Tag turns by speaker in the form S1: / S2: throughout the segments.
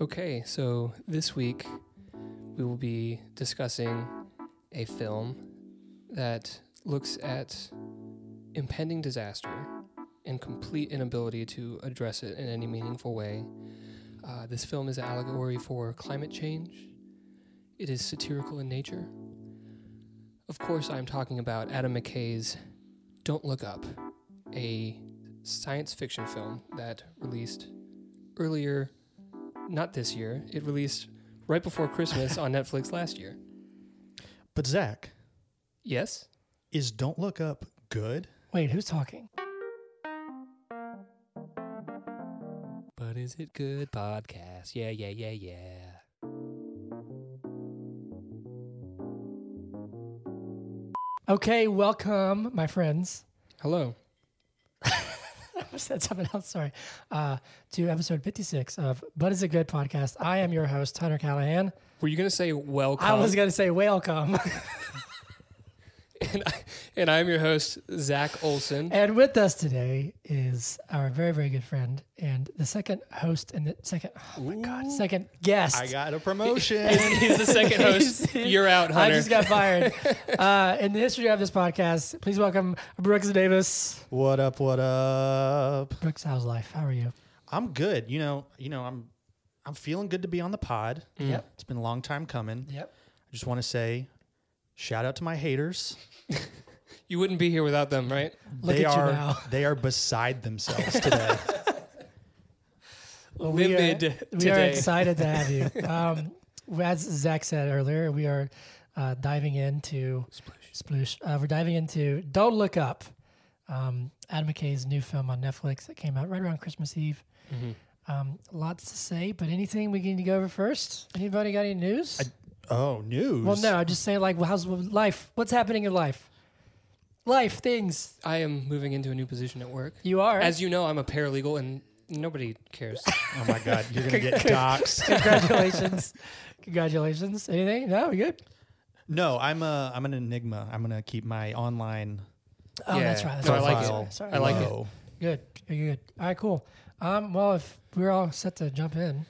S1: Okay, so this week we will be discussing a film that looks at impending disaster and complete inability to address it in any meaningful way. Uh, this film is an allegory for climate change. It is satirical in nature. Of course, I'm talking about Adam McKay's Don't Look Up, a science fiction film that released earlier not this year. It released right before Christmas on Netflix last year.
S2: But Zach,
S1: Yes.
S2: is Don't Look Up good?
S3: Wait, who's talking?
S1: But is it good podcast? Yeah, yeah, yeah, yeah.
S3: Okay, welcome, my friends.
S1: Hello.
S3: I almost said something else. Sorry. Uh, to episode 56 of But Is It Good podcast. I am your host, Hunter Callahan.
S1: Were you gonna say welcome?
S3: I was going to say welcome.
S1: and, I, and I'm your host Zach Olson.
S3: and with us today is our very, very good friend and the second host and the second, oh my God, second guest.
S2: I got a promotion.
S1: He's the second host. You're out,
S3: I
S1: Hunter.
S3: just got fired. uh, in the history of this podcast, please welcome Brooks Davis.
S2: what up? What up?
S3: Brooks, how's life? How are you?
S2: I'm good. You know, you know, I'm I'm feeling good to be on the pod.
S3: Mm. Yep.
S2: It's been a long time coming.
S3: Yep.
S2: I just want to say shout out to my haters.
S1: you wouldn't be here without them, right?
S3: Look
S2: they
S3: at you
S2: are
S3: now.
S2: they are beside themselves today.
S3: Well, we are,
S1: Livid
S3: we are
S1: today.
S3: excited to have you. Um, as Zach said earlier, we are uh, diving into Sploosh. Uh, we're diving into Don't Look Up, um, Adam McKay's new film on Netflix that came out right around Christmas Eve.
S1: Mm-hmm.
S3: Um, lots to say, but anything we need to go over first? Anybody got any news?
S2: oh, news.
S3: well, no, I just say like, well, how's life? What's happening in life? Life things.
S1: I am moving into a new position at work.
S3: You are
S1: As you know, I'm a paralegal, and nobody cares.
S2: Oh my god, you're gonna get doxxed.
S3: congratulations, congratulations. Anything? No, we good.
S2: No, I'm a I'm an enigma. I'm gonna keep my online
S3: Oh,
S1: Yeah.
S3: that's right. That's
S1: No, I
S3: right.
S1: like
S3: Sorry,
S2: it.
S3: sorry.
S1: I like it.
S2: low.
S3: Good. Good. good. All right. Cool. Um, well, if we're all set to jump in,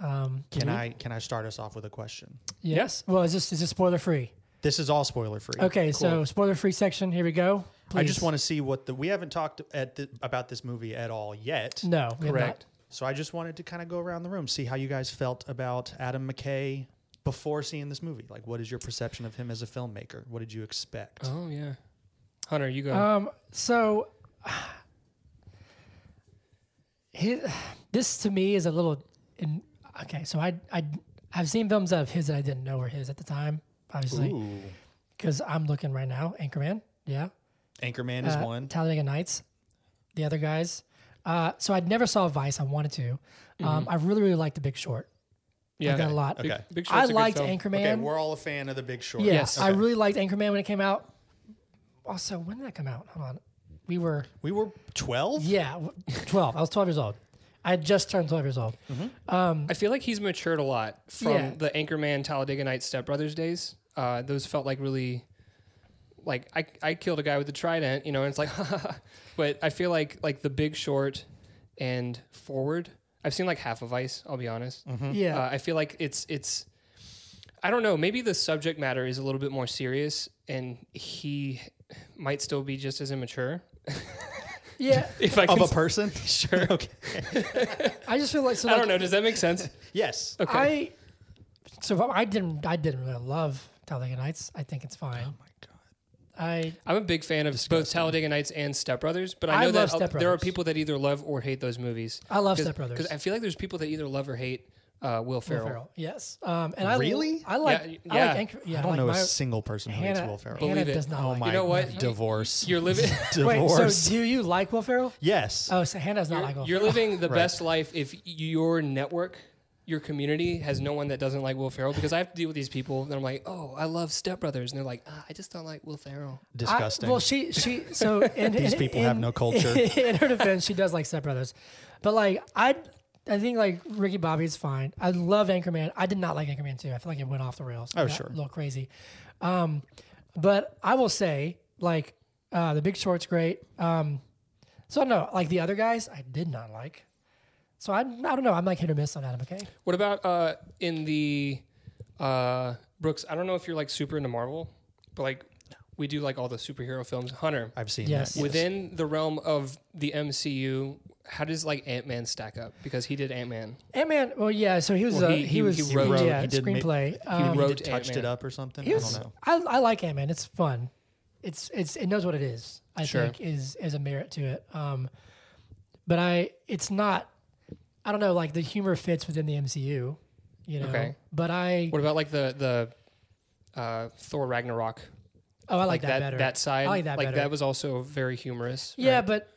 S3: um,
S2: Can
S3: we-
S2: I can I start us off with a question?
S3: Yes. Well, is this is this spoiler free?
S2: This is all spoiler free.
S3: Okay. So spoiler free section. Here we go.
S2: I just
S3: Please.
S2: want to see what the we haven't talked at the, about this movie at all yet.
S3: no. we have
S1: Correct.
S2: So I just wanted to kind of go around the room, see how you guys felt about Adam McKay before seeing this movie. Like, what is your perception of him as a filmmaker? What did you expect?
S1: Oh yeah. Hunter, you go.
S3: not. Um. So. His, this to me is a little. In, okay. So I I I've seen films of his that I didn't know were his at the time, obviously,
S2: Ooh,
S3: because I'm looking right now. Anchorman. Yeah.
S2: Anchorman is
S3: uh,
S2: one.
S3: Talladega Nights, the other guys. Uh, so I never saw Vice. I wanted to. Um, I really, really liked The Big Short.
S1: yeah,
S3: I got a lot.
S2: Okay.
S1: Big
S3: I
S1: Short's a good
S3: liked
S1: film.
S3: Anchorman.
S2: Okay, we're all a fan of The Big Short.
S3: yeah,
S1: Yes.
S3: I
S2: Okay.
S3: really liked Anchorman when it came out. Also, when did that come out? Hold on. We were
S2: we were twelve.
S3: yeah, w- twelve. I was twelve years old. I had just turned twelve years old.
S1: I feel like he's matured a lot from
S3: Yeah.
S1: the Anchorman, Talladega Nights, Step Brothers days. Uh, those felt like really, like I, I killed a guy with a trident, you know, and it's like, but I feel like like The Big Short and Forward. I've seen like half of Ice. I'll be honest.
S2: Mm-hmm.
S3: Yeah,
S1: Uh, I feel like it's it's. I don't know. Maybe the subject matter is a little bit more serious, and he might still be just as immature.
S3: yeah.
S1: If I can,
S2: Of a person?
S1: sure.
S2: okay.
S3: I just feel like so.
S1: I
S3: Like,
S1: don't know. Does that make sense?
S2: Yes.
S1: Okay.
S3: I so I didn't. I didn't really love Talladega Nights. I think it's fine.
S2: Oh my God.
S3: I
S1: I'm a big fan of both Talladega Nights and Step Brothers, but I
S3: I
S1: know that
S3: love Step
S1: there are
S3: Brothers.
S1: people that either love or hate those movies.
S3: I love Step Brothers.
S1: because I feel like there's people that either love or hate uh, Will
S3: Will
S1: Ferrell.
S3: Ferrell. Yes. Um, and I
S2: Really?
S3: I like.
S1: Yeah,
S3: I like
S1: yeah.
S3: Anchor. Yeah,
S2: I don't
S3: like
S2: know
S3: my-
S2: a single person who hates
S3: Hannah,
S2: Will Ferrell.
S1: Believe
S3: Hannah
S1: it.
S3: does not
S2: oh
S3: like
S2: my!
S3: Him.
S1: You know what?
S2: Divorce.
S1: You're living,
S3: Wait,
S2: divorce.
S3: so do you like Will Ferrell?
S2: yes.
S3: Oh, so Hannah does not like Will
S1: you're
S3: Ferrell.
S1: living the
S2: Right.
S1: best life if your network, your community has no one that doesn't like Will Ferrell. Because I have to deal with these people, and I'm like, oh, I love Step Brothers, and they're like, ah, I just don't like Will Ferrell.
S2: Disgusting.
S3: I, well, she she so in,
S2: These
S3: in-
S2: people have
S3: in-
S2: no culture.
S3: In her defense, she does like Step Brothers, but like I I think like Ricky Bobby is fine. I love Anchorman. I did not like Anchorman too. I feel like it went off the rails.
S2: Oh,
S3: It got
S2: sure.
S3: a little crazy. Um, but I will say like uh, the Big Short's great. Um, so I don't know like the other guys I did not like. So I, I don't know. I'm like hit or miss on Adam McKay.
S1: What about uh, in the uh, Brooks? I don't know if you're like super into Marvel, but like we do like all the superhero films. Hunter,
S2: I've seen
S3: Yes.
S2: that.
S1: within the realm of the MCU, how does like Ant Man stack up? Because he did Ant Man.
S3: Ant Man. Well, yeah. So he was.
S1: Well,
S3: uh,
S1: he-
S3: he,
S1: he-
S3: was.
S1: he wrote-
S3: yeah,
S2: he did ma-
S3: screenplay.
S2: he
S3: um,
S1: wrote
S2: wrote touched
S1: Ant-Man.
S2: it up or something.
S3: he
S2: I
S3: was-
S2: don't know.
S3: I, I like Ant Man. It's fun. It's it's it knows what it is. I
S1: Sure.
S3: think is is a merit to it. Um, but I it's not. I don't know. Like the humor fits within the MCU. You know.
S1: Okay.
S3: But I
S1: What about like the the uh, Thor Ragnarok?
S3: oh I like, that, better.
S1: That side,
S3: I like that better.
S1: was also very humorous.
S3: yeah,
S1: right?
S3: but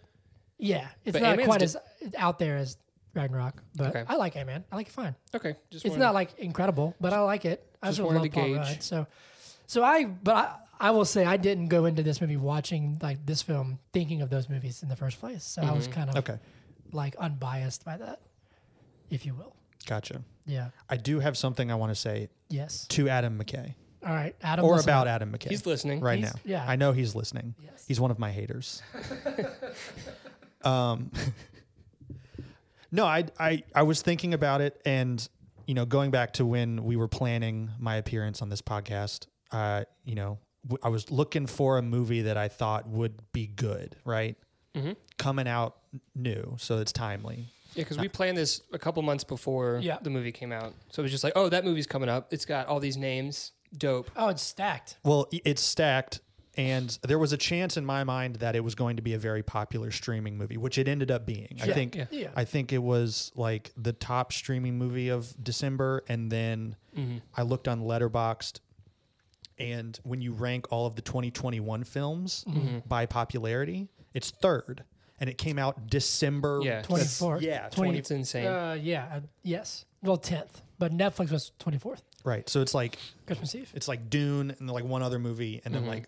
S3: yeah, it's
S1: But
S3: not
S1: Ant-Man's
S3: quite
S1: di-
S3: as out there as Ragnarok. But
S1: Okay.
S3: I like Ant Man. I like it fine.
S1: okay. Just
S3: it's
S1: wanted-
S3: not like incredible, but I like it. I
S1: Just
S3: sort
S1: wanted
S3: of
S1: to
S3: love Paul
S1: gauge.
S3: Rudd. So, so I, but I, I will say I didn't go into this movie watching like this film thinking of those movies in the first place. So I
S1: Mm-hmm.
S3: was kind of
S2: Okay,
S3: like unbiased by that, if you will.
S2: gotcha.
S3: Yeah.
S2: I do have something I want to say
S3: Yes.
S2: to Adam McKay
S3: All right, Adam.
S2: or
S3: listen.
S2: about Adam McKay
S1: he's listening.
S2: right
S3: He's-
S2: now.
S3: yeah.
S2: I know he's listening.
S3: Yes.
S2: He's one of my haters. um, no, I, I I was thinking about it, and you know, going back to when we were planning my appearance on this podcast, uh, you know, w- I was looking for a movie that I thought would be good, right?
S3: Mm-hmm.
S2: Coming out new, so it's timely.
S1: Yeah, because we planned this a couple months before
S3: Yeah.
S1: the movie came out, so it was just like, oh, that movie's coming up. It's got all these names. Dope.
S3: Oh, it's stacked.
S2: Well, i- it's stacked, and there was a chance in my mind that it was going to be a very popular streaming movie, which it ended up being. I
S3: Yeah,
S2: think
S1: yeah.
S3: Yeah.
S2: I think it was like the top streaming movie of December, and then I looked on Letterboxd, and when you rank all of the 2021 films by popularity, it's third, and it came out December.
S1: Yeah.
S3: Twenty four.
S2: yeah,
S3: Twenty.
S1: It's insane.
S3: Uh, yeah. uh, yes. Well, tenth, but Netflix was twenty fourth.
S2: Right, so it's like
S3: Christmas Eve.
S2: it's like Dune and like one other movie, and then like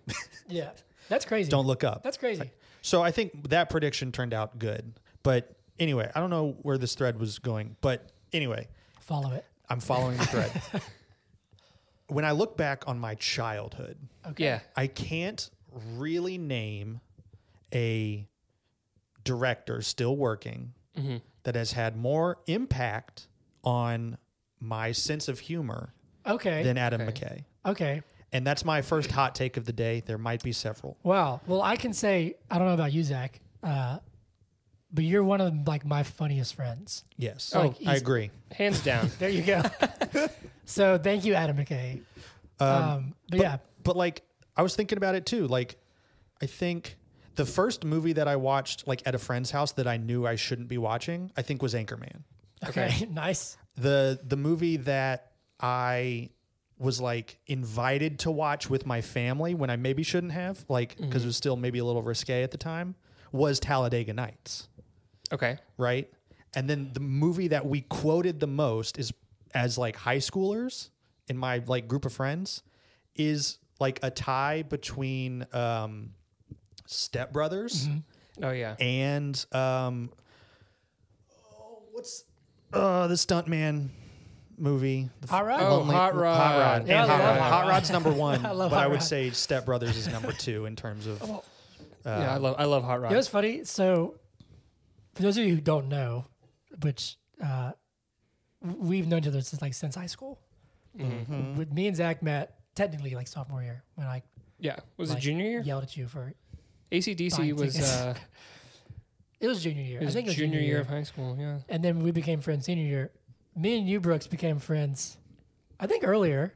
S3: Yeah. That's crazy.
S2: Don't Look Up.
S3: That's crazy.
S2: So I think that prediction turned out good. But anyway, I don't know where this thread was going. But anyway,
S3: Follow it.
S2: I'm following the thread. when I look back on my childhood,
S3: Okay.
S1: yeah.
S2: I can't really name a director still working
S3: Mm-hmm.
S2: that has had more impact on my sense of humor
S3: Okay.
S2: than Adam
S1: Okay.
S2: McKay.
S3: okay.
S2: And that's my first hot take of the day. There might be several.
S3: Wow. Well, I can say I don't know about you, Zach, uh, but you're one of like my funniest friends.
S2: Yes.
S3: Like,
S2: I
S3: he's-
S2: agree.
S1: Hands down.
S3: There you go. so thank you, Adam McKay. Um, but, yeah,
S2: But like I was thinking about it too. Like I think the first movie that I watched like at a friend's house that I knew I shouldn't be watching, I think was Anchorman.
S3: okay, nice.
S2: The the movie that I was like invited to watch with my family when I maybe shouldn't have, like because it was still maybe a little risque at the time, was Talladega Nights,
S1: Okay.
S2: right? And then the movie that we quoted the most is as like high schoolers in my like group of friends is like a tie between um Step Brothers
S3: Mm-hmm.
S1: Oh yeah.
S2: and um oh, what's uh the stuntman movie The
S3: Hot
S2: f-
S3: Rod?
S1: Oh, Hot
S2: Hot
S1: Rod.
S2: Rod.
S3: Yeah,
S2: and
S3: I
S2: Hot
S3: love
S2: Rod.
S3: Hot
S2: Hot
S3: Rod.
S2: Rod's number 1
S3: I love
S2: but
S3: Hot
S2: I would
S3: Rod.
S2: say Step Brothers is number 2 in terms of
S1: yeah. I love. I love Hot Rod.
S3: It was funny. So, for those of you who don't know, which uh, w- we've known each other since like since high school.
S1: Mm-hmm.
S3: With me and Zach met technically like sophomore year when I
S1: yeah. Was
S3: like,
S1: it junior year?
S3: yelled at you for
S1: ACDC
S3: Buying
S1: was.
S3: tickets.
S1: Uh,
S3: it was junior year.
S1: it was
S3: I think it was
S1: junior year of high school. Yeah.
S3: and then we became friends senior year. Me and you, Brooks, became friends. I think earlier,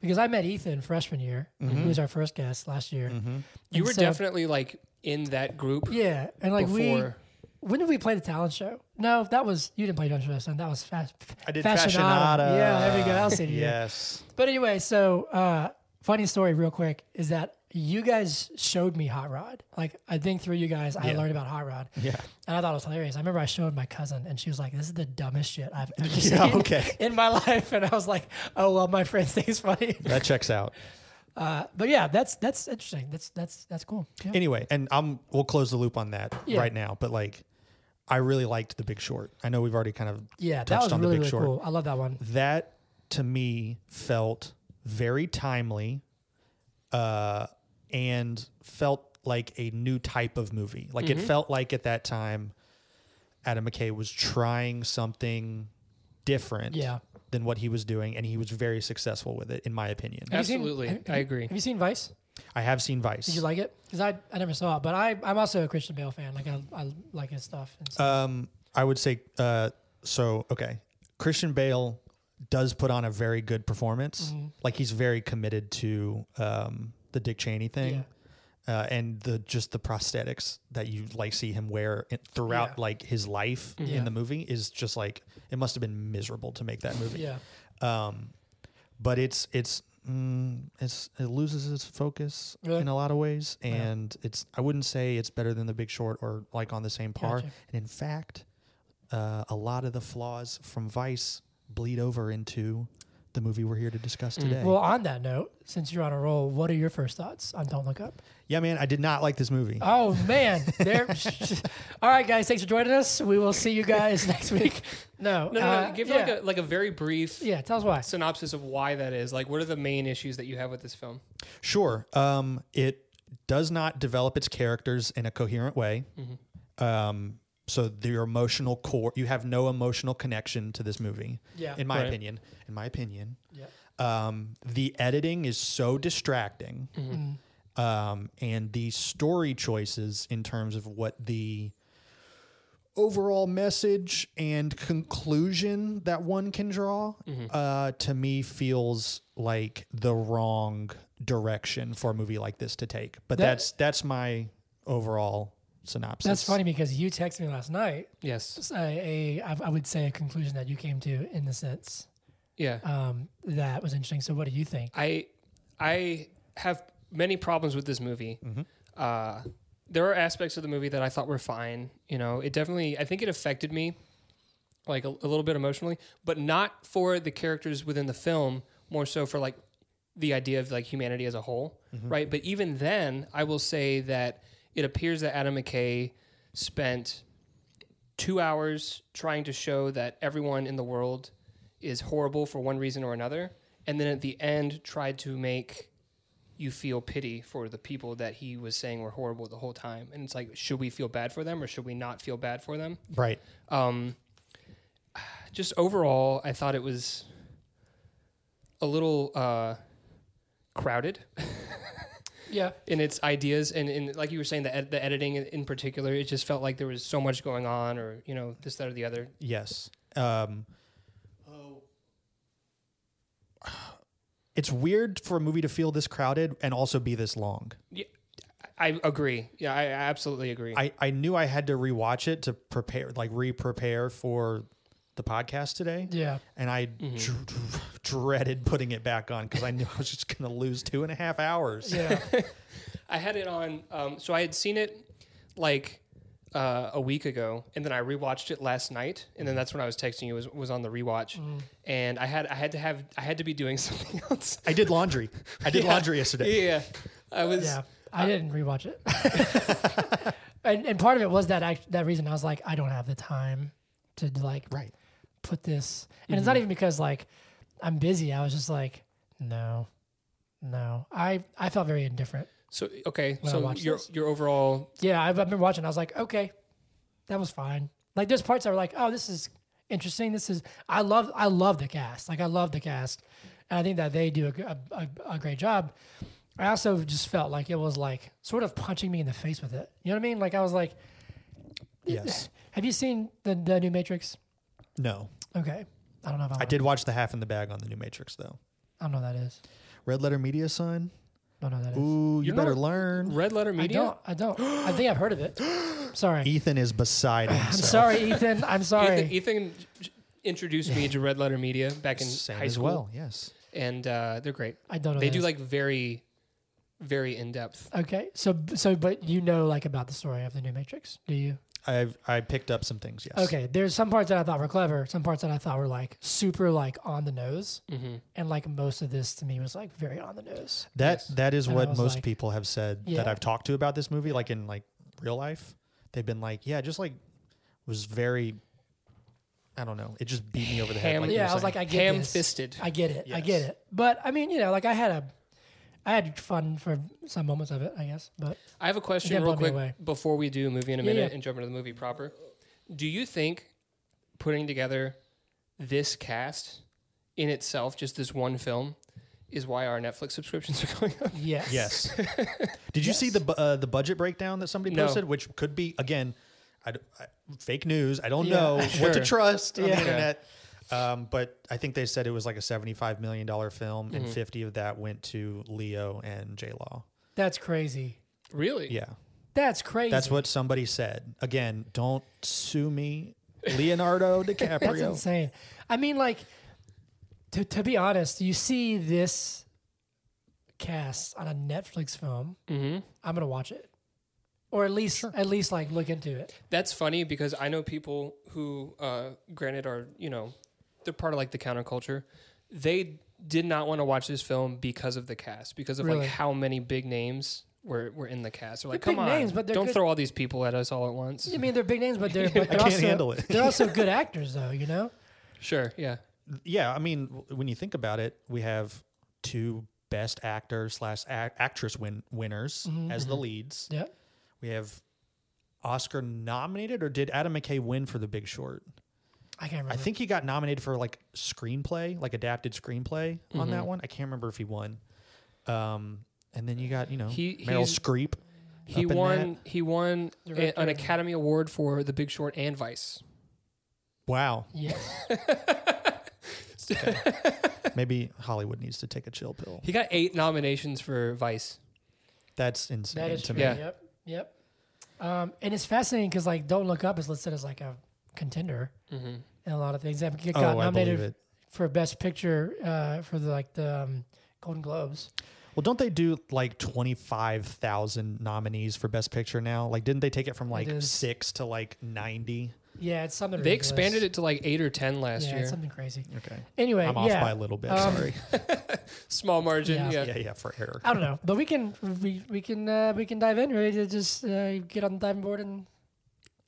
S3: because I met Ethan freshman year, who was our first guest last year.
S1: Mm-hmm. You
S3: And
S1: were
S3: so-
S1: definitely like in that group.
S3: yeah, and like
S1: before.
S3: we. When did we play the talent show? No, that was you didn't play talent show. Son. That was fast.
S2: I did Fashionada.
S3: Yeah, there we go. That was senior year.
S2: Yes.
S3: But anyway, so uh, funny story, real quick, is that you guys showed me Hot Rod. Like I think through you guys, I
S2: Yeah.
S3: learned about Hot Rod.
S2: Yeah.
S3: And I thought it was hilarious. I remember I showed my cousin, and she was like, "This is the dumbest shit I've ever seen
S2: Yeah, okay.
S3: in my life." And I was like, "Oh well, my friend thinks funny."
S2: That checks out.
S3: Uh, but yeah, that's that's interesting. That's that's that's cool. Yeah.
S2: anyway, and I'm we'll close the loop on that
S3: Yeah.
S2: right now. But like, I really liked The Big Short. I know we've already kind of
S3: Yeah, that
S2: touched
S3: was
S2: on
S3: really
S2: The Big
S3: really
S2: Short.
S3: cool. I love that one.
S2: That to me felt very timely, uh,
S3: Mm-hmm.
S2: and felt like a new type of movie. Like it felt like at that time, Adam McKay was trying something different
S3: Yeah.
S2: than what he was doing, and he was very successful with it, in my opinion.
S3: Have you seen-
S1: Absolutely.
S3: have-
S1: I agree.
S3: Have you seen Vice?
S2: I have seen Vice.
S3: Did you like it? Because I, I never saw it, but I I'm also a Christian Bale fan. Like I, I like his stuff. And stuff.
S2: Um, I would say uh, so. Okay, Christian Bale does put on a very good performance.
S3: Mm-hmm.
S2: Like he's very committed to um, the Dick Cheney
S3: mm,
S2: thing, uh, and the just the prosthetics that you like see him wear in- throughout
S3: Yeah. Mm-hmm.
S2: like his life
S3: Yeah.
S2: in the movie is just like it must have been miserable to make that movie.
S3: yeah.
S2: Um, but it's it's. Mm, it's it loses its focus
S3: Really?
S2: in a lot of ways, and it's I wouldn't say it's better than The Big Short or like on the same par.
S3: Gotcha.
S2: And in fact, uh, a lot of the flaws from Vice bleed over into the movie we're here to discuss today.
S3: Mm. Well, on that note, since you're on a roll, what are your first thoughts on Don't Look Up?
S2: yeah, man, I did not like this movie.
S3: Oh man, there. All right, guys, thanks for joining us. We will see you guys next week. No,
S1: No, no,
S3: uh,
S1: no. Give
S3: yeah.
S1: like a like a very brief
S3: yeah. Tell us why.
S1: synopsis of why that is. Like, what are the main issues that you have with this film?
S2: Sure. Um, it does not develop its characters in a coherent way. Um, so your emotional core, you have no emotional connection to this movie.
S3: Yeah.
S2: In my
S1: Right.
S2: opinion, in my opinion,
S3: Yeah.
S2: um, the editing is so distracting,
S3: Mm-hmm.
S2: um, and the story choices in terms of what the overall message and conclusion that one can draw
S3: Mm-hmm.
S2: uh, to me feels like the wrong direction for a movie like this to take but
S3: That-
S2: that's that's my overall synopsis
S3: That's funny because you texted me last night.
S1: Yes.
S3: It's A, a I I would say a conclusion that you came to in the sense
S1: Yeah.
S3: um, that was interesting. So, what do you think?
S1: I I have many problems with this movie. Uh, there are aspects of the movie that I thought were fine. You know, it definitely I think it affected me like a, a little bit emotionally, but not for the characters within the film, more so for like the idea of like humanity as a whole, right? But even then, I will say that it appears that Adam McKay spent two hours trying to show that everyone in the world is horrible for one reason or another, and then at the end tried to make you feel pity for the people that he was saying were horrible the whole time. And it's like, should we feel bad for them or should we not feel bad for them?
S2: right
S1: Um, just overall, I thought it was a little uh, crowded
S3: Yeah.
S1: in its ideas and in like you were saying the, ed- the editing in, in particular it just felt like there was so much going on or you know this that or the other
S2: Yes. Um, It's weird for a movie to feel this crowded and also be this long.
S1: i agree yeah i, I absolutely agree
S2: I, I knew I had to rewatch it to prepare, like re prepare for the podcast today.
S3: Yeah.
S2: And I
S3: Mm-hmm.
S2: dr- dr- dreaded putting it back on because I knew I was just going to lose two and a half hours.
S3: Yeah.
S1: I had it on. Um, so I had seen it like uh, a week ago, and then I rewatched it last night, and
S3: Mm.
S1: then that's when I was texting you was was on the rewatch, and I had I had to have I had to be doing something else.
S2: I did laundry. I did laundry yesterday.
S1: Yeah, I was.
S3: Yeah, I didn't rewatch it. and, and part of it was that act, that reason. I was like, I don't have the time to like
S2: Right.
S3: put this. And it's not even because like I'm busy. I was just like, no, no. I I felt very indifferent.
S1: So okay,
S3: When I
S1: so
S3: watched
S1: your
S3: this.
S1: your overall
S3: Yeah, I've, I've been watching. I was like, okay, that was fine. Like there's parts that were like, oh, this is interesting. This is I love I love the cast. Like I love the cast, and I think that they do a, gr- a, a, a great job. I also just felt like it was like sort of punching me in the face with it. You know what I mean? Like I was like,
S2: Yes.
S3: have you seen the the new Matrix?
S2: No.
S3: Okay, I don't know. If I,
S2: I did watch the half in the bag on the new Matrix, though.
S3: I don't know what that is.
S2: Red Letter Media, son.
S3: I don't know what that is.
S2: Ooh, you
S1: You're
S2: better
S1: not-
S2: learn.
S1: red letter
S3: I
S1: media.
S3: don't. I don't. I think I've heard of it. Sorry.
S2: Ethan is beside himself.
S3: I'm sorry, Ethan. I'm sorry.
S1: Ethan, Ethan j- introduced me to red letter media back in
S2: Same
S1: high
S2: as
S1: school,
S2: well. Yes.
S1: and uh, they're great.
S3: I don't know.
S1: They
S3: what that
S1: do
S3: is.
S1: like very, very in depth.
S3: Okay, so so but you know like about the story of the new Matrix, do you?
S2: I've I picked up some things. Yes.
S3: Okay, there's some parts that I thought were clever, some parts that I thought were like super like on the nose,
S1: Mm-hmm.
S3: and like most of this to me was like very on the nose.
S2: That
S1: Yes.
S2: that is
S3: And I
S2: what
S3: was
S2: most
S3: like-
S2: people have said that
S3: Yeah.
S2: I've talked to about this movie, like in like real life. They've been like, yeah, just like was very. I don't know. It just beat me over the head.
S1: Ham-
S2: Like you
S3: Yeah,
S2: were
S3: I was
S2: saying.
S3: like, I get
S1: Ham
S3: this.
S1: fisted.
S3: I get it, I
S2: Yes.
S3: get it. But I mean, you know, like I had a, I had fun for some moments of it, I guess. But
S1: I have a question
S3: Again,
S1: real
S3: blow me
S1: quick
S3: away.
S1: before we do movie in a
S3: Yeah,
S1: minute
S3: yeah.
S1: and jump into the movie proper. Do you think putting together this cast in itself, just this one film, is why our Netflix subscriptions are going up?
S3: Yes.
S2: Yes. Did you see the bu- uh, the budget breakdown that somebody
S1: No.
S2: posted, which could be again, I, d- I- fake news. I don't
S3: Yeah.
S2: know what to
S1: Sure.
S2: trust on
S3: Yeah.
S2: the internet. Um, but I think they said it was like a seventy-five million dollar film,
S3: Mm-hmm.
S2: and fifty of that went to Leo and J Law.
S3: That's crazy.
S1: Really?
S2: Yeah,
S3: That's crazy.
S2: that's what somebody said. Again, don't sue me, Leonardo
S3: That's
S2: DiCaprio.
S3: insane. I mean, like, to, to be honest, you see this cast on a Netflix film.
S1: hmm
S3: I'm gonna watch it, or at least at least like look into it.
S1: That's funny because I know people who, uh, granted, are you know, they're part of like the counterculture. They did not want to watch this film because of the cast, because of
S3: Really?
S1: like how many big names were were in the cast. They're like,
S3: big
S1: come on,
S3: names, but they're
S1: don't
S3: good-
S1: throw all these people at us all at once.
S3: I mean, they're big names, but they're but they're
S2: can't
S3: also
S2: handle it.
S3: they're also good actors, though. You know,
S1: Sure, yeah,
S2: yeah, I mean, w- when you think about it, we have two best actor slash ac- actress win- winners
S3: Mm-hmm,
S2: as the leads.
S3: yeah.
S2: We have Oscar nominated, or did Adam McKay win for The Big Short?
S3: I can't remember.
S2: I think he got nominated for like screenplay, like adapted screenplay on
S3: Mm-hmm.
S2: that one. I can't remember if he won. Um, and then you got you know
S1: He-
S2: Meryl
S1: he's-
S2: Streep.
S1: he
S2: up in
S1: won.
S2: that.
S1: He won a-
S3: Director
S1: an
S3: and-
S1: Academy Award for The Big Short and Vice.
S2: Wow,
S3: yeah.
S2: maybe Hollywood needs to take a chill pill.
S1: He got eight nominations for Vice.
S2: That's insane
S3: That is
S2: to
S3: true.
S2: me.
S1: Yeah.
S3: Yep. Yep. Um, and it's fascinating because like Don't Look Up is listed as like a contender
S1: Mm-hmm.
S3: in a lot of things. I mean, it got
S2: Oh, I believe
S3: nominated
S2: it.
S3: for Best Picture uh, for the, like the um, Golden Globes.
S2: Well, don't they do like twenty five thousand nominees for Best Picture now? Like, didn't they take it from like
S3: is.
S2: six to like ninety?
S3: Yeah, it's something.
S1: They expanded it to like eight or ten last
S3: yeah, it's
S1: year.
S3: something crazy.
S2: Okay,
S3: Anyway,
S2: I'm off
S3: yeah,
S2: by a little bit.
S3: Um,
S2: sorry.
S1: Small margin. Yeah.
S3: Yeah.
S2: yeah, yeah, for error.
S3: I don't know, but we can we, we can uh, we can dive in right to just uh, get on the diving board and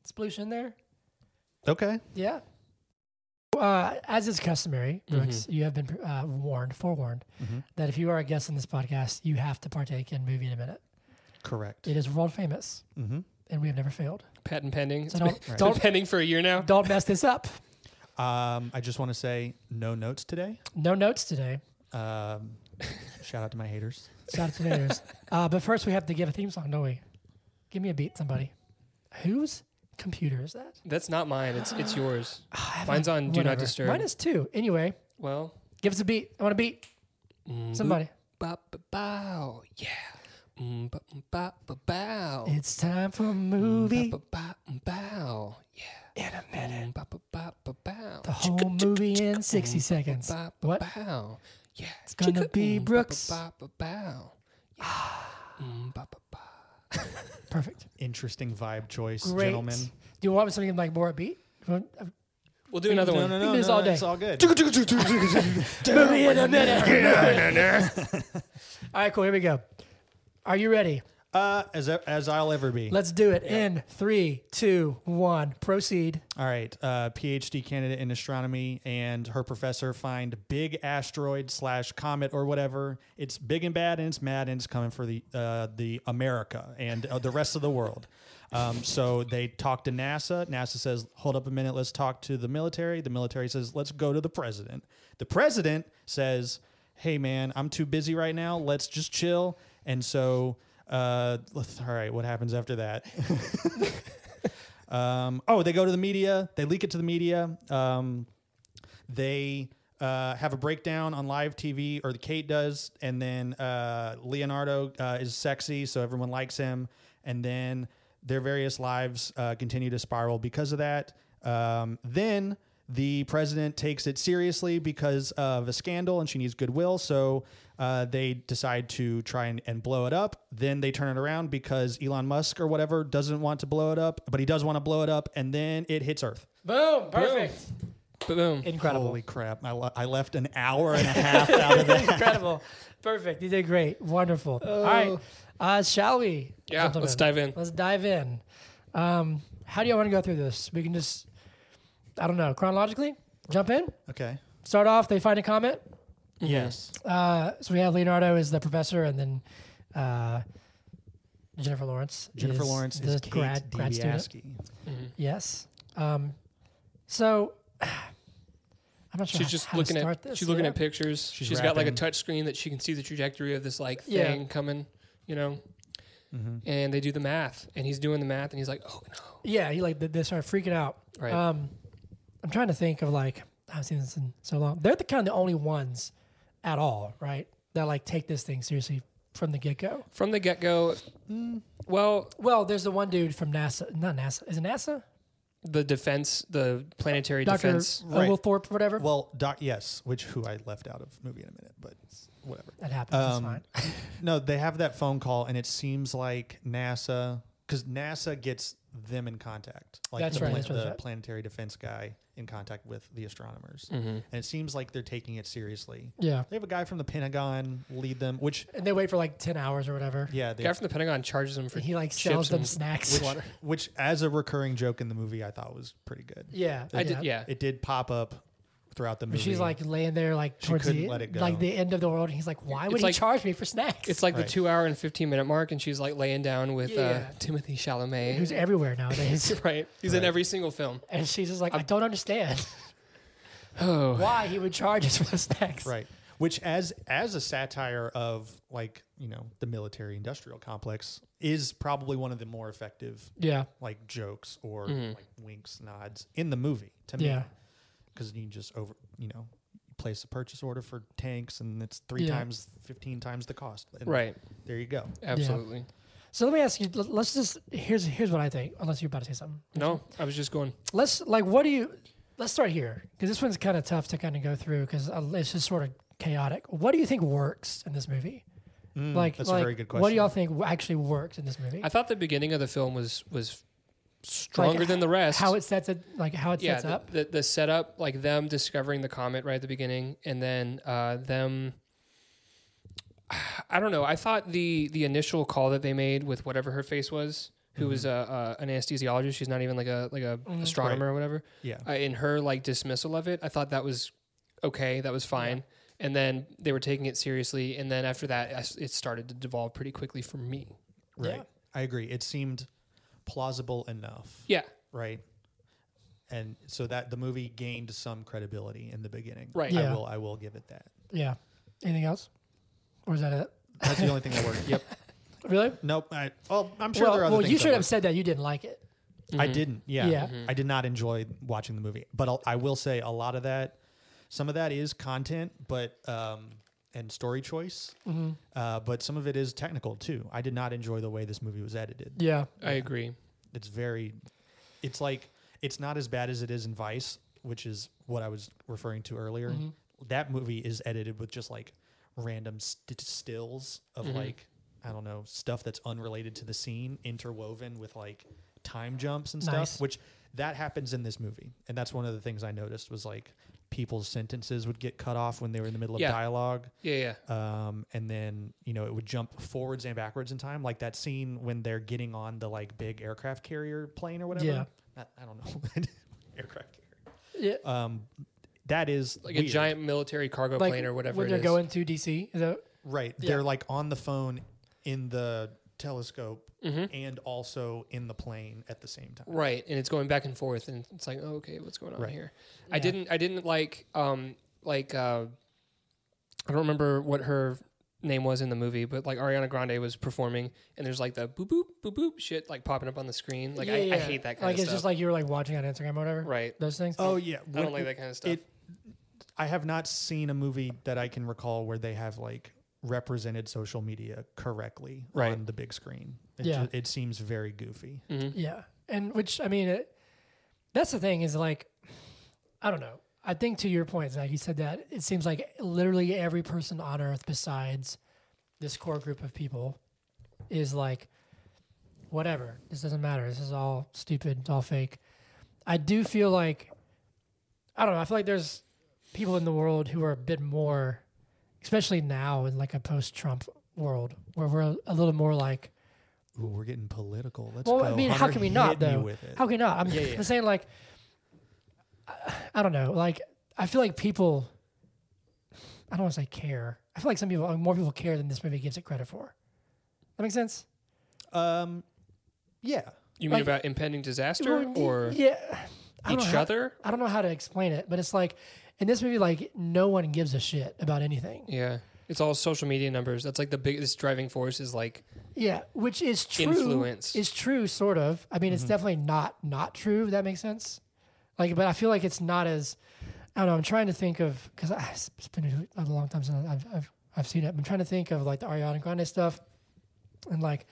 S3: sploosh in there.
S2: Okay.
S3: Yeah. Uh, as is customary, Brooks,
S2: Mm-hmm.
S3: you have been uh, warned, forewarned,
S1: Mm-hmm.
S3: that if you are a guest on this podcast, you have to partake in movie in a minute.
S2: Correct.
S3: It is world famous,
S2: hmm
S3: and we have never failed.
S1: Patent pending. It's
S3: So
S1: been,
S3: don't
S1: it's been
S3: don't
S1: pending for a year now.
S3: don't mess this up.
S2: Um, I just want to say no notes today.
S3: No notes today.
S2: Um, shout out to my haters.
S3: Shout out to the haters. uh, but first, we have to give a theme song, don't we? Give me a beat, somebody. Whose computer is that?
S1: That's not mine. It's it's yours.
S3: Ah, I haven't-
S1: Mine's on Do Not
S3: whatever.
S1: Disturb.
S3: Mine is two. Anyway,
S1: well, mm,
S3: give us a beat. I want a
S1: Mm-hmm.
S3: beat. Somebody.
S1: Ba, ba, bow. Yeah. Mm, ba, mm, ba, ba, bow.
S3: It's time for a
S1: Ba,
S3: movie
S1: ba, ba, mm, bow. Yeah.
S3: in a minute.
S1: Mm, ba, ba, ba, ba, bow.
S3: The whole movie in 60 seconds.
S1: Ba, ba,
S3: What?
S1: Bow. Yeah. It's
S3: gonna be Brooks. Ah.
S1: Ba, ba, ba, bow. Yeah. Mm, ba, ba, ba.
S3: Perfect.
S2: Interesting vibe choice,
S3: Great.
S2: gentlemen.
S3: Do you want something like more upbeat? Movie
S1: We'll do another
S2: no,
S1: one.
S2: No,
S3: We
S2: no,
S3: can
S2: no,
S3: do this all
S2: It's
S3: day.
S2: all good.
S3: in a minute. All right, cool. Here we go. Are you ready?
S2: Uh, as as I'll ever be.
S3: Let's do it in three, two, one. Proceed.
S2: all right. Uh, PhD candidate in astronomy and her professor find big asteroid slash comet or whatever. It's big and bad and it's mad and it's coming for the uh, the America and uh, the rest of the world. Um, so they talk to NASA. NASA says, "Hold up a minute. Let's talk to the military." The military says, "Let's go to the president." The president says, "Hey man, I'm too busy right now. Let's just chill." And so, uh, let's- all right, what happens after that? Um, oh, they go to the media. They leak it to the media. Um, they uh, have a breakdown on live TV, or the Kate does, and then uh, Leonardo uh, is sexy, so everyone likes him. And then their various lives uh, continue to spiral because of that. Um, then the president takes it seriously because of a scandal and she needs goodwill. So uh, they decide to try and, and blow it up. Then they turn it around because Elon Musk or whatever doesn't want to blow it up, but he does want to blow it up. And then it hits Earth.
S3: Boom.
S1: Boom.
S3: Incredible.
S2: Holy crap. I, le- I left an hour and a half out of that.
S3: Incredible. Perfect. You did great. Wonderful. All right. Uh, shall we?
S1: Yeah, let's
S3: gentlemen?
S1: dive in.
S3: Let's dive in. Um, how do you want to go through this? We can just, I don't know, chronologically jump in.
S2: Okay.
S3: Start off, they find a comment.
S2: Yes.
S3: Uh, so we have Leonardo as the professor, and then uh, Jennifer Lawrence.
S2: Jennifer
S3: is
S2: Lawrence
S3: the
S2: is Kate
S3: grad, grad student.
S2: DiBiase.
S3: Yes. Um, so I'm not sure
S1: She's
S3: how-
S1: just
S3: how to
S1: looking
S3: start
S1: at
S3: this.
S1: she's looking
S3: yeah.
S1: at pictures.
S2: She's
S1: she's got like a
S2: rapping.
S1: touch screen that she can see the trajectory of this like
S3: Yeah.
S1: thing coming, you know.
S2: Mm-hmm.
S1: And they do the math, and he's doing the math, and he's like, "Oh no!"
S3: Yeah, he like they- they start freaking out.
S1: Right?
S3: Um, I'm trying to think of like I haven't seen this in so long. They're the kind of the only ones at all, right? That like take this thing seriously from the get go.
S1: From the get go, Mm. well,
S3: Well, there's the one dude from NASA, not NASA, is it NASA?
S1: the defense, the planetary
S3: Doctor
S1: defense.
S2: Right.
S3: Oglethorpe, or whatever.
S2: Well, doc, yes, which who I left out of movie in a minute, but whatever.
S3: that happens. That's
S2: um,
S3: fine.
S2: No, they have that phone call, and it seems like NASA, because NASA gets them in contact, like
S3: That's
S2: the,
S3: right, that's right,
S2: the
S3: that's right.
S2: planetary defense guy in contact with the astronomers,
S1: Mhm.
S2: and it seems like they're taking it seriously.
S3: Yeah,
S2: They have a guy from the Pentagon lead them, which
S3: and they wait for like ten hours or whatever.
S2: yeah,
S1: The
S2: they,
S1: guy from the Pentagon charges him for
S3: he like
S1: chips
S3: sells them
S1: and-
S3: snacks.
S2: which which as a recurring joke in the movie, I thought was pretty good.
S3: yeah,
S1: I did, yeah.
S2: It did pop up throughout the
S3: But
S2: movie.
S3: She's like laying there, like
S2: She
S3: towards the
S2: couldn't let it go.
S3: like the end of the world, and he's like, "Why would
S1: It's
S3: he
S1: like-
S3: charge me for snacks?"
S1: It's like
S2: Right.
S1: the two hour and fifteen minute mark, and she's like laying down with
S3: Yeah.
S1: uh, Timothy Chalamet.
S3: who's everywhere nowadays,
S1: right? He's in
S2: Right.
S1: every single film.
S3: and she's just like, "I don't understand
S1: Oh,
S3: why he would charge us for the snacks."
S2: right which as as a satire of like you know the military industrial complex is probably one of the more effective
S3: Yeah,
S2: like jokes or like winks nods in the movie to me
S3: Mm-hmm. Yeah.
S2: because you just over you know you place a purchase order for tanks and it's three
S3: Yeah.
S2: times 15 times the cost and
S1: right,
S2: there you go
S1: absolutely.
S3: So let me ask you. let- Let's just here's here's what I think. Unless you're about to say something.
S1: No, I was just going.
S3: Let's like what do you? Let's start here because this one's kind of tough to kind of go through because it's just sort of chaotic. What do you think works in this movie?
S2: Mm,
S3: like,
S2: that's
S3: like,
S2: a very good question
S3: What do y'all think actually works in this movie?
S1: I thought the beginning of the film was was stronger than the rest.
S3: How it sets it, like how it
S1: yeah,
S3: sets
S1: the,
S3: up.
S1: The, the setup, like them discovering the comet right at the beginning, and then uh, them. I don't know. I thought the the initial call that they made with whatever her face was, who
S3: Mm-hmm.
S1: was a, a, an anesthesiologist. She's not even like a like a astronomer or whatever.
S2: yeah
S1: uh, in her like dismissal of it, I thought that was okay. That was fine. And then they were taking it seriously. And then after that, I s- it started to devolve pretty quickly for me.
S2: right
S3: Yeah.
S2: i agree it seemed plausible enough
S1: Yeah,
S2: right? And so that the movie gained some credibility in the beginning.
S1: Right.
S3: Yeah.
S2: I will I will give it that.
S3: Yeah. Anything else? Or is that it?
S2: That's the only thing that worked. Yep.
S3: Really?
S2: Nope. I, well, I'm sure
S3: well,
S2: there are other
S3: well
S2: things.
S3: you
S2: that
S3: should have
S2: worked.
S3: said that you didn't like it.
S1: Mm-hmm.
S2: I didn't. Yeah.
S3: Yeah.
S2: I did not enjoy watching the movie, but I'll, I will say a lot of that. Some of that is content, but um, and story choice,
S3: Mm-hmm.
S2: uh, but some of it is technical too. I did not enjoy the way this movie was edited.
S3: Yeah.
S1: I agree.
S2: It's very, it's like it's not as bad as it is in Vice, which is what I was referring to earlier. That movie is edited with just like random st- stills of like I don't know stuff that's unrelated to the scene, interwoven with like time jumps and stuff,
S3: Nice.
S2: which that happens in this movie, and that's one of the things I noticed was like people's sentences would get cut off when they were in the middle
S1: Yeah.
S2: of dialogue
S1: Yeah, yeah.
S2: um, and then you know it would jump forwards and backwards in time, like that scene when they're getting on the like big aircraft carrier plane or whatever.
S3: Yeah.
S2: Not- I, don't know aircraft carrier.
S3: Yeah.
S2: Um, that is
S1: Like a
S2: weird.
S1: giant military cargo
S3: Like,
S1: plane or whatever
S3: When
S1: it
S3: they're
S1: is.
S3: going to DC. Is that,
S2: Right,
S3: Yeah.
S2: they're like on the phone in the telescope
S1: Mhm.
S2: and also in the plane at the same time.
S1: Right, and it's going back and forth, and it's like, oh, okay, what's going on
S2: Right.
S1: here?
S3: Yeah.
S1: I didn't, I didn't like, um, like, uh, I don't remember what her name was in the movie, but like Ariana Grande was performing, and there's like the boop boop boop boop shit like popping up on the screen. Like, I,
S3: Yeah,
S1: I
S3: yeah.
S1: hate that kind
S3: Like
S1: of
S3: it's
S1: stuff.
S3: just like you were like watching on Instagram or whatever.
S1: right.
S3: Those things.
S2: Oh yeah,
S1: I
S2: What-
S1: don't like that kind of stuff.
S2: it- I have not seen a movie that I can recall where they have like represented social media correctly
S1: Right.
S2: on the big screen. It,
S3: Yeah.
S2: ju- it seems very goofy.
S3: Yeah. And which, I mean, it, that's the thing is like, I don't know. I think to your point, Zach, you said that it seems like literally every person on earth besides this core group of people is like, whatever. This doesn't matter. This is all stupid. It's all fake. I do feel like, I don't know. I feel like there's people in the world who are a bit more, especially now in like a post Trump world where we're a little more like,
S2: Ooh, we're getting political. Let's
S3: well,
S2: go.
S3: I mean, how
S2: Hunter,
S3: can we
S2: hit
S3: not
S2: me
S3: though?
S2: with it.
S3: How can we not? I'm,
S2: Yeah, yeah.
S3: I'm saying like, I, I don't know. Like, I feel like people. I don't want to say care. I feel like some people, more people care than this movie gives it credit for. That makes sense.
S2: um, yeah,
S1: You mean
S3: Like-
S1: about impending disaster
S3: Well,
S1: or
S3: yeah, I don't
S1: each
S3: know how-
S1: other.
S3: I don't know how to explain it, but it's like in this movie, like no one gives a shit about anything.
S1: Yeah, it's all social media numbers. That's like the biggest driving force is like
S3: Yeah, which is true.
S1: Influence.
S3: is true, sort of. I mean,
S2: Mm-hmm.
S3: it's definitely not not true. If that makes sense. Like, but I feel like it's not as. I don't know. I'm trying to think of because it's been a long time since I've, I've I've seen it. I'm trying to think of like the Ariana Grande stuff, and like.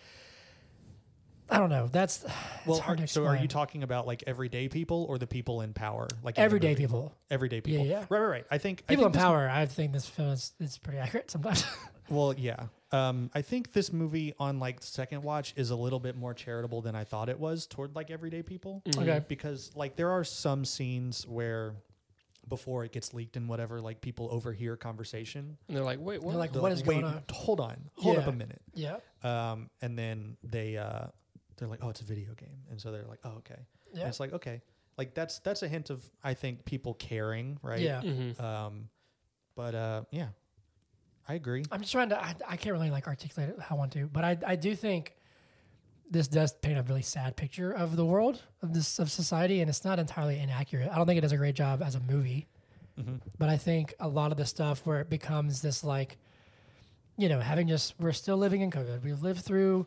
S3: I don't know. That's it's
S2: Well,
S3: hard to
S2: are- so are you
S3: explain.
S2: talking about like everyday people or the people in power? Like in the
S3: everyday
S2: movie?
S3: people?
S2: Everyday
S3: Yeah,
S2: people.
S3: yeah.
S2: Right, right, right. I think
S3: People
S2: I think
S3: in
S2: this-
S3: power. I think this film is, is pretty accurate sometimes.
S2: Well, yeah. Um, I think this movie on like the second watch is a little bit more charitable than I thought it was toward like everyday people.
S3: Okay.
S2: Because like there are some scenes where before it gets leaked and whatever, like people overhear conversation.
S1: and they're like, wait, what?
S3: They're like,
S2: They're
S3: what is
S2: "Wait,
S3: going on?
S2: Hold on, hold up
S3: Yeah.
S2: a minute.
S3: Yeah.
S2: Um, and then they uh, they're like, oh, it's a video game, and so they're like, oh, okay. And
S3: Yeah.
S2: it's like okay, like that's that's a hint of I think people caring, right?
S3: Yeah.
S1: hmm
S2: Um, but uh, yeah, I agree.
S3: I'm just trying to. I, I can't really like articulate it how I want to, but I I do think this does paint a really sad picture of the world of this of society, and it's not entirely inaccurate. I don't think it does a great job as a movie, but I think a lot of the stuff where it becomes this like, you know, having just we're still living in COVID. We've lived through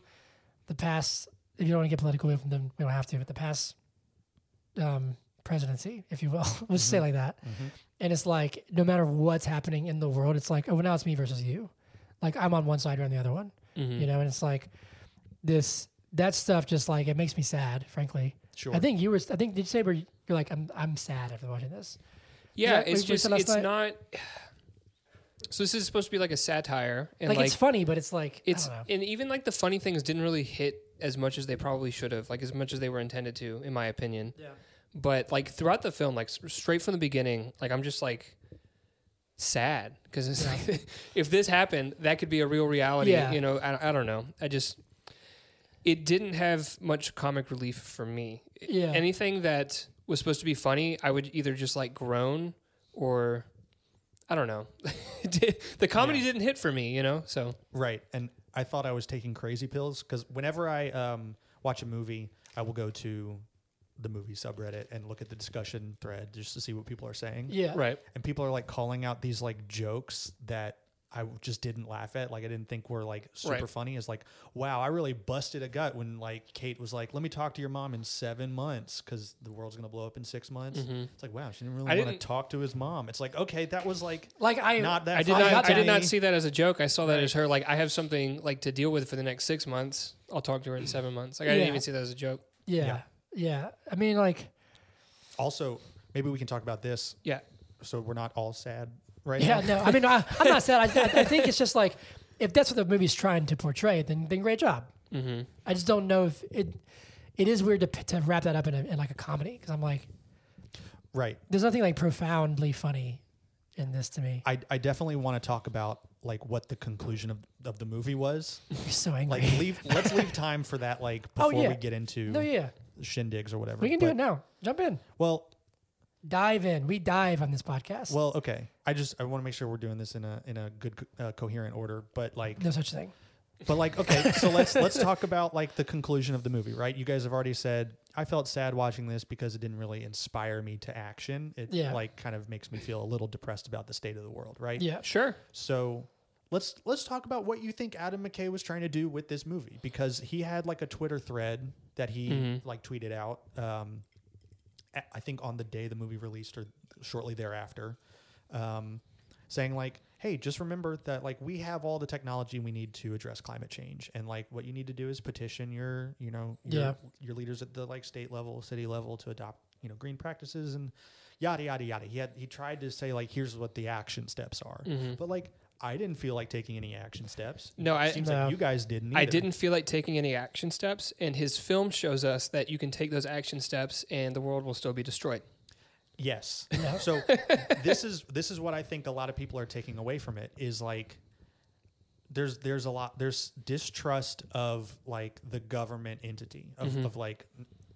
S3: the past. If you don't want to get political, then we don't have to. But the past um, presidency, if you will, let's just say it like that. And it's like no matter what's happening in the world, it's like oh well, now it's me versus you. Like I'm on one side, you're on the other one.
S1: mm-hmm.
S2: Mm.
S3: You know, and it's like this that stuff just like it makes me sad, frankly.
S2: Sure.
S3: I think you were. I think did you say where you're like I'm I'm sad after watching this.
S1: Yeah,
S3: Yeah, we-
S1: it's
S3: we
S1: just
S3: said last
S1: it's
S3: night.
S1: not. So this is supposed to be like a satire, and
S3: Like,
S1: like,
S3: it's funny, but it's like
S1: it's
S3: I don't know.
S1: and even like the funny things didn't really hit as much as they probably should have, like as much as they were intended to, in my opinion.
S3: Yeah.
S1: But like throughout the film, like s- straight from the beginning, like I'm just like sad because it's like if this happened, that could be a real reality.
S3: Yeah.
S1: You know, I, I don't know. I just it didn't have much comic relief for me.
S3: Yeah.
S1: Anything that was supposed to be funny, I would either just like groan or I don't know. It did- the comedy didn't hit for me, you know. So
S2: Right. And I thought I was taking crazy pills because whenever I um, watch a movie, I will go to the movie subreddit and look at the discussion thread just to see what people are saying.
S3: yeah.
S1: right.
S2: And people are like calling out these like jokes that I w- just didn't laugh at. Like I didn't think were like super
S1: Right.
S2: funny. It's like, wow, I really busted a gut when like Kate was like, let me talk to your mom in seven months because the world's going to blow up in six months. It's like, wow, she didn't
S1: Mm-hmm. I
S2: really want
S1: didn't-
S2: to talk to his mom. It's like, okay, that was like
S3: Like I
S2: not that
S1: I did
S2: funny.
S1: not. I
S3: got
S1: did not
S2: Funny.
S1: see that as a joke. I saw that as her like I have something like to deal with for the next six months. I'll talk to her in seven months. Like I
S3: Yeah.
S1: didn't even see that as a joke.
S3: Yeah, yeah.
S2: Yeah.
S3: I mean, like
S2: Also, maybe we can talk about this
S1: Yeah.
S2: so we're not all sad right
S3: yeah.
S2: now.
S3: No, I mean, I, I'm not sad. I, I, I think it's just like if that's what the movie's trying to portray, then then great job.
S1: Mm-hmm.
S3: I just don't know if it. It is weird to, p- to wrap that up in, a, in like a comedy because I'm like,
S2: Right.
S3: there's nothing like profoundly funny in this to me.
S2: I, I definitely want to talk about like what the conclusion of, of the movie was.
S3: You're so angry.
S2: Like leave let's leave time for that like
S3: Oh,
S2: before
S3: yeah.
S2: we get into
S3: no, yeah,
S2: shindigs or whatever.
S3: we can do
S2: But-
S3: it now. Jump in,
S2: Well
S3: dive in. We dive on this podcast.
S2: well okay. I just I want to make sure we're doing this in a in a good co- uh, coherent order, but like
S3: no such thing.
S2: but like okay, so let's let's talk about like the conclusion of the movie, right? You guys have already said I felt sad watching this because it didn't really inspire me to action. It
S3: Yeah.
S2: like kind of makes me feel a little depressed about the state of the world, right?
S3: Yeah,
S1: Sure.
S2: So let's let's talk about what you think Adam McKay was trying to do with this movie because he had like a Twitter thread that he like tweeted out. Um, a- I think on the day the movie released or shortly thereafter, um, saying like, "Hey, just remember that like we have all the technology we need to address climate change, and like what you need to do is petition your you know your,
S3: Yeah.
S2: your leaders at the like state level, city level to adopt you know green practices and yada yada yada." He had he tried to say like, "Here's what the action steps are," but like I didn't feel like taking any action steps.
S1: Mm-hmm. No, I-
S2: seems
S3: No.
S2: like you guys didn't.
S1: I
S2: either.
S1: didn't feel like taking any action steps, and his film shows us that you can take those action steps, and the world will still be destroyed.
S2: Yes. So this is this is what I think a lot of people are taking away from it is like there's there's a lot there's distrust of like the government entity of, of like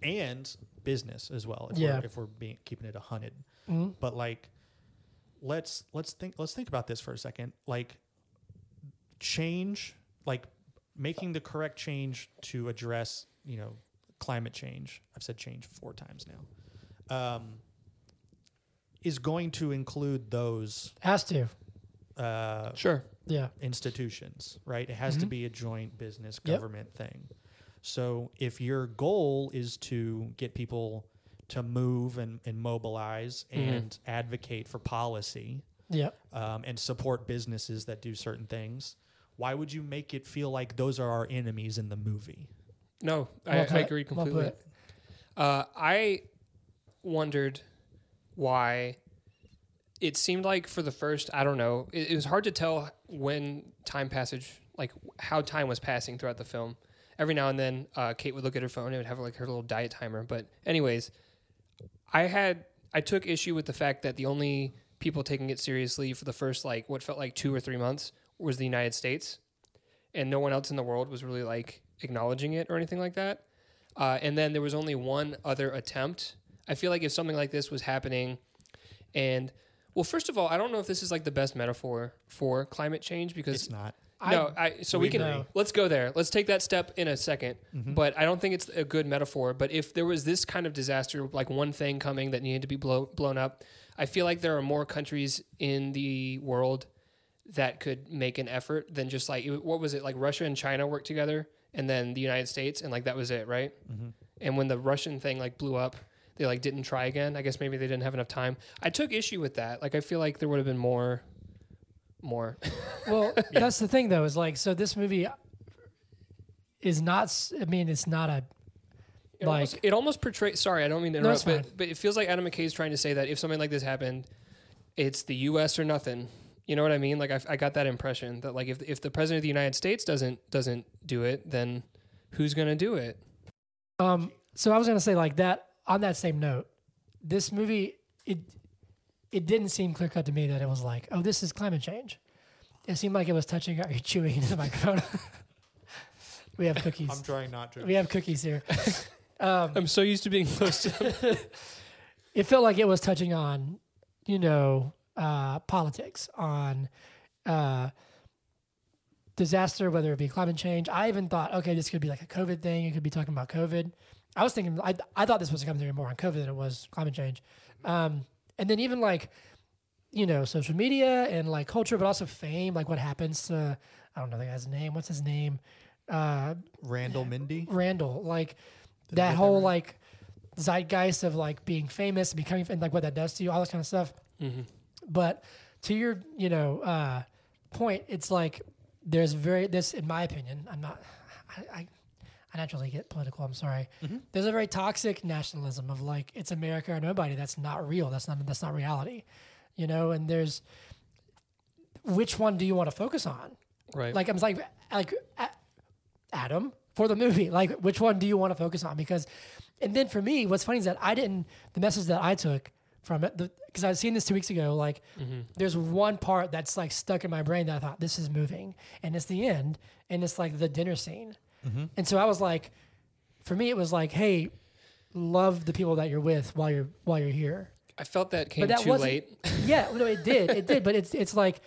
S2: and business as well if
S3: Yeah.
S2: we're if we're being keeping it a hundred. But like let's let's think let's think about this for a second. Like change like making the correct change to address, you know, climate change. I've said change four times now um, is going to include those
S3: Has to. Oh.
S2: uh,
S1: Sure.
S3: Yeah.
S2: institutions, right? It has to
S3: Mhm.
S2: be a joint business
S3: Yep.
S2: government thing. So if your goal is to get people to move and, and mobilize
S3: Mm-hmm.
S1: Mhm.
S2: and advocate for policy
S3: Yeah.
S2: um, and support businesses that do certain things, why would you make it feel like those are our enemies in the movie?
S1: No, I,
S3: Well
S1: I
S3: put.
S1: agree
S3: Well
S1: completely.
S3: put.
S1: Uh, I wondered why it seemed like for the first, I don't know, it, it was hard to tell when time passage, like how time was passing throughout the film. Every now and then, uh, Kate would look at her phone and it would have like her little diet timer. But, anyways, I had, I took issue with the fact that the only people taking it seriously for the first, like, what felt like two or three months was the United States. And no one else in the world was really like acknowledging it or anything like that. Uh, and then there was only one other attempt. I feel like if something like this was happening, and well, first of all, I don't know if this is like the best metaphor for climate change because
S2: It's not.
S1: no, I, so we
S2: we
S1: can
S3: agree.
S1: let's go there. Let's take that step in a 2nd But I don't think it's a good metaphor. But if there was this kind of disaster, like one thing coming that needed to be blow, blown up, I feel like there are more countries in the world that could make an effort than just like what was it like Russia and China worked together, and then the United States, and like that was it, right? And when the Russian thing like blew up, they like didn't try again. I guess maybe they didn't have enough time. I took issue with that. Like I feel like there would have been more, more.
S3: Well, that's the thing though. Is like so this movie is not. s- I mean, it's not a
S1: It
S3: like.
S1: almost, it almost portrays. Sorry, I don't mean to
S3: No,
S1: interrupt,
S3: it's fine.
S1: but, but it feels like Adam McKay's trying to say that if something like this happened, it's the U.S. or nothing. You know what I mean? Like I, I got that impression that like if if the president of the United States doesn't doesn't do it, then who's gonna do it?
S3: Um, so I was gonna say like that. On that same note, this movie it it didn't seem clear cut to me that it was like, oh, this is climate change. It seemed like it was touching. Are you chewing into the microphone? we have
S2: I'm
S3: cookies.
S2: trying not to.
S3: We have cookies here. Um,
S1: I'm so used to being close to.
S3: it felt like it was touching on, you know, uh, politics, on uh, disaster, whether it be climate change. I even thought, okay, this could be like a COVID thing. It could be talking about COVID. I was thinking, I, I thought this was coming through more on COVID than it was climate change. Um, and then even like, you know, social media and like culture, but also fame, like what happens to, I don't know the guy's name. What's his name? Uh,
S2: Randall Mindy.
S3: Randall,
S2: Did I
S3: like
S2: get
S3: that
S2: that
S3: whole
S2: right?
S3: like zeitgeist of like being famous, becoming and like what that does to you, all this kind of stuff.
S2: Mm-hmm.
S1: Mhm.
S3: But to your you know uh, point, it's like there's very this in my opinion. I'm not I. I I naturally get political. I'm sorry.
S2: Mm-hmm.
S3: There's a very toxic nationalism of like it's America or nobody. That's not real. That's not that's not reality, you know. And there's which one do you want to focus on?
S1: Right.
S3: Like I'm like like a- Adam for the movie. Like which one do you want to focus on? Because and then for me, what's funny is that I didn't the message that I took from it because I've seen this two weeks ago. Like there's one part that's like stuck in my brain that I thought this is moving, and it's the end, and it's like the dinner scene, and so I was like, for me, it was like, hey, love the people that you're with while you're while you're here
S1: I felt that came
S3: that
S1: too
S3: wasn't-
S1: late.
S3: yeah, no, it did, it did. But it's it's like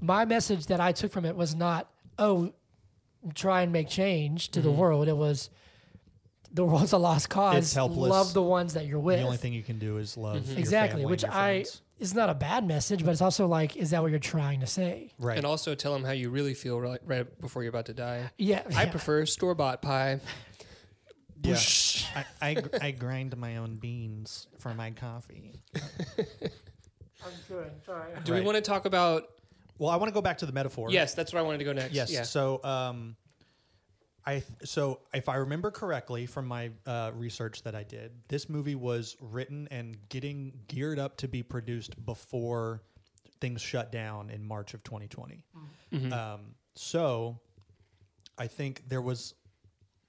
S3: my message that I took from it was not oh, try and make change to the world. It was the world's a lost cause.
S2: Mm-hmm. It's helpless.
S3: Love the ones that you're with. Mm-hmm.
S2: The only thing you can do is love. your
S3: exactly,
S2: family and
S3: which
S2: your
S3: I
S2: friends.
S3: is not a bad message, but it's also like, is that what you're trying to say?
S2: Right.
S1: And also tell him how you really feel right, right before you're about to die.
S3: Yeah,
S1: I
S3: yeah.
S1: prefer store bought pie.
S2: Yeah. I, I, gr- I grind my own beans for my coffee.
S3: I'm good. Sorry.
S1: Do we
S2: Right.
S1: want to talk about?
S2: Well, I want to go back to the metaphor.
S1: Yes, that's what I wanted to go next.
S2: Yes.
S1: Yeah.
S2: So, um, I th- so if I remember correctly from my uh, research that I did, this movie was written and getting geared up to be produced before things shut down in March of 2020. Um, so, I think there was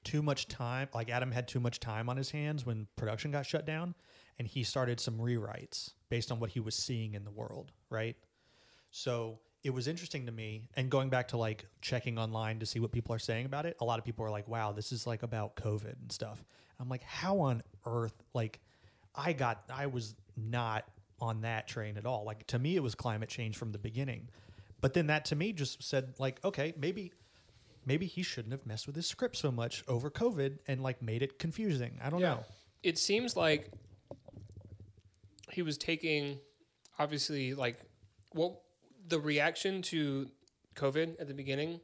S2: too much time. Like Adam had too much time on his hands when production got shut down, and he started some rewrites based on what he was seeing in the world. Right. So it was interesting to me. And going back to like checking online to see what people are saying about it, a lot of people are like, wow, this is like about COVID and stuff. I'm like, how on earth? Like, I got, I was not on that train at all. Like, to me, it was climate change from the beginning. But then that to me just said, like, okay, maybe. Maybe he shouldn't have messed with his script so much over COVID and like made it confusing. I don't
S3: Yeah.
S2: know.
S1: it seems like he was taking obviously like what the reaction to COVID at the beginning.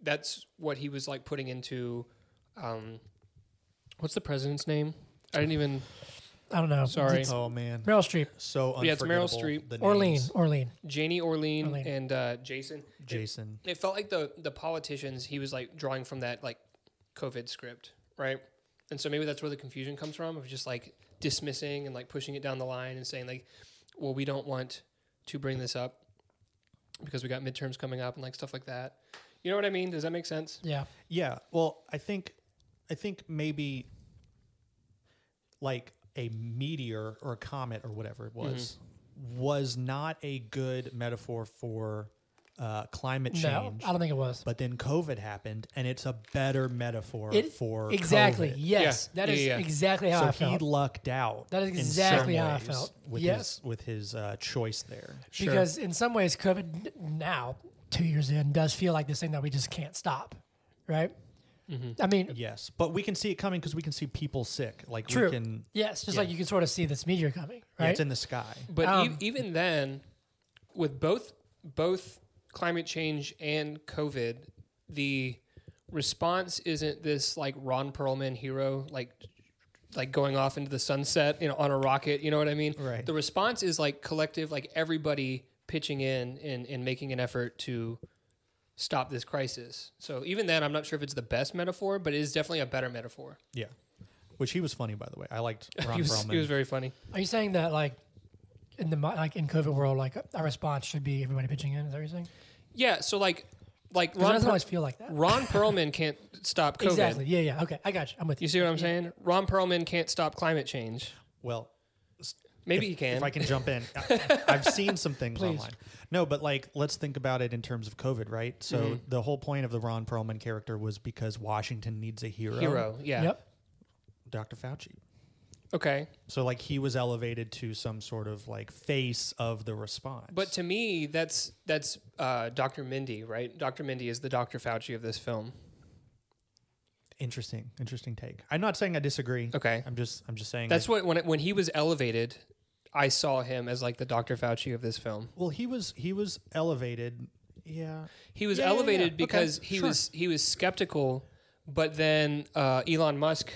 S1: That's what he was like putting into. Um, what's the president's name? I didn't even.
S3: I don't know.
S1: Sorry.
S3: It's
S2: Oh man,
S3: Meryl Streep,
S2: so
S1: Yeah, it's Meryl
S2: unforgettable,
S1: Streep.
S2: the
S3: Orlean,
S2: names.
S3: Orlean.
S1: Janie Orlean,
S3: Orlean.
S1: and uh, Jason.
S2: Jason.
S1: It felt like the the politicians he was like drawing from that like COVID script, right? And so maybe that's where the confusion comes from of just like dismissing and like pushing it down the line and saying like, well, we don't want to bring this up because we got midterms coming up and like stuff like that. You know what I mean? Does that make sense?
S3: Yeah,
S2: Yeah. Well, I think I think maybe like a meteor or a comet or whatever it was
S3: Mm-hmm.
S2: was not a good metaphor for uh, climate
S3: no,
S2: change.
S3: I don't think it was.
S2: but then COVID happened, and it's a better metaphor
S3: It-
S2: for
S3: exactly.
S2: COVID.
S3: Yes,
S1: Yeah.
S3: that is
S1: Yeah, yeah.
S3: exactly how
S2: so
S3: I
S2: he
S3: felt.
S2: lucked out.
S3: That is
S2: in some
S3: exactly how I
S2: ways
S3: felt.
S2: With
S3: Yes.
S2: his with his uh, choice there.
S1: Sure.
S3: Because in some ways, COVID n- now, two years in, does feel like this thing that we just can't stop, right?
S1: Mm-hmm.
S3: I mean,
S2: Yes, but we can see it coming because we can see people sick. Like
S3: true.
S2: we can,
S3: yes, just
S2: yeah.
S3: like you can sort of see this meteor coming,
S2: yeah,
S3: right?
S2: it's in the sky.
S1: But
S3: Um,
S1: e- even then, with both both climate change and COVID, the response isn't this like Ron Perlman hero like like going off into the sunset you know, on a rocket. You know what I mean?
S2: Right.
S1: The response is like collective, like everybody pitching in and, and making an effort to stop this crisis. So even then, I'm not sure if it's the best metaphor, but it is definitely a better metaphor.
S2: Yeah, which he was funny by the way. I liked Ron
S1: He was,
S2: Perlman.
S1: he was very funny.
S3: Are you saying that like in the mo- like in COVID world, like our response should be everybody pitching in? Is that what you're saying?
S1: Yeah. So like, like
S3: 'Cause it
S1: Ron,
S3: doesn't
S1: Per-
S3: always feel like that.
S1: Ron Perlman can't stop COVID.
S3: Exactly. Yeah. Yeah. Okay. I got you. I'm with you.
S1: You see what I'm saying? Ron Perlman can't stop climate change.
S2: well,
S1: Maybe
S2: if,
S1: he can.
S2: If I can jump in, I, I've seen some things
S3: Please.
S2: online. No, but like, let's think about it in terms of COVID, right? So
S1: Mm-hmm.
S2: the whole point of the Ron Perlman character was because Washington needs a hero,
S1: Hero. Yeah.
S3: Yep.
S2: Dr. Fauci.
S1: Okay.
S2: So like, he was elevated to some sort of like face of the response.
S1: But to me, that's that's uh, Dr. Mindy, right? Dr. Mindy is the Dr. Fauci of this film.
S2: interesting, interesting take. I'm not saying I disagree.
S1: Okay.
S2: I'm just, I'm just saying
S1: That's what when it, when he was elevated, I saw him as like the Dr. Fauci of this film.
S2: Well, he was he was elevated. Yeah.
S1: He was
S2: Yeah, yeah, yeah.
S1: elevated
S2: Okay,
S1: because he
S2: sure.
S1: was he was skeptical, but then uh, Elon Musk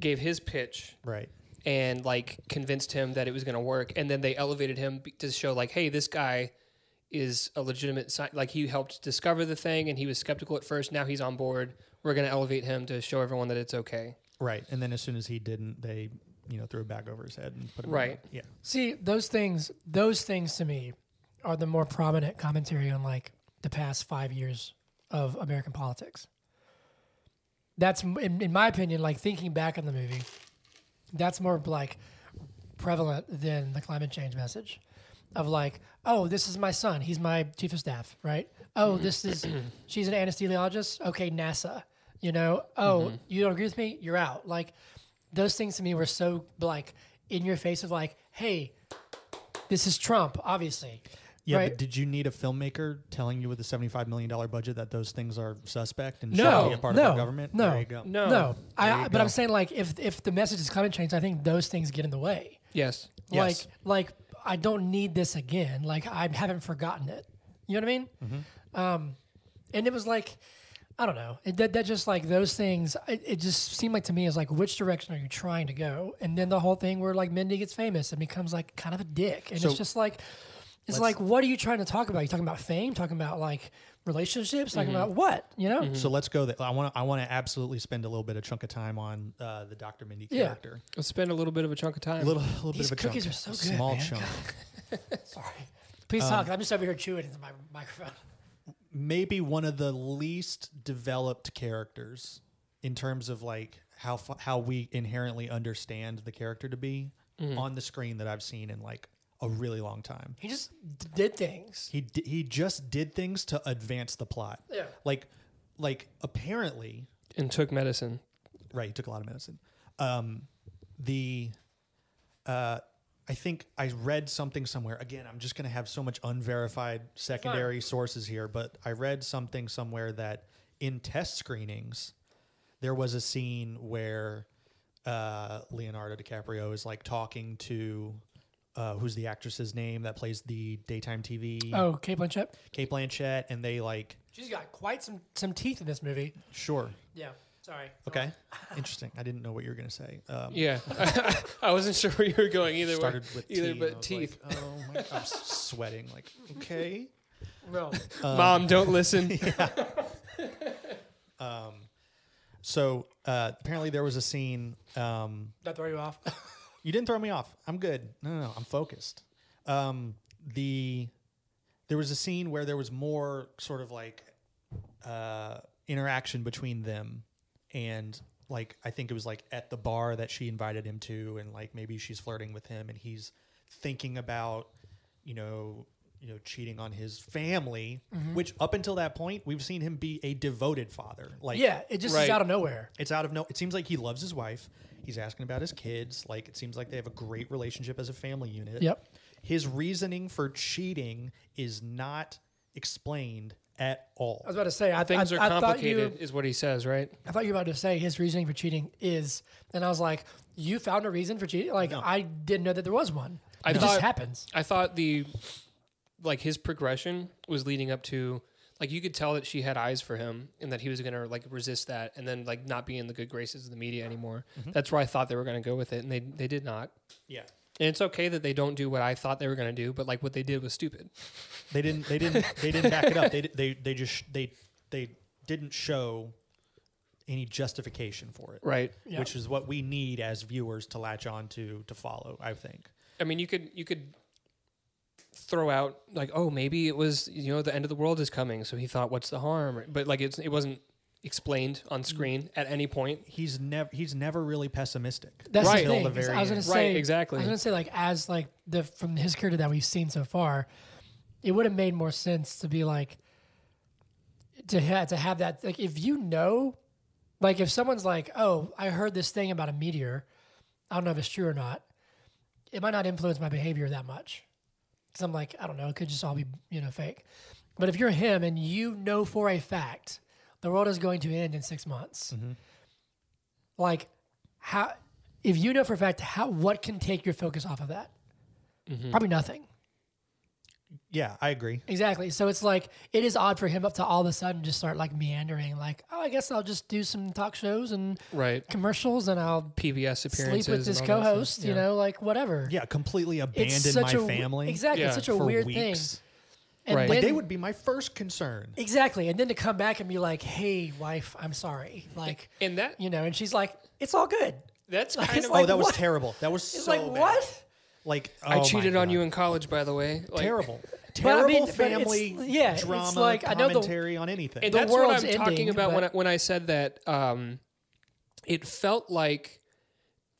S1: gave his pitch
S2: Right.
S1: and like convinced him that it was going to work and then they elevated him b- to show like hey this guy is a legitimate sci- like he helped discover the thing and he was skeptical at first now he's on board we're going to elevate him to show everyone that it's okay
S2: Right. And then as soon as he didn't, they you know threw a bag over his head and put him in
S1: Right.
S2: the- Yeah.
S3: See, those things, those things to me are the more prominent commentary on like the past five years of American politics. That's, in, in my opinion, like thinking back on the movie, that's more like prevalent than the climate change message of like, oh, this is my son. He's my chief of staff, right? Oh,
S2: Mm-hmm.
S3: this is, she's an anesthesiologist. Okay, NASA. You know, oh,
S2: Mm-hmm.
S3: you don't agree with me? You're out. Like, those things to me were so like in your face of like, hey, this is Trump, obviously.
S2: Yeah,
S3: right?
S2: but did you need a filmmaker telling you with a seventy-five million dollar budget that those things are suspect and
S3: No,
S2: should be a part
S3: no,
S2: of our government?
S3: no, Mm-hmm.
S2: there you go.
S1: no
S3: no,
S2: There you
S3: I, but
S2: go.
S3: I'm saying like if if the message is climate change, I think those things get in the way.
S1: yes
S2: Yes.
S3: Like like I don't need this again. Like I haven't forgotten it. You know what I mean? Um,
S2: Mm-hmm.
S3: and it was like I don't know. It, that that just like those things. It, it just seemed like to me is like which direction are you trying to go? And then the whole thing where like Mindy gets famous and becomes like kind of a dick, and
S2: So-
S3: it's just like. It's like, what are you trying to talk about? You talking about fame? Talking about like relationships? Talking
S2: Mm-hmm.
S3: about what? You know?
S2: So let's go. There. I want. I want to absolutely spend a little bit of chunk of time on uh, the Dr. Mindy
S3: Yeah.
S2: character.
S1: let's spend a little bit of a chunk of time
S2: A little, a little
S3: These
S2: bit of a
S3: cookies
S2: chunk,
S3: are so
S2: a
S3: good,
S2: small
S3: man.
S2: chunk.
S3: Sorry. Please talk.
S2: Um,
S3: I'm just over here chewing into my microphone.
S2: maybe one of the least developed characters in terms of like how fu- how we inherently understand the character to be on the screen that I've seen in like a really long time.
S3: Mm-hmm. He just d- did things.
S2: He di- he just did things to advance the plot.
S3: Yeah.
S2: Like like apparently
S1: and took medicine
S2: right he took a lot of medicine um the uh i think i read something somewhere again i'm just going to have so much unverified secondary sources here but i read something somewhere that in test screenings there was a scene where uh leonardo dicaprio is like talking to uh, who's the actress's name that plays the daytime TV?
S3: Oh, Kate Blanchett.
S2: Kate Blanchett, and they like
S3: She's got quite some some teeth in this movie.
S2: sure.
S3: Yeah. Sorry.
S2: Okay, interesting. I didn't know what you were gonna say. Um,
S1: Yeah, I wasn't sure where you were going either. way-
S2: started with
S1: either,
S2: T, and I
S1: but
S2: was
S1: teeth.
S2: like, oh my, I'm s- sweating. Like okay. Uh,
S3: No.
S1: Mom, don't listen.
S2: So uh, apparently there was a scene. Um,
S3: That throw you off.
S2: You didn't throw me off. I'm good. No, no, no. I'm focused. Um, the there was a scene where there was more sort of like uh, interaction between them, and like I think it was like at the bar that she invited him to, and like maybe she's flirting with him, and he's thinking about you know you know cheating on his family, which up until that point we've seen him be a devoted father. Like
S3: yeah, it just
S1: Right.
S3: is out of nowhere.
S2: it's out of no. It seems like he loves his wife. He's asking about his kids. Like it seems like they have a great relationship as a family unit.
S3: Yep.
S2: His reasoning for cheating is not explained at all.
S3: I was about to say I,
S1: Things
S3: I,
S1: are
S3: I
S1: complicated,
S3: Thought you,
S1: is what he says, right?
S3: I thought you were about to say his reasoning for cheating is, and I was like, you found a reason for cheating? Like I didn't know that there was one.
S1: I
S3: it
S1: thought-
S3: just happens.
S1: I thought the like his progression was leading up to like you could tell that she had eyes for him and that he was gonna like resist that and then like not be in the good graces of the media anymore.
S3: Mm-hmm.
S1: That's where I thought they were gonna go with it, and they they did not.
S2: Yeah,
S1: And it's okay that they don't do what I thought they were gonna do, but like what they did was stupid.
S2: they didn't. They didn't. They didn't back it up. They di- they they just they they didn't show any justification for it,
S1: Right.
S3: Yeah.
S2: which is what we need as viewers to latch on to to follow. I think.
S1: I mean, you could you could throw out like, oh, maybe it was you know the end of the world is coming, so he thought, what's the harm? But like it's it wasn't explained on screen
S3: Mm-hmm.
S1: at any point.
S2: He's never he's never really pessimistic.
S3: That's
S1: Right.
S3: the
S1: Till
S3: thing.
S2: the
S3: is
S2: very
S3: I was
S2: end.
S3: gonna say
S1: Right, exactly.
S3: I was gonna say like as like the from his character that we've seen so far, it would have made more sense to be like to have to have that like if you know, like if someone's like, oh, I heard this thing about a meteor, I don't know if it's true or not. It might not influence my behavior that much. Because I'm like, I don't know, it could just all be, you know, fake. But if you're him and you know for a fact the world is going to end in six months, like how if you know for a fact how what can take your focus off of that?
S1: Mm-hmm.
S3: Probably nothing.
S2: Yeah, I agree.
S3: Exactly. So it's like it is odd for him up to all of a sudden just start like meandering, like, oh, I guess I'll just do some talk shows and
S1: Right.
S3: commercials and I'll
S1: PBS appearances.
S3: sleep with
S1: and
S3: this
S1: all that stuff.
S3: co-host, you
S1: Yeah.
S3: know, like whatever.
S2: Yeah, completely abandoned my
S3: a,
S2: family.
S3: Exactly.
S1: Yeah,
S3: It's such a
S2: for
S3: weird thing.
S2: weeks.
S3: And
S1: Right.
S2: Like
S3: then-
S2: they would be my first concern.
S3: Exactly. And then to come back and be like, hey, wife, I'm sorry. Like,
S1: And that
S3: you know, and she's like, it's all good.
S1: that's
S3: Like,
S1: kind
S3: it's
S1: of
S2: oh,
S3: like-
S2: that was
S3: what?
S2: terrible. That was
S3: It's
S2: so
S3: like,
S2: bad.
S3: what?
S2: Like oh
S1: I
S2: my
S1: cheated on
S2: God.
S1: you in college, by the way. Like,
S2: terrible,
S3: But
S2: terrible
S3: I mean, but it's-
S2: family
S3: yeah, it's
S2: drama
S3: like, I know the-
S2: commentary on anything.
S1: And
S3: The
S1: that's what I'm
S3: world's ending,
S1: talking about when I,
S3: but-
S1: when I said that. Um, it felt like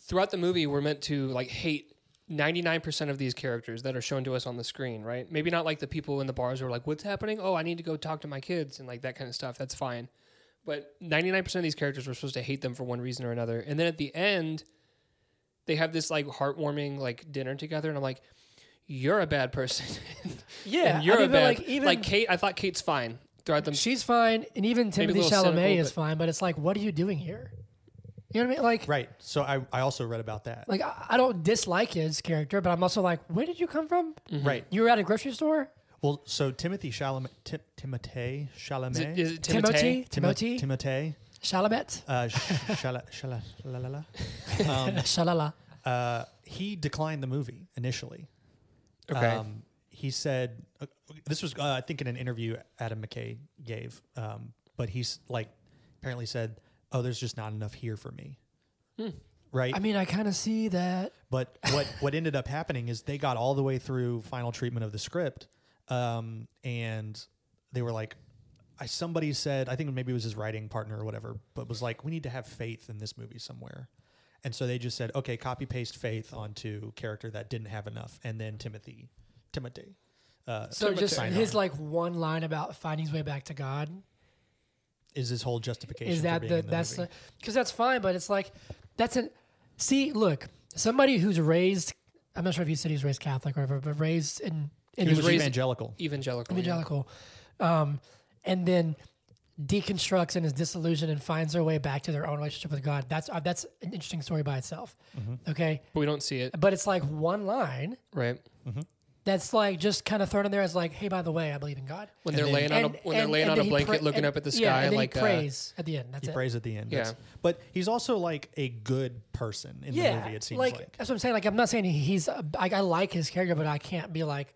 S1: throughout the movie we're meant to like hate 99% of these characters that are shown to us on the screen, right? Maybe not like the people in the bars who are like, "What's happening? Oh, I need to go talk to my kids," and like that kind of stuff. That's fine. But 99% of these characters we're supposed to hate them for one reason or another. And then at the end, they have this like heartwarming like dinner together, and I'm like. You're a bad person.
S3: Yeah,
S1: and you're
S3: I
S1: a
S3: mean, but,
S1: bad. Like,
S3: like, even-
S1: Kate, I thought Kate's fine throughout the
S3: She's fine. And even Timothy
S1: little
S3: Chalamet
S1: cynical,
S3: is
S1: but-
S3: fine, but it's like, what are you doing here? You know what I mean? Like,
S2: right. So I, I also read about that.
S3: like I I don't dislike his character, but I'm also like, where did you come from?
S2: Right.
S3: You were at a grocery store?
S2: Well, so Timothy Chalamet, Tim, Timothée Chalamet,
S1: Is it- is it Timothée?
S3: Timothy?
S2: Timo-
S3: Timothy?
S2: Timothée,
S3: Chalamet?
S2: uh, Shala, Shala, la, la, la.
S3: Shalala.
S2: Uh, he declined the movie initially.
S1: Okay.
S2: Um, he said, uh, this was, uh, I think, in an interview Adam McKay gave, um, but he's like, apparently said, oh, there's just not enough here for me. Right.
S3: I mean, I kind of see that.
S2: but what, what ended up happening is they got all the way through final treatment of the script, um, and they were like, I, somebody said, I think maybe it was his writing partner or whatever, but was like, we need to have faith in this movie somewhere. And so they just said, okay, copy paste faith onto character that didn't have enough, and then Timothy, Timothy. Uh,
S3: So just
S2: Sign
S3: his
S2: on.
S3: like one line about finding his way back to God
S2: is his whole justification.
S3: is
S2: for
S3: that
S2: being
S3: the,
S2: in the
S3: that's
S2: movie.
S3: because that's fine, but it's like that's an see look somebody who's raised. I'm not sure if you said he was raised Catholic or whatever, but raised in in
S2: he was
S1: raised-
S2: evangelical.
S1: evangelical. yeah.
S3: evangelical, um, and then deconstructs and is disillusioned and finds their way back to their own relationship with God. That's uh, that's an interesting story by itself.
S2: Mm-hmm.
S3: Okay,
S1: But we don't see it,
S3: but it's like one line
S1: right?
S3: that's like just kind of thrown in there as like, hey, by the way, I believe in God.
S1: When
S2: And
S1: they're
S2: then-
S1: laying on a, when they're laying
S3: and
S1: on a
S3: then he
S1: blanket,
S3: pra-
S1: looking
S3: and-
S1: up at the
S3: yeah,
S1: sky,
S3: and then
S1: like
S3: he
S1: uh,
S3: prays at the end. That's
S2: He
S3: it.
S2: prays at the end.
S1: Yeah.
S2: That's- But he's also like a good person in
S3: yeah,
S2: the movie, it seems
S3: like,
S2: like.
S3: that's what I'm saying. Like I'm not saying he's I, I like his character, but I can't be like.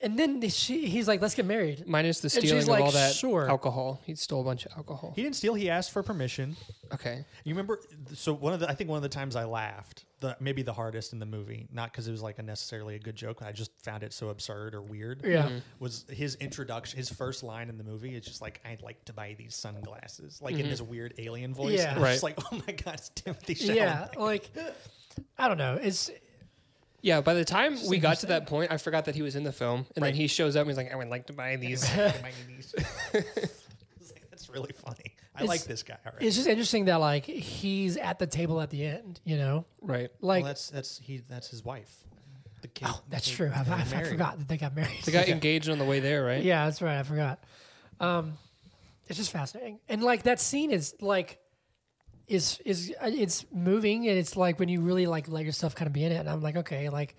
S3: And then she, he's like, let's get married.
S1: minus the
S3: she's
S1: stealing of
S3: like,
S1: all that
S3: "Sure."
S1: alcohol. He stole a bunch of alcohol.
S2: He didn't steal, he asked for permission.
S1: okay,
S2: You remember so one of the I think one of the times I laughed, the maybe the hardest in the movie, not because it was like a necessarily a good joke, I just found it so absurd or weird.
S3: Yeah. Mhm.
S2: Was his introduction his first line in the movie is just like, I'd like to buy these sunglasses. Like in this weird alien voice.
S3: Yeah.
S2: And I was just
S1: Right.
S2: like, Oh my god, it's Timothy Chalamet.
S3: Yeah, like I don't know. It's
S1: yeah. By the time we got to that point, I forgot that he was in the film, and then he shows up and he's like, "I would like to buy these."
S2: It's like, That's really funny. I
S3: It's-
S2: like this guy already.
S3: it's just interesting that like he's at the table at the end. You know,
S1: right.
S3: like
S2: well, that's that's he that's his wife. The kid.
S3: oh, that's
S2: they-
S3: true. I,
S2: they
S3: I, I
S2: married.
S3: forgot that they got married.
S1: They got engaged on the way there, right?
S3: Yeah, that's right. I forgot. Um, it's just fascinating, and like that scene is like, is is uh, it's moving, and it's like when you really like let yourself kind of be in it. And I'm like, okay, like,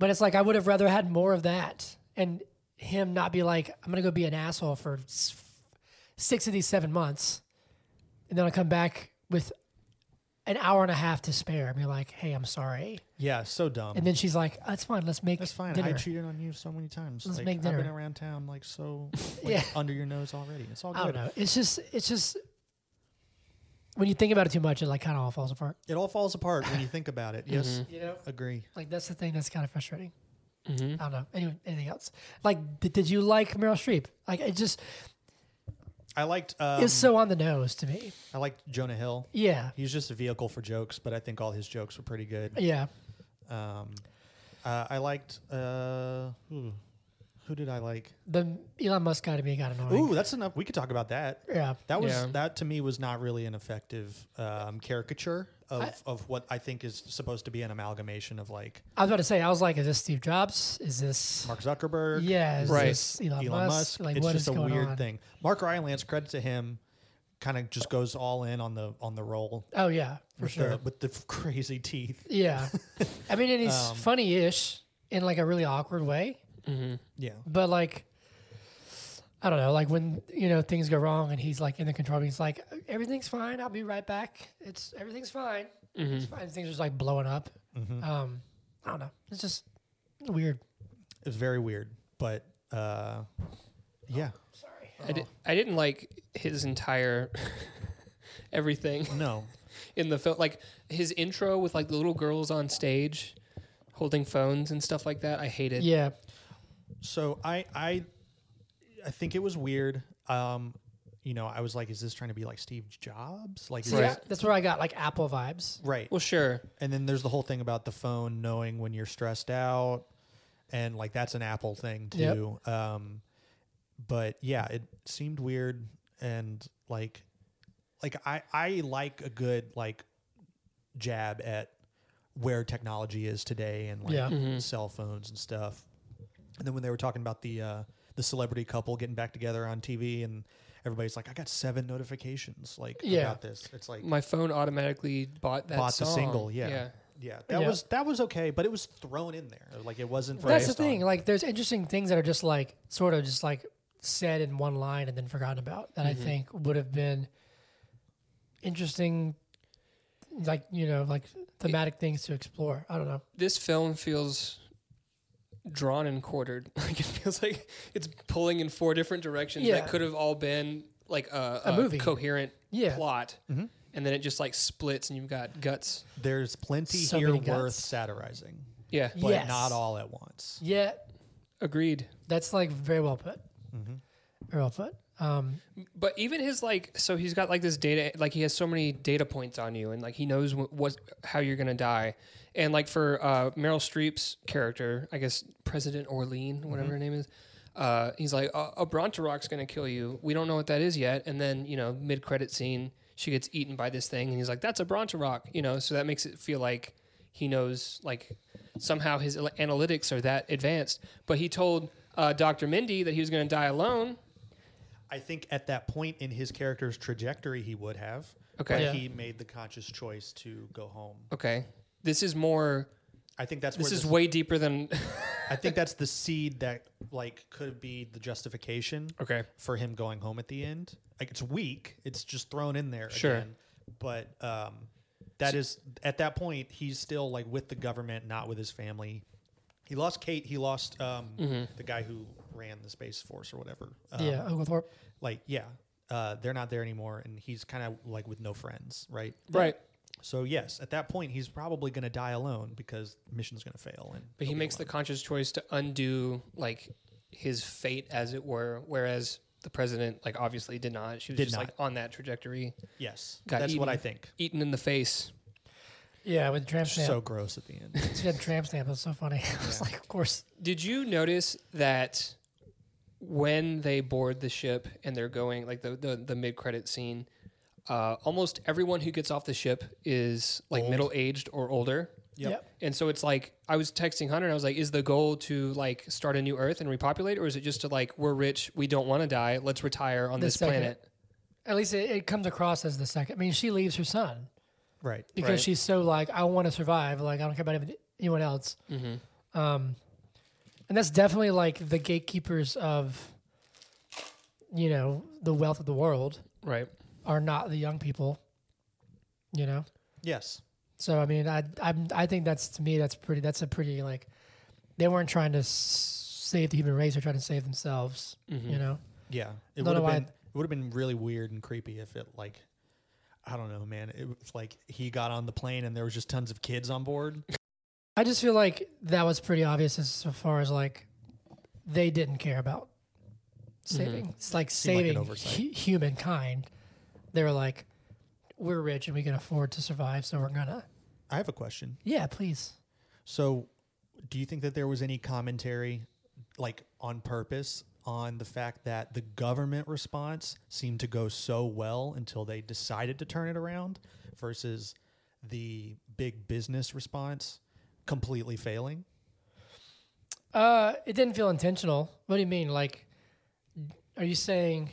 S3: but it's like I would have rather had more of that, and him not be like, I'm gonna go be an asshole for s- six of these seven months, and then I'll come back with an hour and a half to spare and be like, hey, I'm sorry.
S2: Yeah, so dumb.
S3: And then she's like, that's fine. Let's make
S2: That's fine.
S3: dinner.
S2: I cheated on you so many times.
S3: Let's
S2: like
S3: make
S2: I've been
S3: dinner.
S2: around town like so like,
S3: Yeah.
S2: under your nose already. It's all
S3: I don't
S2: good.
S3: know. It's just it's just when you think about it too much, it like kind of all falls apart.
S2: It all falls apart when you think about it. Yes.
S3: You know,
S2: Agree.
S3: like that's the thing that's kind of frustrating.
S1: Mm-hmm.
S3: I don't know. Anyway, anything else? Like, did, did you like Meryl Streep? Like, it just
S2: I liked um,
S3: is so on the nose to me.
S2: I liked Jonah Hill.
S3: Yeah,
S2: He's just a vehicle for jokes, but I think all his jokes were pretty good.
S3: yeah.
S2: Um, uh, I liked uh, ooh, who did I like?
S3: The Elon Musk guy to me got annoying.
S2: Ooh, that's enough. We could talk about that.
S3: Yeah,
S2: That was
S1: Yeah.
S2: that to me was not really an effective um, caricature of,
S3: I-
S2: of what I think is supposed to be an amalgamation of like
S3: I was about to say. I was like, is this Steve Jobs? Is this
S2: Mark Zuckerberg,
S3: yeah? Is
S1: Right.
S3: this Elon, Musk? Like,
S2: it's
S3: what is
S2: just a
S3: going
S2: weird
S3: on?
S2: thing. Mark Rylance, credit to him, kind of just goes all in on the on the role
S3: Oh yeah, for
S2: with
S3: sure.
S2: the with the f- crazy teeth.
S3: Yeah, I mean, and he's
S2: Um,
S3: funny-ish in like a really awkward way.
S1: mm-hmm.
S2: Yeah,
S3: but like I don't know, like when you know things go wrong and he's like in the control room, he's like everything's fine. I'll be right back. It's everything's fine.
S1: Mm-hmm.
S3: It's fine. Things are just like blowing up. Um, I don't know. It's just weird.
S2: it was very weird, but uh, yeah,
S3: Sorry.
S1: I, di- I didn't like his entire everything
S2: no,
S1: in the film. Like his intro with like the little girls on stage holding phones and stuff like that. I hated.
S3: Yeah,
S2: So I I I think it was weird. Um, you know, I was like, is this trying to be like Steve Jobs? Like, is
S3: See,
S1: Right.
S2: this-
S3: that- that's where I got like Apple vibes.
S2: right.
S1: Well, sure.
S2: And then there's the whole thing about the phone knowing when you're stressed out, and like that's an Apple thing
S3: Yep.
S2: too. Um, but yeah, it seemed weird and like, like I I like a good like jab at where technology is today and like
S3: Yeah. Mm-hmm.
S2: cell phones and stuff. And then when they were talking about the uh, the celebrity couple getting back together on TV and everybody's like, I got seven notifications like
S3: Yeah.
S2: about this. It's like
S1: My phone automatically bought that
S2: bought
S1: song.
S2: the single. Yeah.
S1: yeah.
S2: yeah. that
S3: Yeah.
S2: was that was okay, but it was thrown in there. Like it wasn't.
S3: That's the
S2: based
S3: thing.
S2: on-
S3: Like, there's interesting things that are just like sort of just like said in one line and then forgotten about that
S2: Mm-hmm.
S3: I think would have been interesting, like you know, like thematic things to explore. I don't know.
S1: This film feels drawn and quartered. Like it feels like it's pulling in four different directions
S3: Yeah.
S1: that could have all been like a,
S3: A movie.
S1: coherent
S3: Yeah.
S1: plot. And then it just like splits and you've got guts.
S2: There's plenty
S3: So
S2: here
S3: many
S2: worth
S3: guts.
S2: satirizing,
S1: Yeah.
S2: but
S3: Yes.
S2: not all at once.
S3: Yeah,
S1: Agreed.
S3: that's like very well put.
S2: Mm-hmm.
S3: Very well put. Um,
S1: But even his like, so he's got like this data, like he has so many data points on you, and like he knows what, what how you're gonna die, and like for uh, Meryl Streep's character, I guess President Orlean, whatever her name is, uh, he's like a, a Brontoroc's gonna kill you. We don't know what that is yet, and then you know mid credit scene, she gets eaten by this thing, and he's like, that's a Brontoroc, you know. So that makes it feel like he knows like somehow his al- analytics are that advanced. But he told uh, Doctor Mindy that he was gonna die alone.
S2: I think at that point in his character's trajectory, he would have.
S1: Okay.
S2: But
S3: Yeah.
S2: he made the conscious choice to go home.
S1: Okay. This is more.
S2: I think that's
S1: This
S2: where
S1: is
S2: the-
S1: way deeper than.
S2: I think that's the seed that like could be the justification
S1: okay.
S2: for him going home at the end. Like it's weak. It's just thrown in there
S1: Sure.
S2: again. But um that is at that point he's still like with the government, not with his family. He lost Kate, he lost um
S1: Mm-hmm.
S2: the guy who ran the space force or whatever. Um,
S3: yeah, Oglethorpe.
S2: Like yeah. Uh, they're not there anymore and he's kind of like with no friends, right?
S1: Right.
S2: So yes, at that point he's probably going to die alone because mission's going to fail and
S1: But he makes the conscious choice to undo like his fate, as it were. Whereas the president, like, obviously did not. She was
S2: Did
S1: just
S2: not.
S1: like on that trajectory,
S2: yes.
S1: Got
S2: that's what
S1: eaten.
S2: I think.
S1: eaten in the face.
S3: Yeah, with the tramp stamp.
S2: So gross at the end.
S3: she had a tramp stamp. That's so funny. I was like, of course.
S1: Did you notice that when they board the ship and they're going like the the, the mid credit scene, uh, almost everyone who gets off the ship is like
S2: Old.
S1: middle aged or older.
S2: Yep.
S1: And so it's like I was texting Hunter and I was like, is the goal to like start a new Earth and repopulate, or is it just to like we're rich, we don't want to die, let's retire on
S3: The
S1: this
S3: second-
S1: planet?
S3: At least it, it comes across as the second. I mean, she leaves her son
S2: Right.
S3: because
S1: Right.
S3: she's so like, I want to survive. Like, I don't care about anyone- anyone else.
S1: Mm-hmm.
S3: Um, and that's definitely like the gatekeepers of, you know, the wealth of the world
S1: Right.
S3: are not the young people. You know,
S2: Yes.
S3: So I mean, I I I think that's to me that's pretty. That's a pretty like they weren't trying to s- save the human race; they're trying to save themselves.
S1: Mm-hmm.
S3: You know,
S2: Yeah, it
S3: No,
S2: would have
S3: no, I-
S2: been it would have been really weird and creepy if it like I don't know, man. It was like he got on the plane and there was just tons of kids on board.
S3: I just feel like that was pretty obvious as so far as like they didn't care about saving. It's Mm-hmm. like
S2: Seemed like an
S3: saving
S2: oversight.
S3: hu- humankind. They were like, we're rich and we can afford to survive, so we're gonna.
S2: I have a question.
S3: Yeah, please.
S2: So, do you think that there was any commentary like on purpose on the fact that the government response seemed to go so well until they decided to turn it around versus the big business response completely failing?
S3: Uh, it didn't feel intentional. What do you mean? Like, are you saying?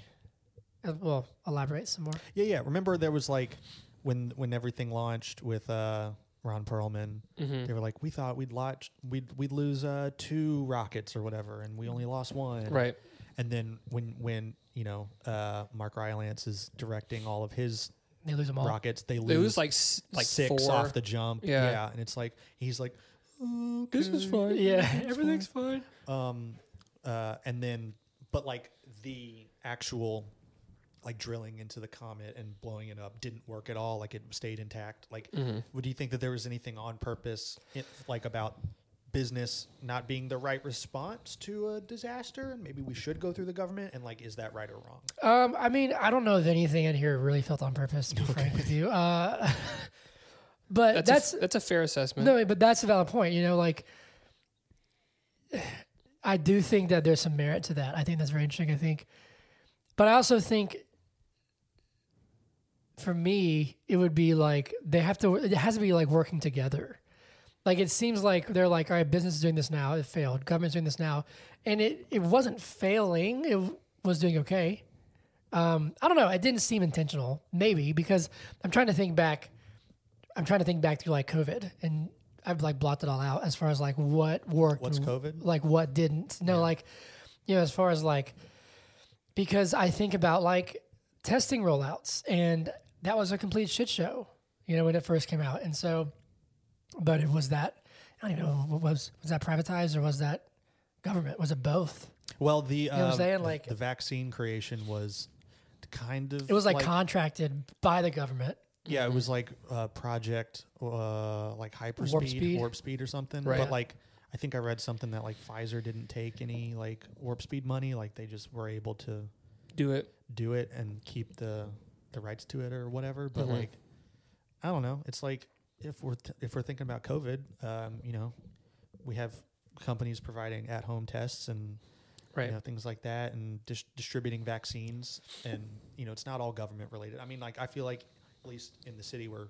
S3: Uh, well, elaborate some more.
S2: Yeah, yeah. Remember there was like when when everything launched with uh Ron Perlman,
S1: Mm. Mm-hmm.
S2: they were like, we thought we'd launch we'd we'd lose uh two rockets or whatever, and we only lost one.
S1: Right.
S2: And then when when you know uh Mark Rylance is directing all of his
S3: They lose them all.
S2: rockets, they lose,
S1: It was like s- like
S2: six
S1: four.
S2: off the jump.
S1: Yeah.
S2: and it's like he's like,
S1: this is fine.
S3: Yeah,
S1: everything's fine.
S2: um, uh, and then but like the actual like drilling into the comet and blowing it up didn't work at all like it stayed intact like would you think that there was anything on purpose if, like about business not being the right response to a disaster and maybe we should go through the government and like is that right or wrong
S3: Um, I mean, I don't know if anything in here really felt on purpose. To be frank with you, uh, but
S1: That's
S3: that's,
S1: that's a, f- that's a fair assessment.
S3: no, but that's a valid point. You know, like I do think that there's some merit to that. I think that's very interesting. I think, but I also think for me, it would be like they have to. It has to be like working together. Like it seems like they're like, all right, business is doing this now. It failed. Government's doing this now, and it it wasn't failing. It w- was doing okay. Um, I don't know. It didn't seem intentional. Maybe because I'm trying to think back. I'm trying to think back through like COVID, and I've like blocked it all out as far as like what worked,
S2: What's
S3: and
S2: COVID?
S3: like what didn't. No, like you know, as far as like because I think about like testing rollouts, and that was a complete shit show, you know, when it first came out. And so, but it was that I don't even know what was was that privatized or was that government? Was it both?
S2: well the
S3: what I'm
S2: uh,
S3: saying? Like-
S2: the vaccine creation was kind of
S3: It was like, contracted by the government.
S2: Yeah, it was like uh, Project uh, like hyperspeed, warp speed.
S3: Speed.
S2: or something.
S1: Right.
S2: But like, I think I read something that like Pfizer didn't take any like warp speed money. Like they just were able to
S1: Do it.
S2: do it and keep the the rights to it or whatever. But
S1: Mhm.
S2: like, I don't know. It's like if we're th- if we're thinking about COVID, um, you know, we have companies providing at home tests and
S1: Right.
S2: you know things like that and dis- distributing vaccines and you know it's not all government related i mean like i feel like at least in the city where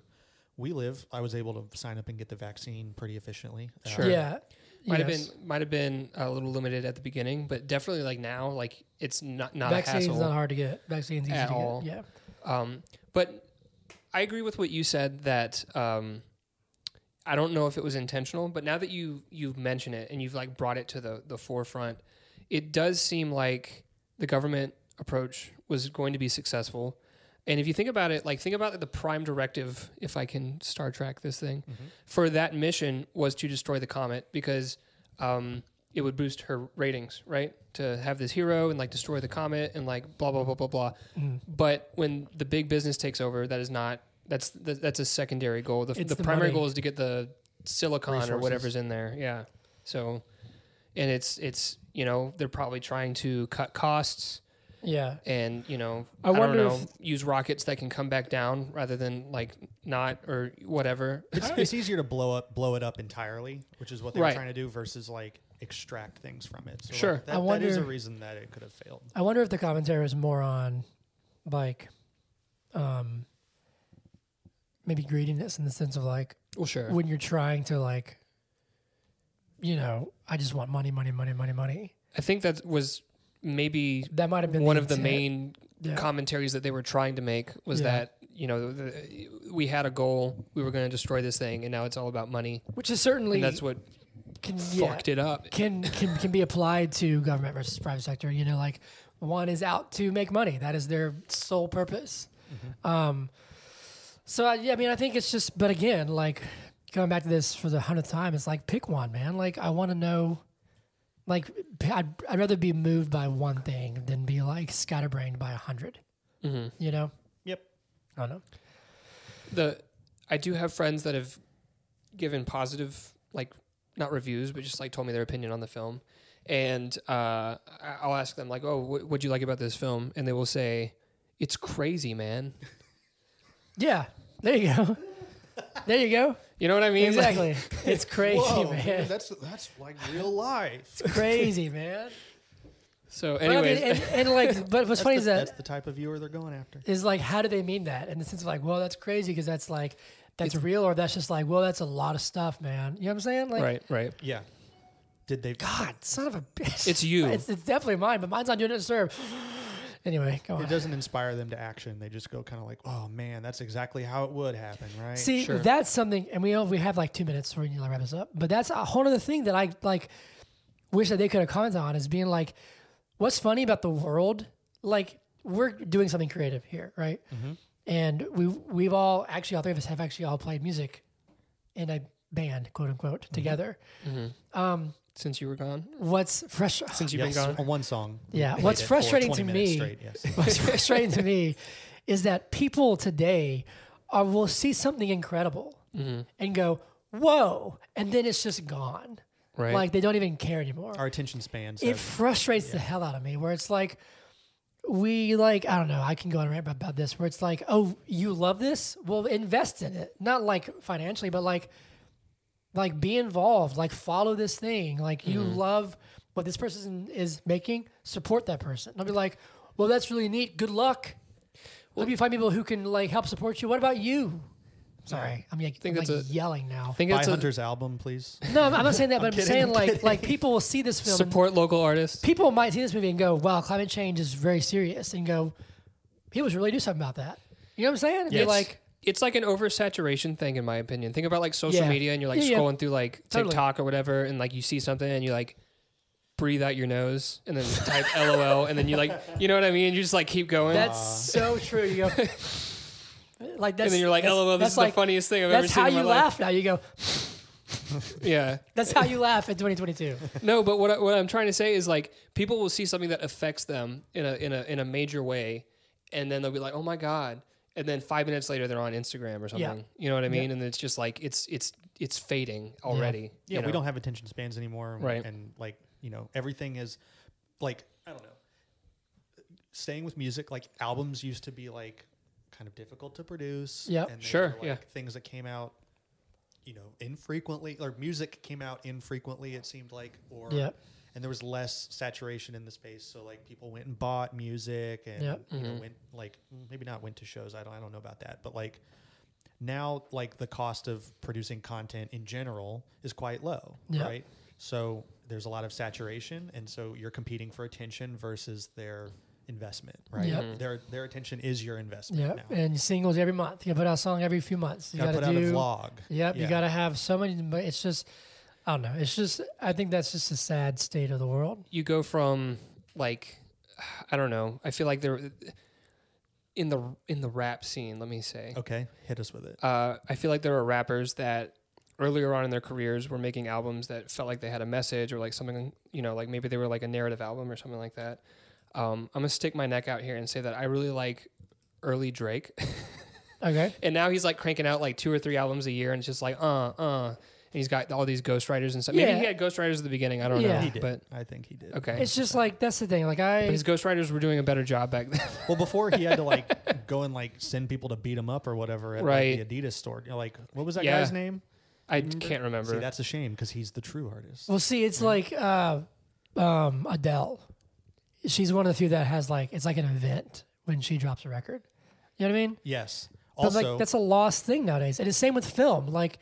S2: we live i was able to sign up and get the vaccine pretty efficiently Uh,
S1: Sure.
S3: Yeah,
S1: Might
S3: Yes.
S1: have been might have been a little limited at the beginning, but definitely like now, like it's not not
S3: Vaccine's
S1: a hassle.
S3: not hard to get. Vaccine's easy
S1: At
S3: to
S1: all.
S3: get. Yeah.
S1: Um, but I agree with what you said that um, I don't know if it was intentional, but now that you you've mentioned it and you've like brought it to the the forefront, it does seem like the government approach was going to be successful. And if you think about it, like think about the prime directive, if I can Star Trek this thing, for that mission was to destroy the comet because um, it would boost her ratings, right? To have this hero and like destroy the comet and like blah blah blah blah blah.
S3: Mm.
S1: But when the big business takes over, that is not that's that's a secondary goal. The,
S3: It's
S1: the
S3: the
S1: primary
S3: money.
S1: goal is to get the silicon or
S2: Resources.
S1: whatever's in there. Yeah. So, and it's it's you know they're probably trying to cut costs
S3: Yeah.
S1: and you know
S3: I
S1: I,
S3: wonder
S1: don't know
S3: if-
S1: use rockets that can come back down rather than like not or whatever.
S2: It's, it's easier to blow up, blow it up entirely, which is what they
S1: Right.
S2: were trying to do, versus like extract things from it. So like,
S1: Sure.
S2: that,
S3: I
S2: that is a
S3: wonder-
S2: reason that it could have failed.
S3: I wonder if the commentary is more on like um maybe greediness in the sense of like
S1: Well, sure.
S3: when you're trying to like you know, I just want money, money, money, money, money.
S1: I think that was maybe
S3: That might have been
S1: one of the
S3: intent.
S1: main
S3: Yeah.
S1: commentaries that they were trying to make was
S3: Yeah.
S1: that you know the, we had a goal, we were going to destroy this thing, and now it's all about money,
S3: which is certainly
S1: and that's what
S3: can, yeah,
S1: fucked it up.
S3: can can can be applied to government versus private sector. You know, like one is out to make money; that is their sole purpose. Um, so I- yeah, I mean, I think it's just. But again, like going back to this for the hundredth time, it's like pick one, man. Like I want to know. Like p- I'd, I'd rather be moved by one thing than be like scatterbrained by a 100 You know,
S2: Yep.
S3: Mm-hmm. I don't know.
S1: the I do have friends that have given positive like not reviews but just like told me their opinion on the film and uh, I- I'll ask them like oh wh- what'd you like about this film and they will say it's crazy man
S3: Yeah, there you go. there you go.
S1: you know what I mean
S3: Exactly. it's crazy,
S2: Whoa,
S3: man.
S2: that's that's like real life.
S3: crazy, man.
S1: so
S3: But I mean,
S1: anyways
S3: and, and like, but what's funny
S2: that's,
S3: is
S2: the,
S3: that
S2: that's the type of viewer they're going after.
S3: is like, how do they mean that? In the sense of like, well, that's crazy because that's like, that's real, or that's just like, well, that's a lot of stuff, man. You know what I'm saying? Like,
S1: right right
S2: Yeah. Did they?
S3: God, son of a bitch.
S1: It's you.
S3: It's, it's definitely mine, but mine's not doing it to serve. anyway, go on.
S2: It doesn't inspire them to action. They just go kind of like, "Oh man, that's exactly how it would happen, right?"
S3: See,
S1: Sure.
S3: that's something, and we all- we have like two minutes for you to wrap this up. But that's a whole other thing that I like wish that they could have commented on is being like, what's funny about the world? Like we're doing something creative here, right?
S1: Mm-hmm.
S3: And we we've all actually all three of us have actually all played music in a band, quote unquote,
S1: Mm-hmm.
S3: together.
S1: since you were gone
S3: What's fresh?
S1: since you've
S2: yes,
S1: been gone
S2: one song.
S3: Yeah.
S2: Played
S3: What's
S2: it for
S3: frustrating
S2: 20
S3: to
S2: minutes
S3: me-
S2: Straight, yes.
S3: what's frustrating to me is that people today are will see something incredible and go whoa and then it's just gone
S1: Right.
S3: like they don't even care anymore
S2: Our attention spans.
S3: it frustrates the hell out of me where it's like we like i don't know i can go on a rant about this where it's like oh you love this well invest in it not like financially but like like be involved like follow this thing like you love what this person is making support that person i'll be like well that's really neat good luck let me find people who can like help support you what about you sorry i'm like,
S1: think
S3: I'm,
S1: that's
S3: like
S1: a-
S3: yelling now
S1: I think
S2: Buy
S1: it's a,
S2: Hunter's album, please.
S3: no i'm I'm not saying that but i'm,
S2: kidding,
S3: saying
S2: I'm
S3: like
S2: kidding.
S3: like people will see this film and
S1: support local artists
S3: people might see this movie and go, "Wow, climate change is very serious," and go, "He was really do something about that." You know what I'm saying? And be
S1: It's-
S3: like,
S1: it's like an oversaturation thing in my opinion think about like social
S3: Yeah.
S1: media and you're like
S3: Yeah, yeah.
S1: scrolling through like
S3: Totally.
S1: tiktok or whatever and like you see something and you like breathe out your nose and then type lol and then you like you know what i mean you just like keep going
S3: "That's so true." You go, like that's
S1: and then you're like
S3: that's-
S1: lol this
S3: that's
S1: is
S3: like,
S1: the funniest thing i've ever
S3: That's
S1: seen
S3: how
S1: in my
S3: you
S1: life
S3: laugh now. You go,
S1: yeah
S3: "That's how you laugh in 2022."
S1: no but what, I, what i'm trying to say is like people will see something that affects them in a in a in a major way and then they'll be like oh my god and then five minutes later they're on instagram or something you know what i mean and it's just like it's it's it's fading already you
S2: Yeah, we
S1: know?
S2: don't have attention spans anymore. and-
S1: Right.
S2: And like, you know, everything is like I don't know. Staying with music, like albums used to be like kind of difficult to produce.
S3: Yep.
S2: And they
S1: Sure,
S2: were, like,
S1: yeah.
S2: Things that came out, you know, infrequently or music came out infrequently, it seemed like, or
S3: Yep.
S2: and there was less saturation in the space. So like people went and bought music and
S3: Yep.
S2: you
S1: Mm-hmm.
S2: know, went like maybe not went to shows. I don't I don't know about that. But like now like the cost of producing content in general is quite low
S3: Yeah.
S2: right So there's a lot of saturation, and so you're competing for attention versus their investment, right?
S3: Yep.
S1: Mhm.
S2: Their their attention is your investment.
S3: Yeah,
S2: now.
S3: and singles every month. You gotta put out a song every few months. You
S2: gotta,
S3: gotta,
S2: put
S3: do.
S2: out a vlog.
S3: Yep,
S2: Yeah.
S3: you gotta have so many. But it's just, I don't know. It's just, I think that's just a sad state of the world.
S1: you go from like I don't know. I feel like there in the in the rap scene. Let me say,
S2: Okay, hit us with it.
S1: uh, I feel like there are rappers that earlier on in their careers were making albums that felt like they had a message or like something. You know, like maybe they were like a narrative album or something like that. Um, I'm gonna stick my neck out here and say that I really like early Drake,
S3: Okay,
S1: and now he's like cranking out like two or three albums a year, and it's just like uh uh, and he's got all these ghostwriters and stuff.
S3: Yeah.
S1: Maybe he had ghostwriters at the beginning. I don't
S3: Yeah.
S1: know,
S2: He did.
S1: but
S2: I think he did.
S1: okay.
S3: it's just like that's the thing. Like I,
S1: but his ghostwriters were doing a better job back then.
S2: Well, before he had to like go and like send people to beat him up or whatever at
S1: Right.
S2: like, the Adidas store. You know, like what was that
S1: Yeah.
S2: guy's name?
S1: I can't remember.
S2: See, that's a shame because he's the true artist.
S3: Well, see, it's like uh, um, Adele. She's one of the few that has like it's like an event when she drops a record. You know what I mean?
S2: yes.
S3: But
S2: Also,
S3: like that's a lost thing nowadays. And it's same with film. Like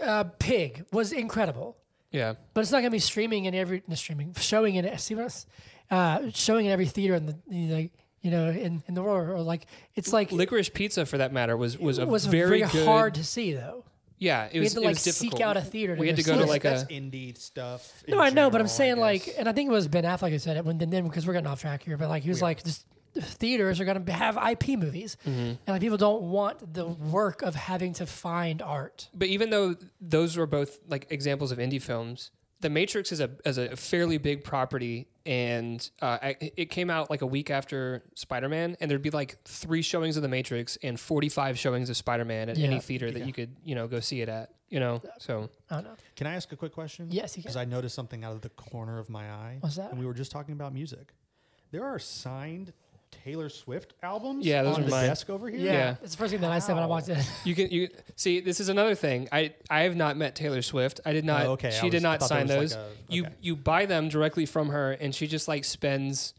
S3: uh, Pig was incredible,
S1: yeah.
S3: but it's not gonna be streaming in every not streaming showing in see what else? Uh, showing in every theater in the in the- you know in, in the world or like it's like
S1: Licorice Pizza, for that matter, was was a
S3: it was
S1: very,
S3: very,
S1: good,
S3: hard to see though.
S1: Yeah, it
S3: We
S1: was.
S3: had to
S1: it
S3: like
S1: was difficult.
S3: seek out a theater. To
S1: We had to go
S3: see
S1: to
S3: it.
S2: that's-
S1: like
S2: that's
S1: a-
S2: indie stuff.
S3: No,
S2: in
S3: I know, but
S2: general,
S3: I'm saying like, uh,
S2: guess.
S3: and I think it was Ben Affleck who said it when then because we're getting off track here, but like he was like, just theaters are going to have IP movies, and like people don't want the work of having to find art.
S1: But even though those were both like examples of indie films, The Matrix is a is a fairly big property, and uh, I- it came out like a week after Spider Man, and there'd be like three showings of The Matrix and forty five showings of Spider Man at any
S3: Yeah.
S1: theater that you could you know go see it at. You know, so
S3: I don't know.
S2: Can I ask a quick question?
S3: Yes, you
S2: Because
S3: can.
S2: I noticed something out of the corner of my eye.
S3: What's that?
S2: And we were just talking about music. There are signed Taylor Swift albums
S1: Yeah, those
S2: on
S1: are
S2: the
S1: mine.
S2: desk over here.
S3: Yeah,
S1: Yeah.
S3: it's the first thing that I said when I walked in.
S1: You can you see this is another thing. I I have not met Taylor Swift. I did not.
S2: Oh, okay.
S1: She
S2: I was-
S1: did
S2: I
S1: not
S2: thought there
S1: sign
S2: was
S1: those.
S2: like a-
S1: You
S2: okay.
S1: you buy them directly from her, and she just like spends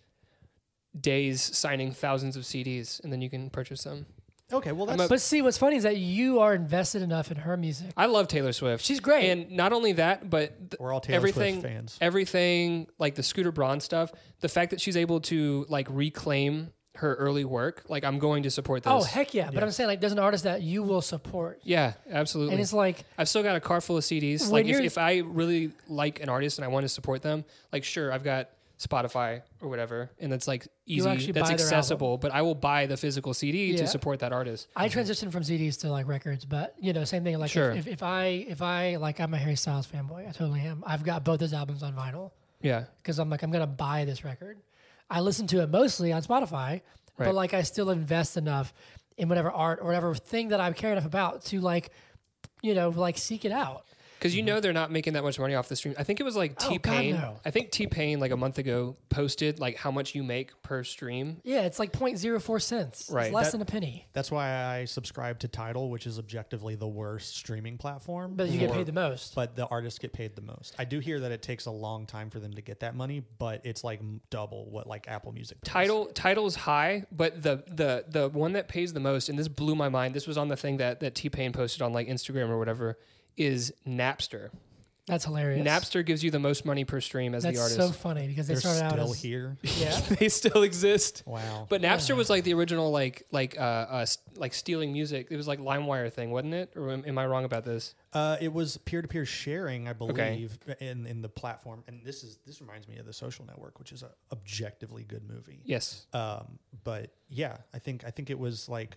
S1: days signing thousands of CDs, and then you can purchase them.
S2: Okay, well
S1: I'm
S2: that's
S3: But see, what's funny is that you are invested enough in her music.
S1: I love Taylor Swift.
S3: She's great.
S1: and not only that, but th-
S2: we're all Taylor
S1: everything e-,
S2: Swift fans.
S1: everything like the Scooter Braun stuff. The fact that she's able to like reclaim her early work, like I'm going to support this.
S3: oh heck yeah! But I'm saying like, there's an artist that you will support,
S1: yeah, absolutely.
S3: and it's like
S1: I've still got a car full of CDs.
S3: When
S1: Like if,
S3: you're-
S1: if I really like an artist and I want to support them, like sure, I've got Spotify or whatever, and that's like easy,
S3: actually
S1: that's
S3: buy their
S1: accessible. But I will buy the physical CD
S3: Yeah.
S1: to support that artist.
S3: I transitioned from CDs to like records, but you know, same thing. Like
S1: Sure.
S3: if, if, if I if I like I'm a Harry Styles fanboy, I totally am. I've got both his albums on vinyl
S1: Yeah,
S3: because I'm like I'm gonna buy this record. I listen to it mostly on Spotify,
S1: Right.
S3: but like I still invest enough in whatever art or whatever thing that I care enough about to like, you know, like seek it out.
S1: because you know they're not making that much money off the stream. I think it was like
S3: Mm-hmm. Oh,
S1: T
S3: God,
S1: Pain.
S3: no.
S1: I think T Pain like a month ago posted like how much you make per stream.
S3: Yeah, it's like 0.04 cents.
S1: Right.
S3: It's less
S2: That-
S3: than a penny,
S2: That's why I subscribe to Tidal, which is objectively the worst streaming platform.
S1: Mm-hmm.
S3: but you get
S2: for-
S3: paid the most.
S2: But the artists get paid the most. I do hear that it takes a long time for them to get that money, but it's like m- double what like Apple Music. pays.
S1: Title title's high, but the the the one that pays the most, and this blew my mind. This was on the thing that that T Pain posted on like Instagram or whatever, is Napster.
S3: That's hilarious.
S1: Napster gives you the most money per stream as
S3: That's
S1: the artist.
S3: so funny because they
S2: They're
S3: started out
S2: still
S3: as
S2: here.
S3: yeah.
S1: they still exist.
S2: Wow.
S1: But Napster was like the original, like like uh, uh s- like stealing music. It was like LimeWire thing, wasn't it? Or am, am I wrong about this?
S2: Uh, it was peer-to-peer sharing, I believe, in in the platform. And this is this reminds me of the Social Network, which is a objectively good movie.
S1: Yes.
S2: Um, but yeah, I think I think it was like,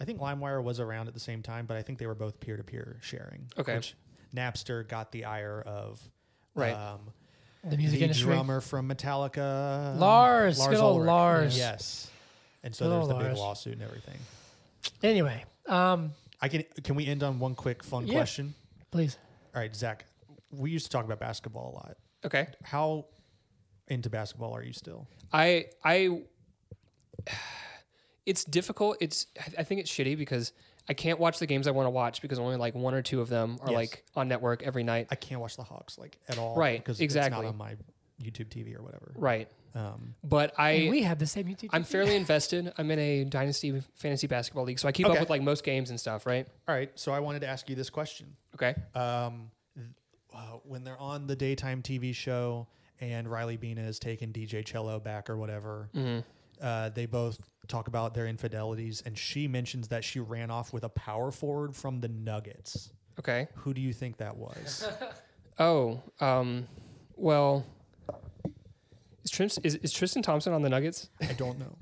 S2: I think LimeWire was around at the same time, but I think they were both peer-to-peer sharing.
S1: Okay.
S2: Which Napster got the ire of,
S1: Right.
S2: Um,
S3: the music
S2: the
S3: industry.
S2: drummer from Metallica,
S3: Lars, good old
S2: Ulrich.
S3: Lars.
S2: Yes. And so
S3: Good
S2: there's
S3: old
S2: the big
S3: Lars.
S2: lawsuit and everything.
S3: Anyway, um,
S2: I can can we end on one quick fun
S3: Yeah.
S2: question?
S3: please.
S2: All right, Zach, we used to talk about basketball a lot.
S1: Okay.
S2: How into basketball are you still?
S1: I I. It's difficult. It's I- I think it's shitty because I can't watch the games I want to watch because only like one or two of them are
S2: Yes.
S1: like on network every night.
S2: I can't watch the Hawks like at all,
S1: Right,
S2: Because it's
S1: exactly.
S2: not on my YouTube TV or whatever.
S1: right.
S2: Um,
S1: But
S3: And
S1: I
S3: we have the same YouTube.
S1: I'm fairly invested. I'm in a dynasty fantasy basketball league, so I keep
S2: Okay.
S1: up with like most games and stuff. Right.
S3: Uh,
S2: all right, so I wanted to ask you this question:
S1: Okay.
S2: um, th- uh, when they're on the daytime TV show and Riley Bina is taking DJ Cello back or whatever.
S1: Mm-hmm.
S2: Uh, they both talk about their infidelities, and she mentions that she ran off with a power forward from the Nuggets.
S1: Okay.
S2: Who do you think that was?
S1: Oh, um, well, is, Trims, is, is Tristan Thompson on the Nuggets?
S2: I don't know.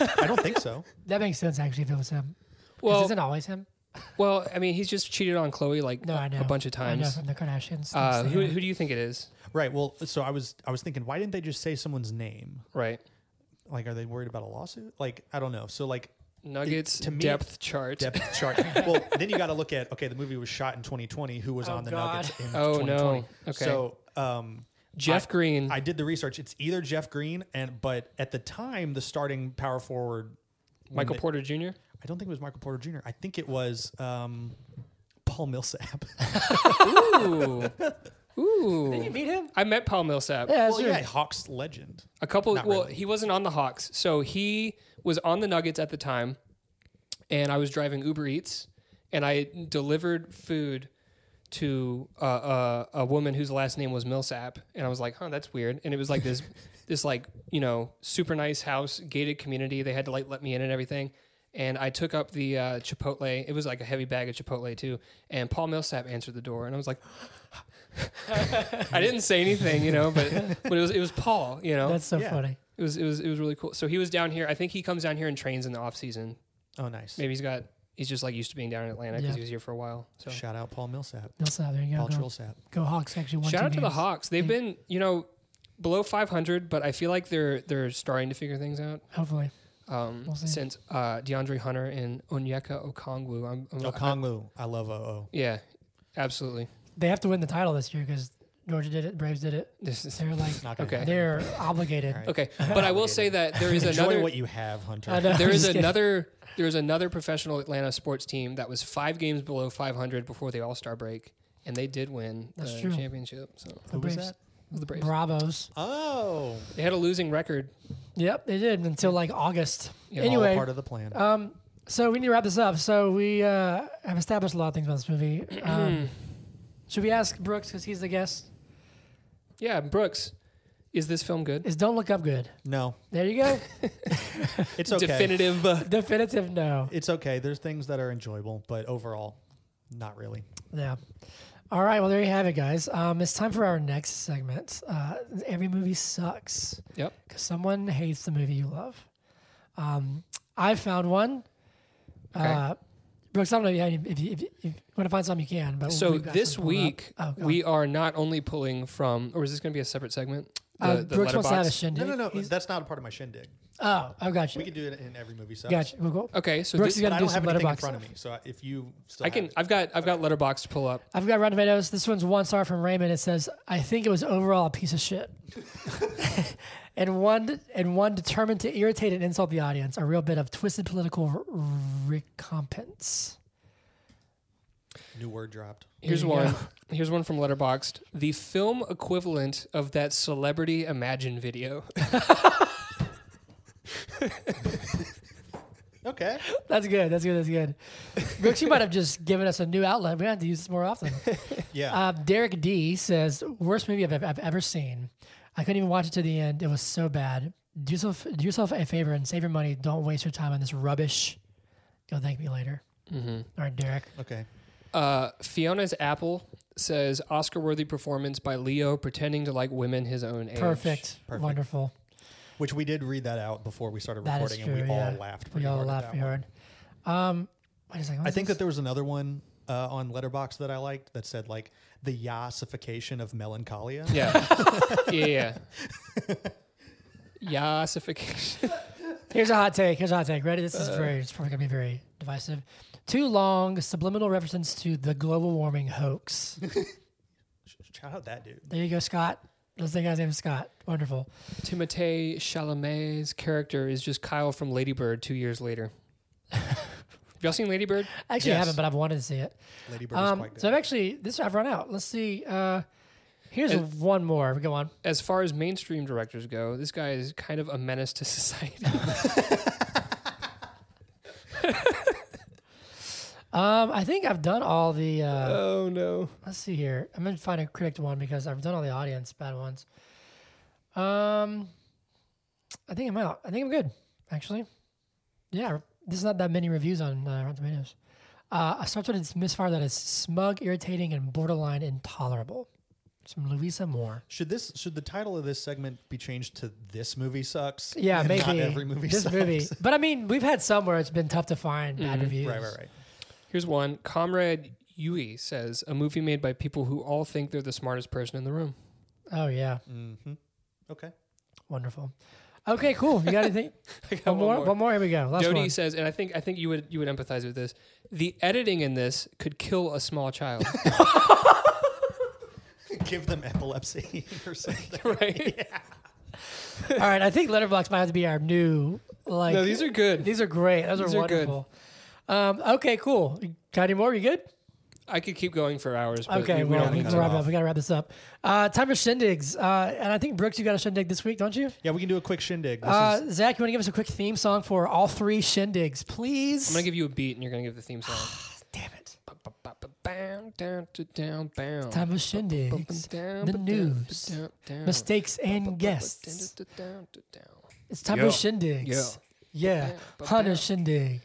S2: I don't think so.
S3: That makes sense actually if it was him. 'Cause
S1: Well,
S3: isn't it always him?
S1: well, I mean, he's just cheated on Chloe like
S3: No,
S1: a,
S3: I know.
S1: a bunch of
S3: I know
S1: times.
S3: from the Kardashians.
S1: Uh,
S3: That's
S1: who,
S3: the-
S1: who do you think it is?
S2: Right. Well, so I was I was thinking, why didn't they just say someone's name?
S1: Right.
S2: Like, are they worried about a lawsuit? Like, I don't know. So like
S1: Nuggets
S2: to me-
S1: depth chart.
S2: depth chart. well, then you got to look at okay, the movie was shot in 2020. Who was
S3: Oh,
S2: on the
S3: God.
S2: Nuggets in
S1: Oh,
S2: 2020?
S1: no. Okay.
S2: So um,
S1: Jeff
S2: I-
S1: Green.
S2: I did the research. It's either Jeff Green and but at the time the starting power forward when
S1: Michael
S2: they-
S1: Porter Jr.
S2: I don't think it was Michael Porter Jr. I think it was um, Paul Millsap.
S1: Ooh.
S3: Did you
S1: Oow.
S3: meet him?
S1: I met Paul Millsap.
S3: Yeah, that's
S2: well,
S3: right.
S2: yeah, Hawks legend.
S1: A couple.
S2: Not
S1: well,
S2: really.
S1: he wasn't on the Hawks, so he was on the Nuggets at the time, and I was driving Uber Eats, and I delivered food to uh, uh, a woman whose last name was Millsap, and I was like, "Huh, that's weird." And it was like this, this like you know, super nice house, gated community. They had to like let me in and everything. And I took up the uh, Chipotle. It was like a heavy bag of Chipotle too. And Paul Millsap answered the door, and I was like, I didn't say anything, you know, but but it was it was Paul, you know.
S3: That's so
S2: Yeah.
S3: funny.
S1: It was it was it was really cool. So he was down here. I think he comes down here and trains in the off season.
S2: Oh, nice.
S1: Maybe he's got he's just like used to being down in Atlanta because
S3: Yeah.
S1: he was here for a while. So shout,
S2: Shout out Paul Millsap.
S3: Millsap, there you go.
S2: Paul
S3: Go,
S2: Trillsap.
S3: go Hawks actually won two
S1: out to the
S3: games.
S1: Hawks. They've been you know below 500, but I feel like they're they're starting to figure things out.
S3: Hopefully.
S1: Um,
S3: We'll see.
S1: since uh, DeAndre Hunter and Onyeka Okongwu, I'm, I'm
S2: Okongwu. Oh, I love OO.
S1: yeah, absolutely.
S3: They have to win the title this year because Georgia did it, Braves did it.
S1: This is
S3: They're like
S2: It's not gonna
S1: Okay.
S2: happen.
S3: they're obligated.
S2: All right.
S1: okay, but I will say that there is
S2: Enjoy
S1: another
S2: what you have,
S3: I
S2: Hunter.
S3: know,
S1: there
S3: I'm
S1: is
S3: just kidding.
S1: another there is another professional Atlanta sports team that was five games below 500 before the All Star break, and they did win
S3: That's
S1: the
S3: true.
S1: championship. So it
S3: The
S2: Who was
S3: Braves.
S2: that?
S1: was the Braves.
S3: Bravos.
S2: Oh,
S1: They had a losing record.
S3: Yep, they did until like August.
S1: Yeah.
S2: all
S3: anyway,
S2: part of the plan.
S3: um, so we need to wrap this up. So we uh, have established a lot of things about this movie.
S1: Mm. Mm-hmm.
S3: Um, should we ask Brooks because he's the guest?
S1: Yeah, Brooks, is this film good?
S3: Is Don't Look Up good?
S2: no,
S3: There you go.
S2: it's okay.
S1: Definitive.
S3: Oh,
S1: uh,
S3: Definitive no.
S2: It's okay. There's things that are enjoyable, but overall, not really.
S3: Yeah. All right. Well, there you have it, guys. Um, it's time for our next segment. Uh, every movie sucks
S1: yep.
S3: because someone hates the movie you love. Um, I found one.
S1: Okay.
S3: Uh, Brooks, I don't know if you, have- if you, if you, if you want to find something, you can. But
S1: So
S3: we've got
S1: this
S3: some pulled up.
S1: week
S3: Oh, go
S1: we are not only pulling from, or is this going to be a separate segment? The,
S3: Uh,
S1: the
S3: Brooks wants to have a
S1: letterbox.
S2: No,
S3: shindig.
S2: no, no.
S3: He's-
S2: That's not a part of my shindig.
S3: oh, I got
S2: We
S3: you.
S2: could do it in every movie. Sucks.
S3: Got you. We'll go.
S1: Okay, so
S3: Brooks
S1: this,
S3: is gonna
S2: But I
S3: do
S2: don't
S3: some
S2: have anything in
S3: letterbox.
S2: front of me, so if you still
S1: I can.
S2: have it.
S1: I've got. I've got letterbox to pull up.
S3: I've got Rotten Tomatoes. This one's one star from Raymond. It says, "I think it was overall a piece of shit." and one and one determined to irritate and insult the audience, a real bit of twisted political r- recompense.
S2: new word dropped.
S1: Here's
S3: you
S1: one.
S3: go.
S1: Here's one from Letterboxd. The film equivalent of that celebrity Imagine video.
S2: Okay.
S3: That's good. That's good. That's good. Brooks, you might have just given us a new outlet. We have to use this more often.
S2: Yeah.
S3: Uh, Derek D says, worst movie I've, I've ever seen. I couldn't even watch it to the end. It was so bad. Do yourself, do yourself a favor and save your money. Don't waste your time on this rubbish. You'll thank me later. Mm-hmm. All right, Derek.
S2: okay.
S1: Uh, Fiona's Apple says Oscar-worthy performance by Leo pretending to like women his own age.
S3: Perfect.
S2: Perfect.
S3: Wonderful.
S2: Which we did read that out before we started
S3: That is
S2: recording,
S3: true.
S2: and we
S3: yeah.
S2: all laughed.
S3: We
S2: Pretty
S3: all
S2: hard at
S3: laughed
S2: that
S3: pretty
S2: one.
S3: hard. Um, wait a second.
S2: I
S3: what's
S2: think
S3: this?
S2: that there was another one uh, on Letterbox that I liked that said like the yassification of melancholia.
S1: Yeah. yeah. Yeah. Yasification.
S3: Here's a hot take. Here's a hot take. Ready? This is
S2: Uh.
S3: very. It's probably gonna be very divisive. Too long subliminal reference to the global warming hoax.
S2: Shout out that dude.
S3: there you go, Scott. Let's think guy's name is Scott. Wonderful.
S1: Timothée Chalamet's character is just Kyle from Lady Bird two years later. Have y'all seen Lady Bird?
S3: Actually, I
S2: Yes.
S3: haven't, but I've wanted to see it.
S2: Lady Bird is
S3: Um,
S2: quite good.
S3: so I've actually this I've run out. Let's see. Uh, here's
S1: Uh,
S3: one more. Go on.
S1: As far as mainstream directors go, this guy is kind of a menace to
S3: Uh-huh.
S1: society.
S3: Um, I think I've done all the. Uh,
S1: oh no.
S3: let's see here. I'm gonna find a critic one because I've done all the audience bad ones. Um, I think I'm out. I think I'm good, actually. Yeah, there's not that many reviews on uh, Rotten Tomatoes. Uh, I started with misfire that is smug, irritating, and borderline intolerable. It's from Louisa Moore.
S2: Should this should the title of this segment be changed to "This movie sucks"?
S3: Yeah,
S2: and
S3: maybe
S2: not every movie
S3: this
S2: sucks. Mm-hmm.
S3: movie. But I mean, we've had some where it's been tough to find bad reviews.
S2: Right, right, right.
S1: Here's one. Comrade Yui says a movie made by people who all think they're the smartest person in the room.
S3: Oh yeah,
S2: Mm-hmm. Okay.
S3: wonderful. Okay, cool. You got anything?
S1: I got
S3: one, more, One more. Here we go. Last
S1: Jody
S3: one.
S1: says, and I think I think you would you would empathize with this. The editing in this could kill a small child,
S2: Give them epilepsy or something.
S1: right?
S3: All right, I think Letterbox might have to be our new like.
S1: No, these are good.
S3: These are great. Those
S1: These
S3: are
S1: are good.
S3: wonderful. Um, okay, cool. Got any more? You good?
S1: I could keep going for hours. But
S3: Okay,
S1: we, we
S3: well,
S1: don't
S3: we
S1: need
S3: can
S2: so.
S1: to.
S3: wrap it up. We gotta wrap this up. Uh, time for shindigs, uh, and I think Brooks, you got a shindig this week, don't you?
S2: Yeah, we can do a quick shindig. This
S3: Uh,
S2: is,
S3: Zach, you want to give us a quick theme song for all three shindigs, please?
S1: I'm gonna give you a beat, and you're gonna give the theme song.
S3: Damn it!
S1: Down, down, to down, down.
S3: Time for shindigs, the news, mistakes, and guests. It's time
S1: Yo.
S3: for shindigs.
S1: Yo.
S3: Yeah,
S1: Ba-ba-bam.
S3: Hunter shindig.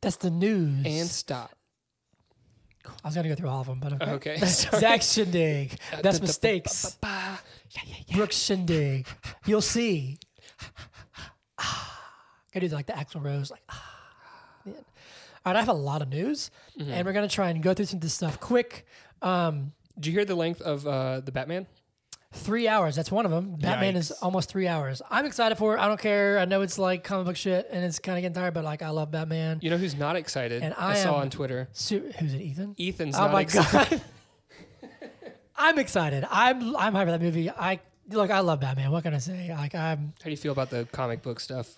S3: That's the news.
S1: And stop.
S3: I was gonna go through all of them, but okay.
S1: Okay. Sorry.
S3: Zach Shindig. That's mistakes.
S1: Ba-ba.
S3: Brooks Shindig. You'll see. Gonna do like the Axl Rose, like ah. man. All right, I have a lot of news, and we're gonna try and go through some of this stuff quick. Um,
S1: Did you hear the length of uh, the Batman?
S3: three hours. That's one of them. Batman is
S2: Yikes.
S3: almost three hours. I'm excited for it. I don't care. I know it's like comic book shit, and it's kind of getting tired, but like I love Batman.
S1: You know who's not excited?
S3: And I
S1: I, saw
S3: am-
S1: on Twitter.
S3: Su- who's it, Ethan?
S1: Ethan's
S3: Oh
S1: not
S3: my
S1: excited.
S3: god. I'm excited. I'm I'm hyped for that movie. I look, I love Batman. What can I say? Like I'm
S1: How do you feel about the comic book stuff?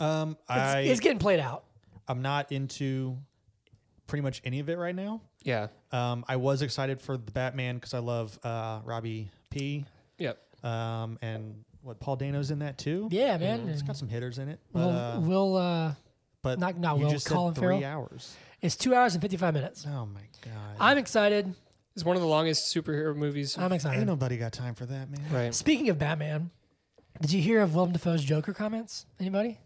S2: um,
S3: it's,
S2: I
S3: it's getting played out.
S2: I'm not into pretty much any of it right now.
S1: Yeah.
S2: Um, I was excited for the Batman because I love uh, Robbie P.
S1: Yep.
S2: Um, and what Paul Dano's in that too.
S3: Yeah, man.
S2: Mm-hmm. it's got some hitters in it. But,
S3: we'll
S2: uh,
S3: we'll uh
S2: but
S3: not- not
S2: you
S3: Will,
S2: just
S3: Colin
S2: said three
S3: Farrell.
S2: hours.
S3: it's two hours and fifty five minutes.
S2: Oh my god!
S3: I'm excited.
S1: It's one of the longest superhero movies.
S3: I'm
S2: Ain't
S3: excited.
S2: nobody got time for that, man.
S1: right.
S3: Speaking of Batman, did you hear of Willem Dafoe's Joker comments? Anybody?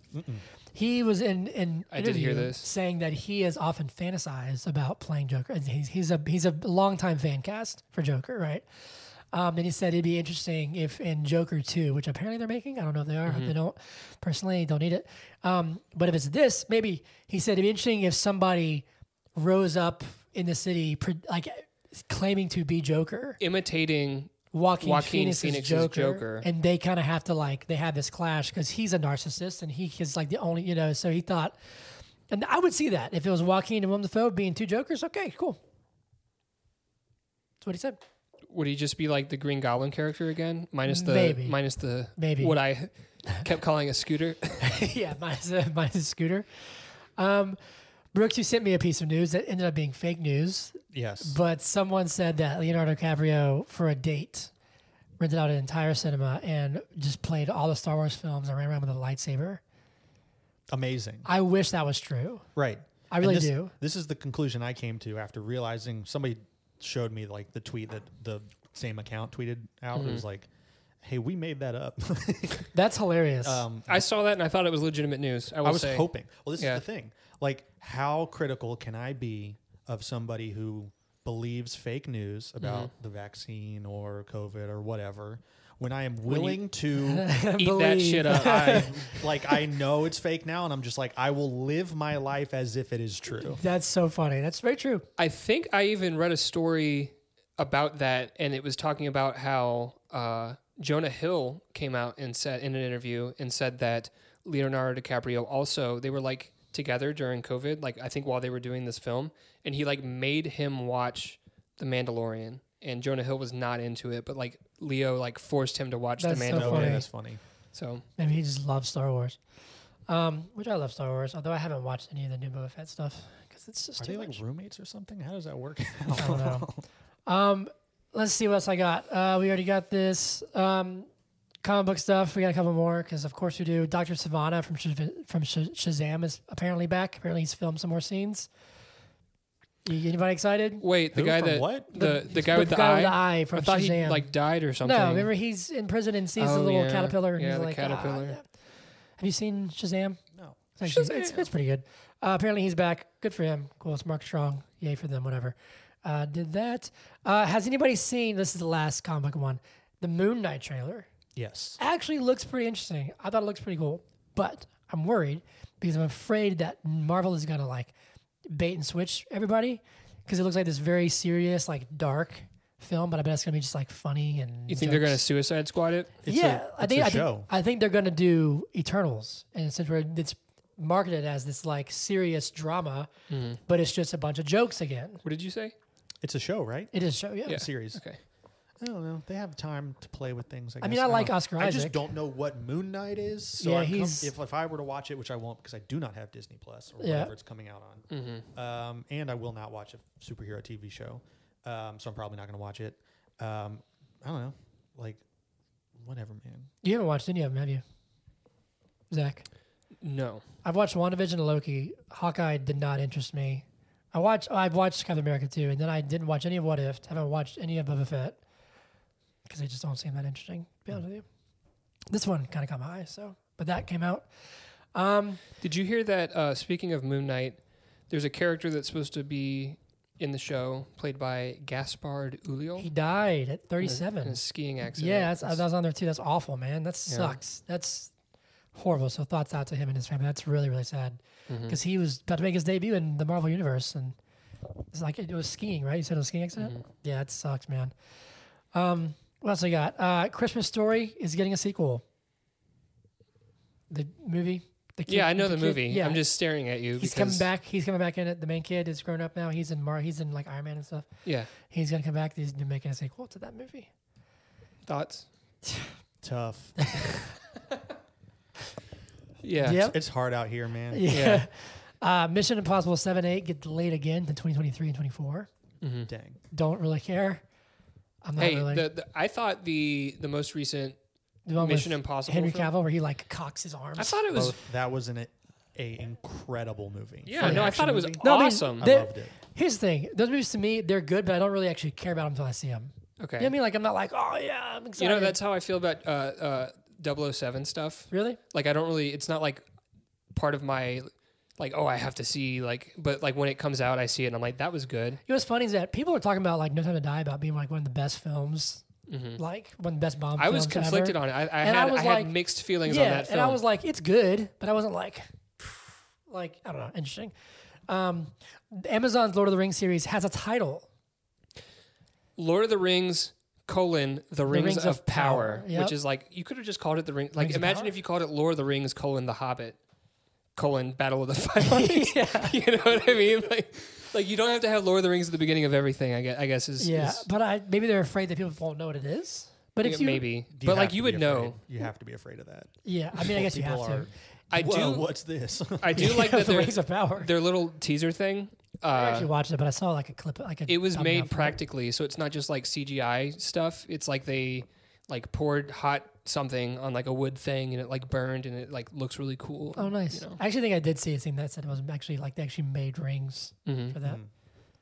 S3: He was in in
S1: I did hear
S3: interview
S1: this.
S3: saying that he has often fantasized about playing Joker. And He's, he's a he's a longtime fan cast for Joker, right? Um, and he said it'd be interesting if in Joker two, which apparently they're making, I don't know if they are. I hope
S1: Mm-hmm.
S3: They don't personally don't need it. Um, but if it's this, maybe he said it'd be interesting if somebody rose up in the city, pre- like claiming to be Joker.
S1: Imitating.
S3: Joaquin,
S1: Joaquin
S3: Phoenix's,
S1: Phoenix's
S3: Joker,
S1: Joker.
S3: and they kind of have to like they have this clash because he's a narcissist and he is like the only you know. So he thought, and I would see that if it was Joaquin and Willem Dafoe being two Jokers. Okay, cool. That's what he said.
S1: Would he just be like the Green Goblin character again, minus the
S3: Maybe.
S1: minus the
S3: Maybe.
S1: what I kept calling a scooter?
S3: yeah, minus a, minus a scooter. Um, Brooks, you sent me a piece of news that ended up being fake news,
S2: Yes.
S3: but someone said that Leonardo DiCaprio for a date rented out an entire cinema and just played all the Star Wars films and ran around with a lightsaber.
S2: Amazing.
S3: I wish that was true.
S2: Right.
S3: I
S2: And
S3: really
S2: this-
S3: do.
S2: This is the conclusion I came to after realizing somebody showed me like the tweet that the same account tweeted out. It was
S1: Mm-hmm.
S2: like, "Hey, we made that up."
S3: That's hilarious.
S2: um,
S1: I saw that and I thought it was legitimate news. I, will
S2: I was
S1: say.
S2: hoping. Well, this
S1: Yeah.
S2: is the thing. Like, how critical can I be of somebody who believes fake news about
S1: Mm-hmm.
S2: the vaccine or COVID or whatever when I am willing to
S1: eat that
S3: Believe.
S1: shit up.
S2: I, like I know it's fake now and I'm just like I will live my life as if it is true.
S3: That's so funny. That's very true.
S1: I think I even read a story about that, and it was talking about how uh, Jonah Hill came out and said in an interview and said that Leonardo DiCaprio also they were like together during COVID, like I think while they were doing this film, and he like made him watch The Mandalorian, and Jonah Hill was not into it, but like Leo like forced him to watch
S3: That's
S1: The
S3: so
S2: No
S1: Mandalorian.
S2: way,
S3: funny.
S2: that's funny.
S1: So
S3: Maybe he just loves Star Wars, um, which I love Star Wars. Although I haven't watched any of the new Boba Fett stuff because it's just
S2: Are
S3: too
S2: they like
S3: much.
S2: roommates or something? How does that work?
S3: I don't know. Um, let's see what else I got. Uh, we already got this um, comic book stuff. We got a couple more because, of course, we do. Doctor Savannah from Shaz- from Shaz- Shazam is apparently back. Apparently, he's filmed some more scenes. You, anybody excited?
S1: Wait, the
S2: Who
S1: guy
S2: from
S1: that
S2: what?
S1: the the, guy
S3: The
S1: with the
S3: guy
S1: eye.
S3: with the eye from
S1: I thought he
S3: Shazam.
S1: like died or something.
S3: No, remember he's in prison and sees the
S1: Oh,
S3: little
S1: yeah.
S3: caterpillar. And
S1: Yeah,
S3: he's
S1: the
S3: like, "Ah,
S1: caterpillar.
S3: yeah." Have you seen Shazam?
S2: No.
S3: It's, actually,
S1: Shazam.
S3: It's, it's pretty good. Uh, apparently he's back. Good for him. Cool. It's Mark Strong. Yay for them. Whatever. Uh, did that. Uh, has anybody seen? This is the last comic book one. The Moon Knight trailer
S2: Yes.
S3: actually looks pretty interesting. I thought it looks pretty cool, but I'm worried because I'm afraid that Marvel is gonna like bait and switch everybody because it looks like this very serious, like dark film, but I bet it's gonna be just like funny and.
S1: You think they're gonna
S3: jokes.
S1: Suicide Squad it?
S2: It's
S3: yeah,
S2: a-
S3: I
S2: it's
S3: think
S2: a
S3: I think
S2: show.
S3: I think they're gonna do Eternals, and since we're it's marketed as this like serious drama, but it's just a bunch of jokes again.
S1: What did you say?
S2: It's a show, right?
S3: It is show, yeah.
S1: Yeah.
S2: Series.
S1: Okay.
S2: I don't know. They have time to play with things. I,
S3: I mean,
S2: guess.
S3: I
S2: don't
S3: like
S2: know.
S3: Oscar
S2: I
S3: Isaac.
S2: just don't know what Moon Knight is. So
S3: Yeah,
S2: I'm com-
S3: he's-
S2: if, if I were to watch it, which I won't because I do not have Disney Plus or
S3: Yeah.
S2: whatever it's coming out on,
S1: Mm-hmm.
S2: um, and I will not watch a superhero TV show, um, so I'm probably not going to watch it. Um, I don't know, like whatever, man.
S3: You haven't watched any of them, have you, Zach?
S1: No.
S3: I've watched WandaVision and Loki. Hawkeye did not interest me. I watched I've watched Captain America too, and then I didn't watch any of What If. Haven't watched any of Boba Fett because they just don't seem that interesting. To be honest with you, this one kind of caught my eye. So, but that came out. Um,
S1: Did you hear that? Uh, speaking of Moon Knight, there's a character that's supposed to be in the show, played by Gaspard Ulliel.
S3: he
S1: in
S3: died at
S1: a- in
S3: 37.
S1: a skiing accident.
S3: Yeah, that's, that was on there too. That's awful, man. That sucks. That's horrible. So thoughts out to him and his family. That's really really sad
S1: Mm.
S3: because he was about to make his debut in the Marvel universe, and it's like it was skiing, right? You said it was a skiing accident.
S1: Mm-hmm.
S3: Yeah, that sucks, man. Um, what else I got? Uh, Christmas Story is getting a sequel. The movie. The kid-
S1: yeah, I know the,
S3: kid-
S1: movie.
S3: Yeah,
S1: I'm just staring at you.
S3: He's coming
S1: because-
S3: back. He's coming back in it. The main kid is grown up now. He's in Mar. He's in like Iron Man and stuff.
S1: Yeah.
S3: He's gonna come back. He's been making a sequel to that movie.
S1: Thoughts?
S2: Tough.
S1: Yeah.
S3: Yep.
S2: it's hard out here, man.
S3: Yeah. Uh, Mission Impossible 7 8 get delayed again to 2023 and 24.
S2: Dang.
S3: Don't really care. I'm not
S1: Hey,
S3: really.
S1: the, the, I thought the the most recent
S3: the one with
S1: Mission Impossible.
S3: Henry
S1: film-
S3: Cavill, where he like cocks his arms.
S1: I thought it was.
S2: Both, that was an a incredible movie.
S1: Yeah,
S3: the
S1: no, I
S3: action
S1: thought it was
S2: movie?
S3: No, I mean,
S1: awesome.
S2: I
S3: They-
S2: loved it.
S3: Here's the thing those movies to me, they're good, but I don't really actually care about them until I see them.
S1: okay.
S3: You know what I mean? Like, I'm not like, oh, yeah, I'm excited.
S1: You know, that's how I feel about uh, uh, 007 stuff.
S3: Really?
S1: Like, I don't really, it's not like part of my, like, oh, I have to see, like, but like when it comes out, I see it and I'm like, that was good.
S3: You know what's funny is that people are talking about like No Time to Die about being like one of the best films, like one of the best bomb
S1: Mm-hmm. I was
S3: films
S1: conflicted
S3: ever.
S1: on it. I, I,
S3: And I
S1: had, I,
S3: was
S1: had
S3: like-
S1: mixed feelings
S3: yeah,
S1: on that film.
S3: and I was like, it's good, but I wasn't like, like I don't know, interesting. Um, Amazon's Lord of the Rings series has a title.
S1: Lord of the Rings colon the rings,
S3: Rings
S1: of,
S3: of
S1: power,
S3: Power. Yep.
S1: which is like you could have just called it the ring like
S3: Rings of
S1: imagine
S3: Power?
S1: if you called it lord of the rings colon the hobbit colon battle of the five rings you know what i mean like like you don't have to have lord of the rings at the beginning of everything i guess i guess is
S3: Yeah,
S1: is-
S3: but I maybe they're afraid that people won't know what it is. But if
S1: yeah,
S3: you
S1: maybe
S2: You
S1: but
S2: have
S1: like
S2: to
S1: you
S2: be
S1: would know
S2: afraid. You have to be afraid of that.
S3: yeah, I mean, I guess you have
S2: People
S3: to.
S2: are-
S1: i
S2: Whoa,
S1: do
S2: What's this?
S1: i do like
S3: the
S1: that their,
S3: Rings of Power.
S1: their little teaser thing
S3: I
S1: uh
S3: actually watched it, but I saw like a clip. Like a
S1: it was
S3: thumbnail
S1: made
S3: for it.
S1: practically so it's not just like cgi stuff it's like they like poured hot something on like a wood thing and it like burned and it like looks really cool
S3: Oh, nice!
S1: you know.
S3: I actually think I did see a scene that said it was actually like they actually made rings
S1: Mm-hmm.
S3: for that.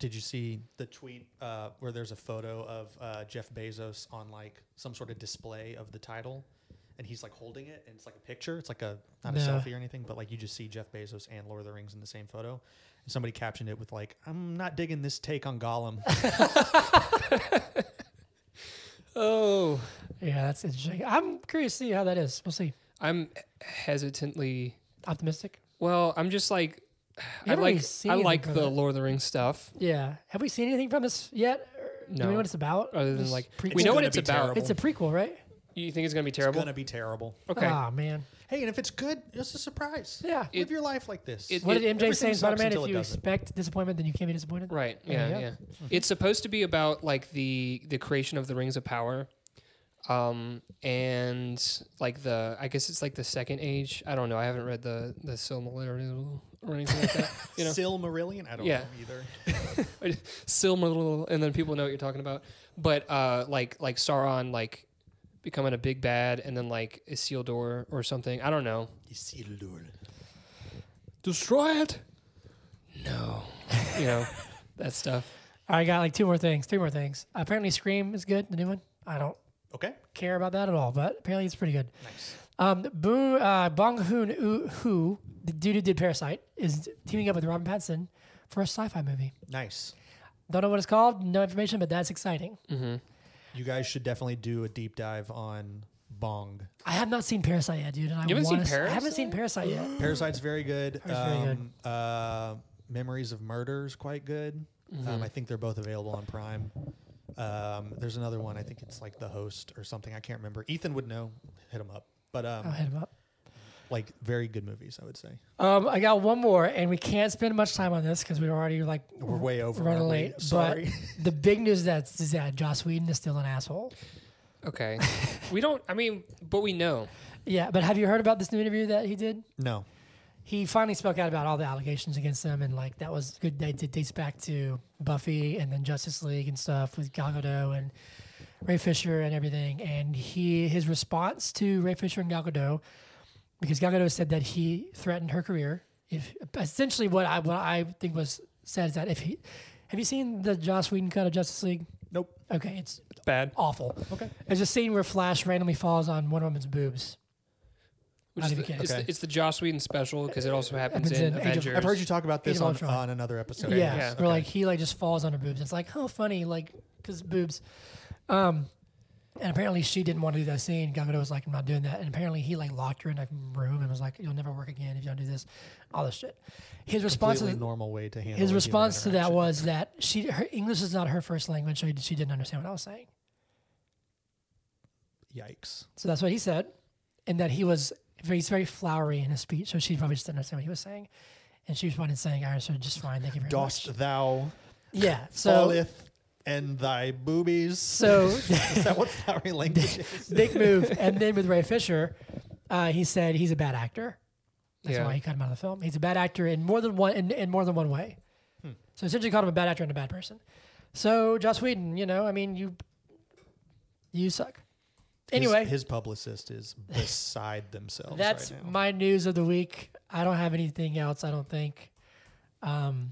S2: Did you see the tweet uh, where there's a photo of uh, Jeff Bezos on like some sort of display of the title, and he's like holding it, and it's like a picture. It's like a not a
S3: No.
S2: selfie or anything, but like you just see Jeff Bezos and Lord of the Rings in the same photo. And somebody captioned it with like, "I'm not digging this take on Gollum."
S1: oh
S3: Yeah, that's interesting. I'm curious to see how that is. We'll see.
S1: i'm hesitantly
S3: Optimistic.
S1: well i'm just like i
S3: haven't really
S1: like
S3: seen
S1: i
S3: anything
S1: like
S3: from
S1: the
S3: it.
S1: lord of the rings stuff
S3: Yeah. Have we seen anything from this yet? Or Do
S1: No.
S3: we know what it's about?
S1: other than
S3: This
S1: like
S3: prequel?
S1: we know what
S2: gonna
S1: it's
S2: be
S1: about
S2: terrible.
S3: It's a prequel, right?
S1: you think it's gonna be
S2: it's
S1: terrible
S2: gonna be terrible.
S1: okay
S3: Oh man.
S2: Hey, and if it's good, it's a surprise.
S3: Yeah.
S2: live
S1: It-
S2: your life like this.
S1: it-
S3: what did MJ say
S2: everything
S3: in
S2: sucks
S3: Spider Man?
S2: until
S3: If
S2: it
S3: you
S2: doesn't.
S3: expect disappointment, then you can't be disappointed.
S1: Right.
S3: There
S1: Yeah.
S3: you
S1: Yeah. Mm-hmm.
S3: go.
S1: It's supposed to be about like the the creation of the rings of power, um, and like the I guess it's like the second age. I don't know. I haven't read the the Silmarillion or anything like that. You know,
S2: Silmarillion. I don't
S1: Yeah.
S2: know either.
S1: Silmarillion, and then people know what you're talking about. But uh, like like Sauron like becoming a big bad, and then like Isildur or something. I don't know. Destroy it. No. You know. that stuff.
S3: All right, I got like two more things, three more things. Apparently, Scream is good. The new one. I don't
S2: Okay.
S3: care about that at all, but apparently it's pretty good.
S2: Nice.
S3: Um, Boon, uh, Bong Hoon Who, the dude who did Parasite, is teaming up with Robin Pattinson for a sci-fi movie.
S2: Nice.
S3: Don't know what it's called, no information, but that's exciting.
S1: Mm-hmm.
S2: You guys should definitely do a deep dive on Bong.
S3: I have not seen Parasite yet, dude. And I
S1: You haven't seen
S3: wanna s- I haven't
S1: Parasite?
S3: seen Parasite yet.
S2: Parasite's very good.
S3: Parasite's very
S2: Um, Uh, Memories of Murder is quite good. Um,
S3: Mm-hmm.
S2: I think they're both available on Prime. Um, there's another one. I think it's like The Host or something. I can't remember. Ethan would know. Hit him up. But um,
S3: I'll hit him up.
S2: like very good movies, I would say.
S3: Um, I got one more, and we can't spend much time on this because we we're already like
S2: We're way over,
S3: running
S2: aren't we?
S3: late.
S2: Sorry.
S3: But the big news that's is that Joss Whedon is still an asshole.
S1: Okay. we don't, I mean, but we know.
S3: Yeah, but have you heard about this new interview that he did?
S2: No.
S3: he finally spoke out about all the allegations against them, and like that was good. That that dates back to Buffy and then Justice League and stuff with Gal Gadot and Ray Fisher and everything. And he his response to Ray Fisher and Gal Gadot, because Gal Gadot said that he threatened her career. If essentially what I what I think was said is that if he have you seen the Joss Whedon cut of Justice League?
S2: Nope.
S3: Okay, it's
S1: Bad.
S3: awful.
S2: Okay.
S3: There's a scene where Flash randomly falls on one woman's boobs.
S1: Which
S3: Not
S1: is
S3: even
S1: the,
S3: kidding.
S1: it's,
S2: Okay.
S1: the, it's the Joss Whedon special because it also happens
S3: Happens
S1: in,
S3: in Age of-
S1: Avengers.
S2: I've heard you talk about this
S3: Age of
S2: on,
S3: Ultron.
S2: on another episode.
S3: Yeah,
S1: Yeah.
S3: or
S2: Okay.
S3: like he like just falls on her boobs. It's like oh funny, like because boobs. Um, and apparently she didn't want to do that scene. Gal Gadot was like, I'm not doing that. And apparently he like locked her in a room and was like, you'll never work again if you don't do this, all this shit. His response
S2: completely
S3: to
S2: normal way to handle a
S3: his
S2: human
S3: response to that
S2: interaction.
S3: was that she her English is not her first language, so she didn't understand what I was saying.
S2: Yikes.
S3: So that's what he said, and that he was very, he's very flowery in his speech, so she probably just didn't understand what he was saying. And she responded saying, "I understood just fine. Thank you very much."
S2: Dost thou
S3: Yeah. So.
S2: falleth and thy boobies.
S3: So
S2: is that what flowery language is?
S3: big move. And then with Ray Fisher, uh, he said he's a bad actor. That's
S1: Yeah.
S3: why he cut him out of the film. He's a bad actor in more than one in, in more than one way. So essentially, called him a bad actor and a bad person. So Joss Whedon, you know, I mean, you you suck. Anyway,
S2: his, his publicist is beside themselves.
S3: that's
S2: right now.
S3: my news of the week. I don't have anything else. I don't think. Um,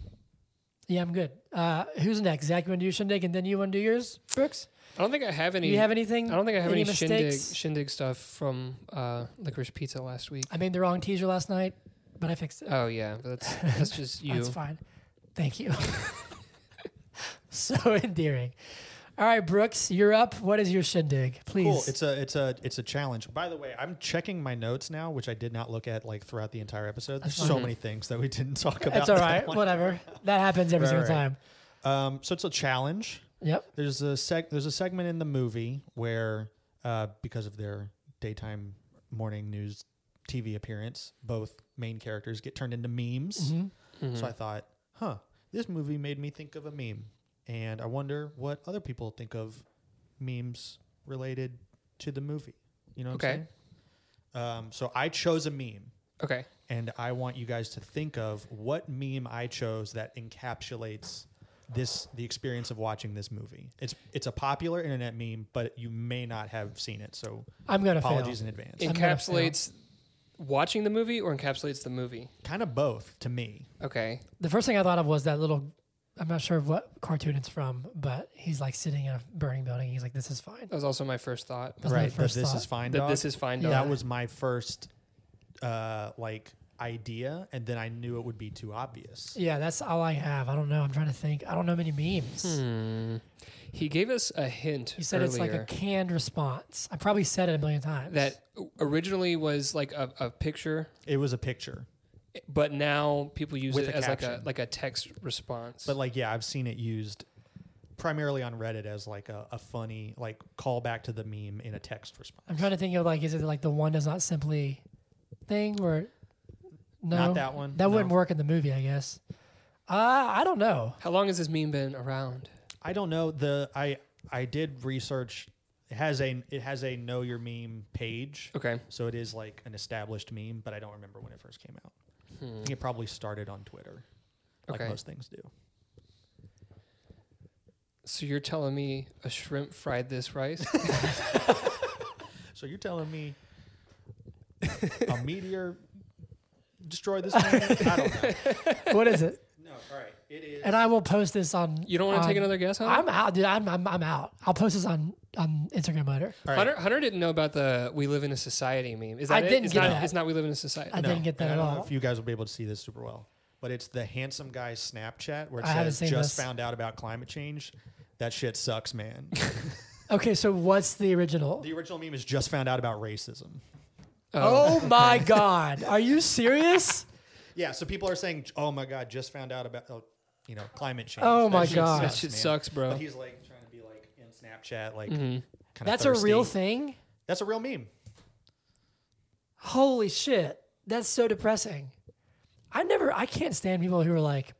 S3: yeah, I'm good. Uh, who's next? Zach, you want to do shindig, and then you want to do yours, Brooks?
S1: I don't think I have
S3: Do
S1: any.
S3: you have anything?
S1: I don't think I have any, shindig,
S3: mistakes?
S1: shindig stuff from uh, Licorice Pizza last week.
S3: I made the wrong teaser last night, but I fixed it.
S1: Oh yeah, but that's that's just you.
S3: That's fine. Thank you. so endearing. All right, Brooks, you're up. What is your shindig? Please.
S2: Cool. It's a it's a it's a challenge. By the way, I'm checking my notes now, which I did not look at like throughout the entire episode. There's
S3: That's
S2: so
S1: fine.
S2: many things that we didn't talk about.
S3: That's all
S2: that
S3: right.
S2: one.
S3: Whatever. That happens every
S2: Right,
S3: single
S2: right.
S3: time.
S2: Um, so it's a challenge.
S3: Yep.
S2: There's a seg- there's a segment in the movie where uh, because of their daytime morning news TV appearance, both main characters get turned into memes.
S3: Mhm.
S1: Mm-hmm.
S2: So I thought, huh, this movie made me think of a meme. And I wonder what other people think of memes related to the movie. You know what
S1: Okay.
S2: I'm saying? Um, so I chose a meme,
S1: Okay.
S2: and I want you guys to think of what meme I chose that encapsulates this the experience of watching this movie. It's it's a popular internet meme, but you may not have seen it. So
S3: I'm gonna
S2: apologies
S3: fail.
S2: in advance.
S3: I'm gonna
S1: Encapsulates watching the movie or encapsulates the movie.
S2: kind of both to me.
S1: Okay.
S3: The first thing I thought of was that little. I'm not sure what cartoon it's from, but he's like sitting in a burning building. He's like, "This is fine."
S1: That was also my first thought.
S3: That's my
S2: right. that
S3: first
S2: this
S3: thought.
S2: is fine.
S1: That
S2: Dog.
S1: this is fine. Dog.
S3: Yeah.
S2: that was my first uh like idea and then i knew it would be too obvious
S3: Yeah, that's all I have. I don't know. I'm trying to think. I don't know many memes.
S1: Hmm. He gave us a hint.
S3: You said
S1: earlier
S3: it's like a canned response. I probably said it a million times.
S1: that originally was like a, a picture,
S2: it was a picture
S1: but now people use
S2: With
S1: it
S2: a
S1: as
S2: caption.
S1: like a like a text response.
S2: but like yeah i've seen it used primarily on reddit as like a, a funny like callback to the meme in a text response
S3: I'm trying to think of like, is it like the one does not simply thing where no,
S2: not that one
S3: That
S2: No.
S3: wouldn't work in the movie, I guess. Uh, I don't know.
S1: How long has this meme been around?
S2: i don't know the i i did research it has a it has a know your meme page
S1: Okay.
S2: so it is like an established meme but i don't remember when it first came out I think it probably started on twitter like
S1: Okay.
S2: most things do
S1: So you're telling me a shrimp fried this rice?
S2: So you're telling me a meteor destroyed this planet? I don't know.
S3: What is it?
S2: No, All right. It is.
S3: And I will post this on.
S1: You don't want to take
S3: on-
S1: another guess on it?
S3: Um, I'm out, dude. I'm, I'm, I'm out. I'll post this on on Instagram later.
S2: All right.
S1: Hunter, Hunter didn't know about the "We live in a society" meme. Is that
S3: I
S1: it?
S3: didn't
S1: it's
S3: get
S1: not,
S3: that.
S1: It's not "We live in a society."
S3: I didn't get that
S2: And
S3: at
S2: I don't
S3: all.
S2: know if you guys will be able to see this super well, but it's the handsome guy Snapchat where it
S3: I haven't
S2: says
S3: seen
S2: just
S3: this.
S2: found out about climate change. That shit sucks, man.
S3: Okay, so what's the original?
S2: the original meme is just found out about racism.
S3: Oh my God! Are you serious?
S2: Yeah, so people are saying, "Oh my god, just found out about uh, you know climate change."
S3: Oh
S2: That
S3: my
S2: shit
S3: God.
S1: That shit
S2: man.
S1: sucks, bro.
S2: But he's like trying to be like in Snapchat, like kind of.
S3: Mm-hmm. That's a real thing.
S2: That's a real meme.
S3: Holy shit! That's so depressing. I never. I can't stand people who are like,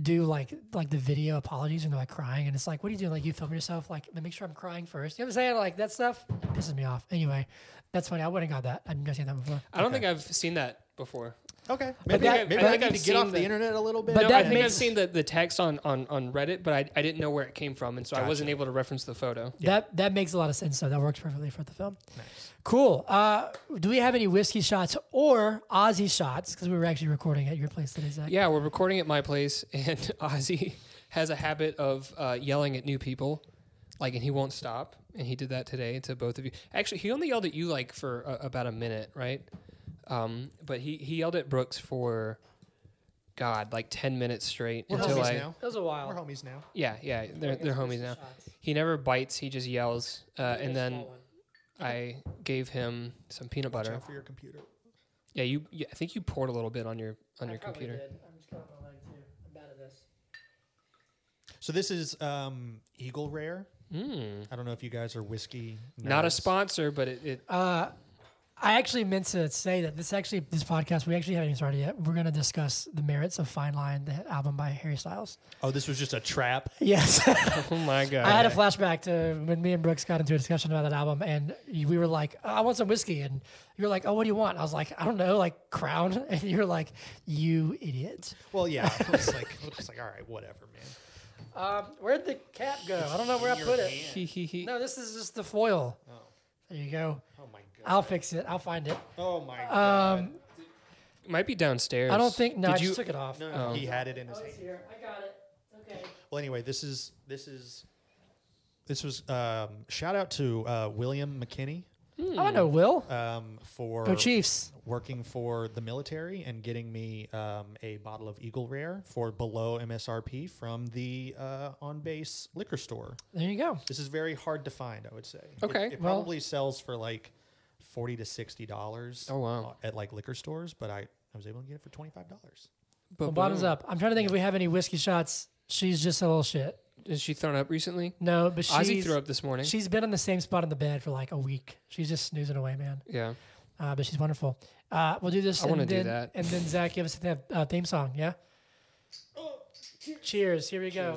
S3: do like like the video apologies and they're like crying and it's like, what are you doing? Like you film yourself? Like make sure I'm crying first. You know what I'm saying? Like that stuff pisses me off. Anyway, that's funny. I wouldn't got that. I've never seen that before.
S1: I don't think I've seen that before.
S2: Okay, maybe,
S3: that-
S2: I- maybe
S1: I
S2: I
S1: think
S2: need
S1: I've
S2: to get off
S1: seen
S2: the
S1: that.
S2: internet a little bit.
S3: But
S1: No,
S3: that
S1: I think I've
S3: makes-
S1: seen the, the text on, on, on Reddit, but I, I didn't know where it came from, and so I wasn't able to reference the photo.
S3: That that makes a lot of sense. So that works perfectly for the film. Cool. Uh, do we have any whiskey shots or Aussie shots? Because we were actually recording at your place today, Zach.
S1: Uh, Yeah, we're recording at my place, and Ozzy has a habit of uh, yelling at new people, like, and he won't stop. And he did that today to both of you. Actually, he only yelled at you like for uh, about a minute, right? Um, but he, he yelled at Brooks for, God, like ten minutes straight
S2: We're
S1: until
S2: homies
S1: I
S2: now.
S3: That was a
S2: We're
S3: while.
S2: homies now.
S1: yeah yeah they're they're homies now. He never bites. He just yells, uh, and then I gave him some peanut
S2: Watch
S1: butter.
S2: out for your computer.
S1: Yeah, you. Yeah, I think you poured a little bit on your on your computer.
S3: I'm just going my leg too. I'm bad at this.
S2: So this is um, Eagle Rare.
S3: Hmm.
S1: Mm.
S2: I don't know if you guys are whiskey.
S1: Not a
S2: nerds.
S1: sponsor, but it, oh it
S3: Uh, I actually meant to say that this actually this podcast we actually haven't even started yet. We're going to discuss the merits of Fine Line, the album by Harry Styles.
S2: Oh, this was just a trap.
S3: Yes.
S1: Oh my god!
S3: Uh, I had a flashback to when me and Brooks got into a discussion about that album, and you- we were like, "I want some whiskey," and you were like, "Oh, what do you want?" I was like, "I don't know, like Crown," and you were like, "You idiot."
S2: Well, yeah, I was like, I was like, all right, whatever, man.
S3: Um, where'd the cap go? I don't know where I put it.
S1: He- he- he-
S3: No, this is just the foil. There you go.
S2: Oh my god.
S3: I'll fix it. I'll find it.
S2: Oh my god.
S3: Um,
S1: It might be downstairs.
S3: I don't think. No,
S1: Did
S3: I
S1: you-
S3: just took it off. Um,
S2: no, no, he had it in his hand.
S3: here. I got it. Okay.
S2: Well, anyway, this is this is this was um, shout out to uh, William McKinney
S3: I know Will.
S2: um, for
S3: Go Chiefs.
S2: working for the military and getting me um, a bottle of Eagle Rare for below MSRP from the uh, on base liquor store.
S3: There you go.
S2: This is very hard to find, I would say. It-
S1: Okay,
S2: It,
S3: well-
S2: probably sells for like forty to sixty dollars.
S1: Oh, wow.
S2: At like liquor stores, but I, I was able to get it for twenty five dollars.
S3: Well,
S1: But
S3: bottoms up. I'm trying to think if we have any whiskey shots. She's just a little shit.
S1: Is she thrown up recently?
S3: No, but
S1: Ozzy
S3: she's
S1: threw up this morning.
S3: she's been on the same spot in the bed for like a week. She's just snoozing away, man.
S1: yeah.
S3: Uh, but she's wonderful. Uh, we'll do this.
S1: I wanna
S3: and
S1: do
S3: then-
S1: that.
S3: And then Zach, give us the uh, theme song. Yeah. Cheers. Here we go.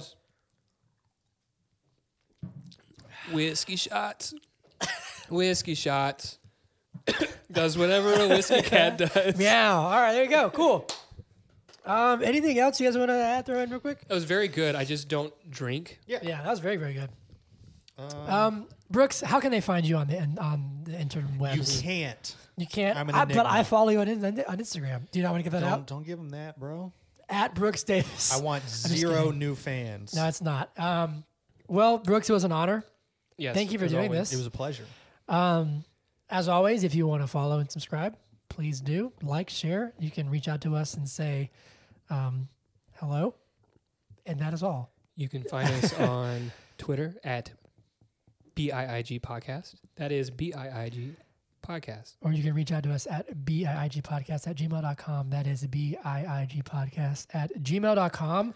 S1: Whiskey shots. whiskey shots. does whatever a whiskey cat does.
S3: Meow. All right, there you go. Cool. Um, anything else you guys want to add? Throw in real quick.
S1: That was very good. I just don't drink.
S3: Yeah, that was very very good. Um, Brooks, how can they find you on the in- on the
S2: You
S3: interwebs?
S2: can't.
S3: You can't.
S2: I'm an
S3: I, but
S2: enigma.
S3: I follow you on, in- on Instagram. Do you not want to get that
S2: Don't
S3: out?
S2: don't give them that, bro.
S3: At Brooks Davis.
S2: I want zero new fans.
S3: no, it's not. Um, well, Brooks, it was an honor.
S1: Yes.
S3: Thank you for
S1: as
S3: doing
S1: always.
S3: this.
S2: It was a pleasure.
S3: As always, if you want to follow and subscribe, please do like, share. You can reach out to us and say um, hello, and that is all.
S1: You can find us on Twitter at BIIG Podcast. That is BIIG Podcast.
S3: or you can reach out to us at biigpodcast at gmail.com. That is biigpodcast at gmail.com.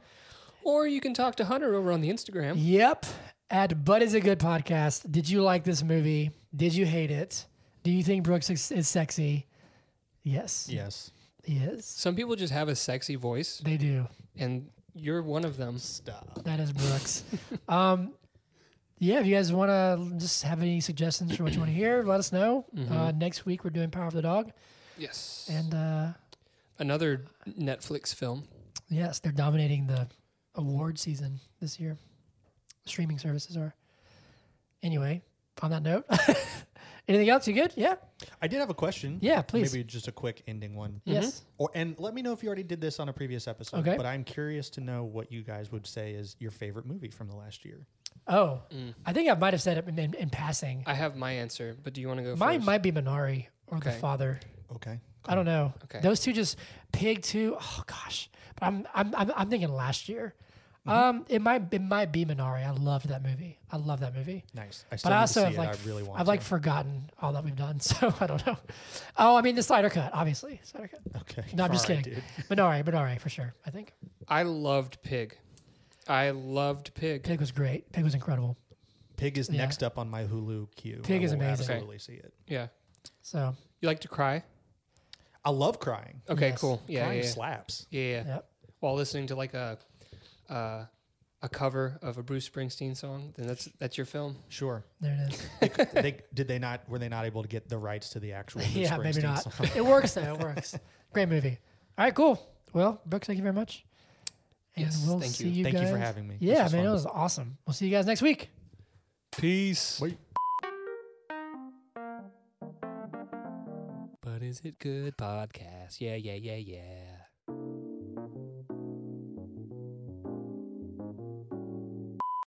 S1: Or you can talk to Hunter over on the Instagram.
S3: Yep. At But Is a Good Podcast. Did you like this movie? Did you hate it? Do you think Brooks is, is sexy? Yes.
S2: Yes.
S3: He is.
S1: Some people just have a sexy voice,
S3: They do.
S1: and you're one of them.
S2: Stop.
S3: That is Brooks. um, yeah, if you guys want to just have any suggestions for what you want to hear, let us know. Uh, next week, we're doing Power of the Dog.
S1: Yes.
S3: And uh,
S1: Another Netflix film.
S3: Yes, they're dominating the award season this year. Streaming services are. Anyway, on that note, Anything else? You good? Yeah.
S2: I did have a question.
S3: Yeah, please.
S2: Maybe just a quick ending one.
S3: Yes.
S2: Or and let me know if you already did this on a previous episode.
S3: Okay.
S2: But I'm curious to know what you guys would say is your favorite movie from the last year.
S3: Oh,
S2: Mm.
S3: I think I might have said it in, in passing.
S1: I have my answer, but do you want to go
S3: Mine
S1: first?
S3: might be Minari or The
S1: Okay.
S3: Father.
S2: Okay.
S3: I don't know.
S1: Okay.
S3: Those two just pig two. Oh gosh. But I'm I'm I'm, I'm thinking last year.
S2: Mm-hmm.
S3: Um, it might it might be Minari. I loved that movie. I love that movie.
S2: Nice. I still
S3: But I
S2: need
S3: also
S2: to see
S3: have
S2: it.
S3: like
S2: I really want
S3: I've like
S2: to.
S3: forgotten all that we've done, so I don't know. Oh, I mean the Snyder cut, obviously. Snyder cut.
S2: Okay.
S3: No, I'm just
S2: All right,
S3: kidding.
S2: dude.
S3: Minari, Minari for sure. I think
S1: I loved Pig. I loved Pig.
S3: Pig was great. Pig was incredible.
S2: Pig is
S3: Yeah.
S2: next up on my Hulu queue.
S3: Pig
S2: I
S3: is
S2: will
S3: amazing.
S1: Okay.
S2: Absolutely see it.
S1: Yeah.
S3: So
S1: You like to cry?
S2: I love crying.
S1: Okay,
S3: Yes.
S1: cool. Yeah,
S2: crying
S1: yeah, yeah.
S2: slaps.
S1: yeah, yeah.
S3: Yep.
S1: While listening to like a uh, a cover of a Bruce Springsteen song, then that's that's your film.
S2: Sure.
S3: there it is.
S2: they did they not were they not able to get the rights to the actual Bruce
S3: yeah, maybe
S2: Springsteen
S3: not.
S2: song?
S3: It works though. It works. Great movie. All right, cool. Well, Brooks, thank you very much. And
S1: Yes,
S3: we'll
S1: thank
S3: see
S1: you.
S3: you.
S2: Thank you for
S3: guys-
S2: having me. This
S3: Yeah,
S2: was
S3: man,
S2: fun.
S3: it was awesome. We'll see you guys next week.
S1: Peace.
S2: Wait.
S1: But is it good podcast? Yeah, yeah, yeah, yeah.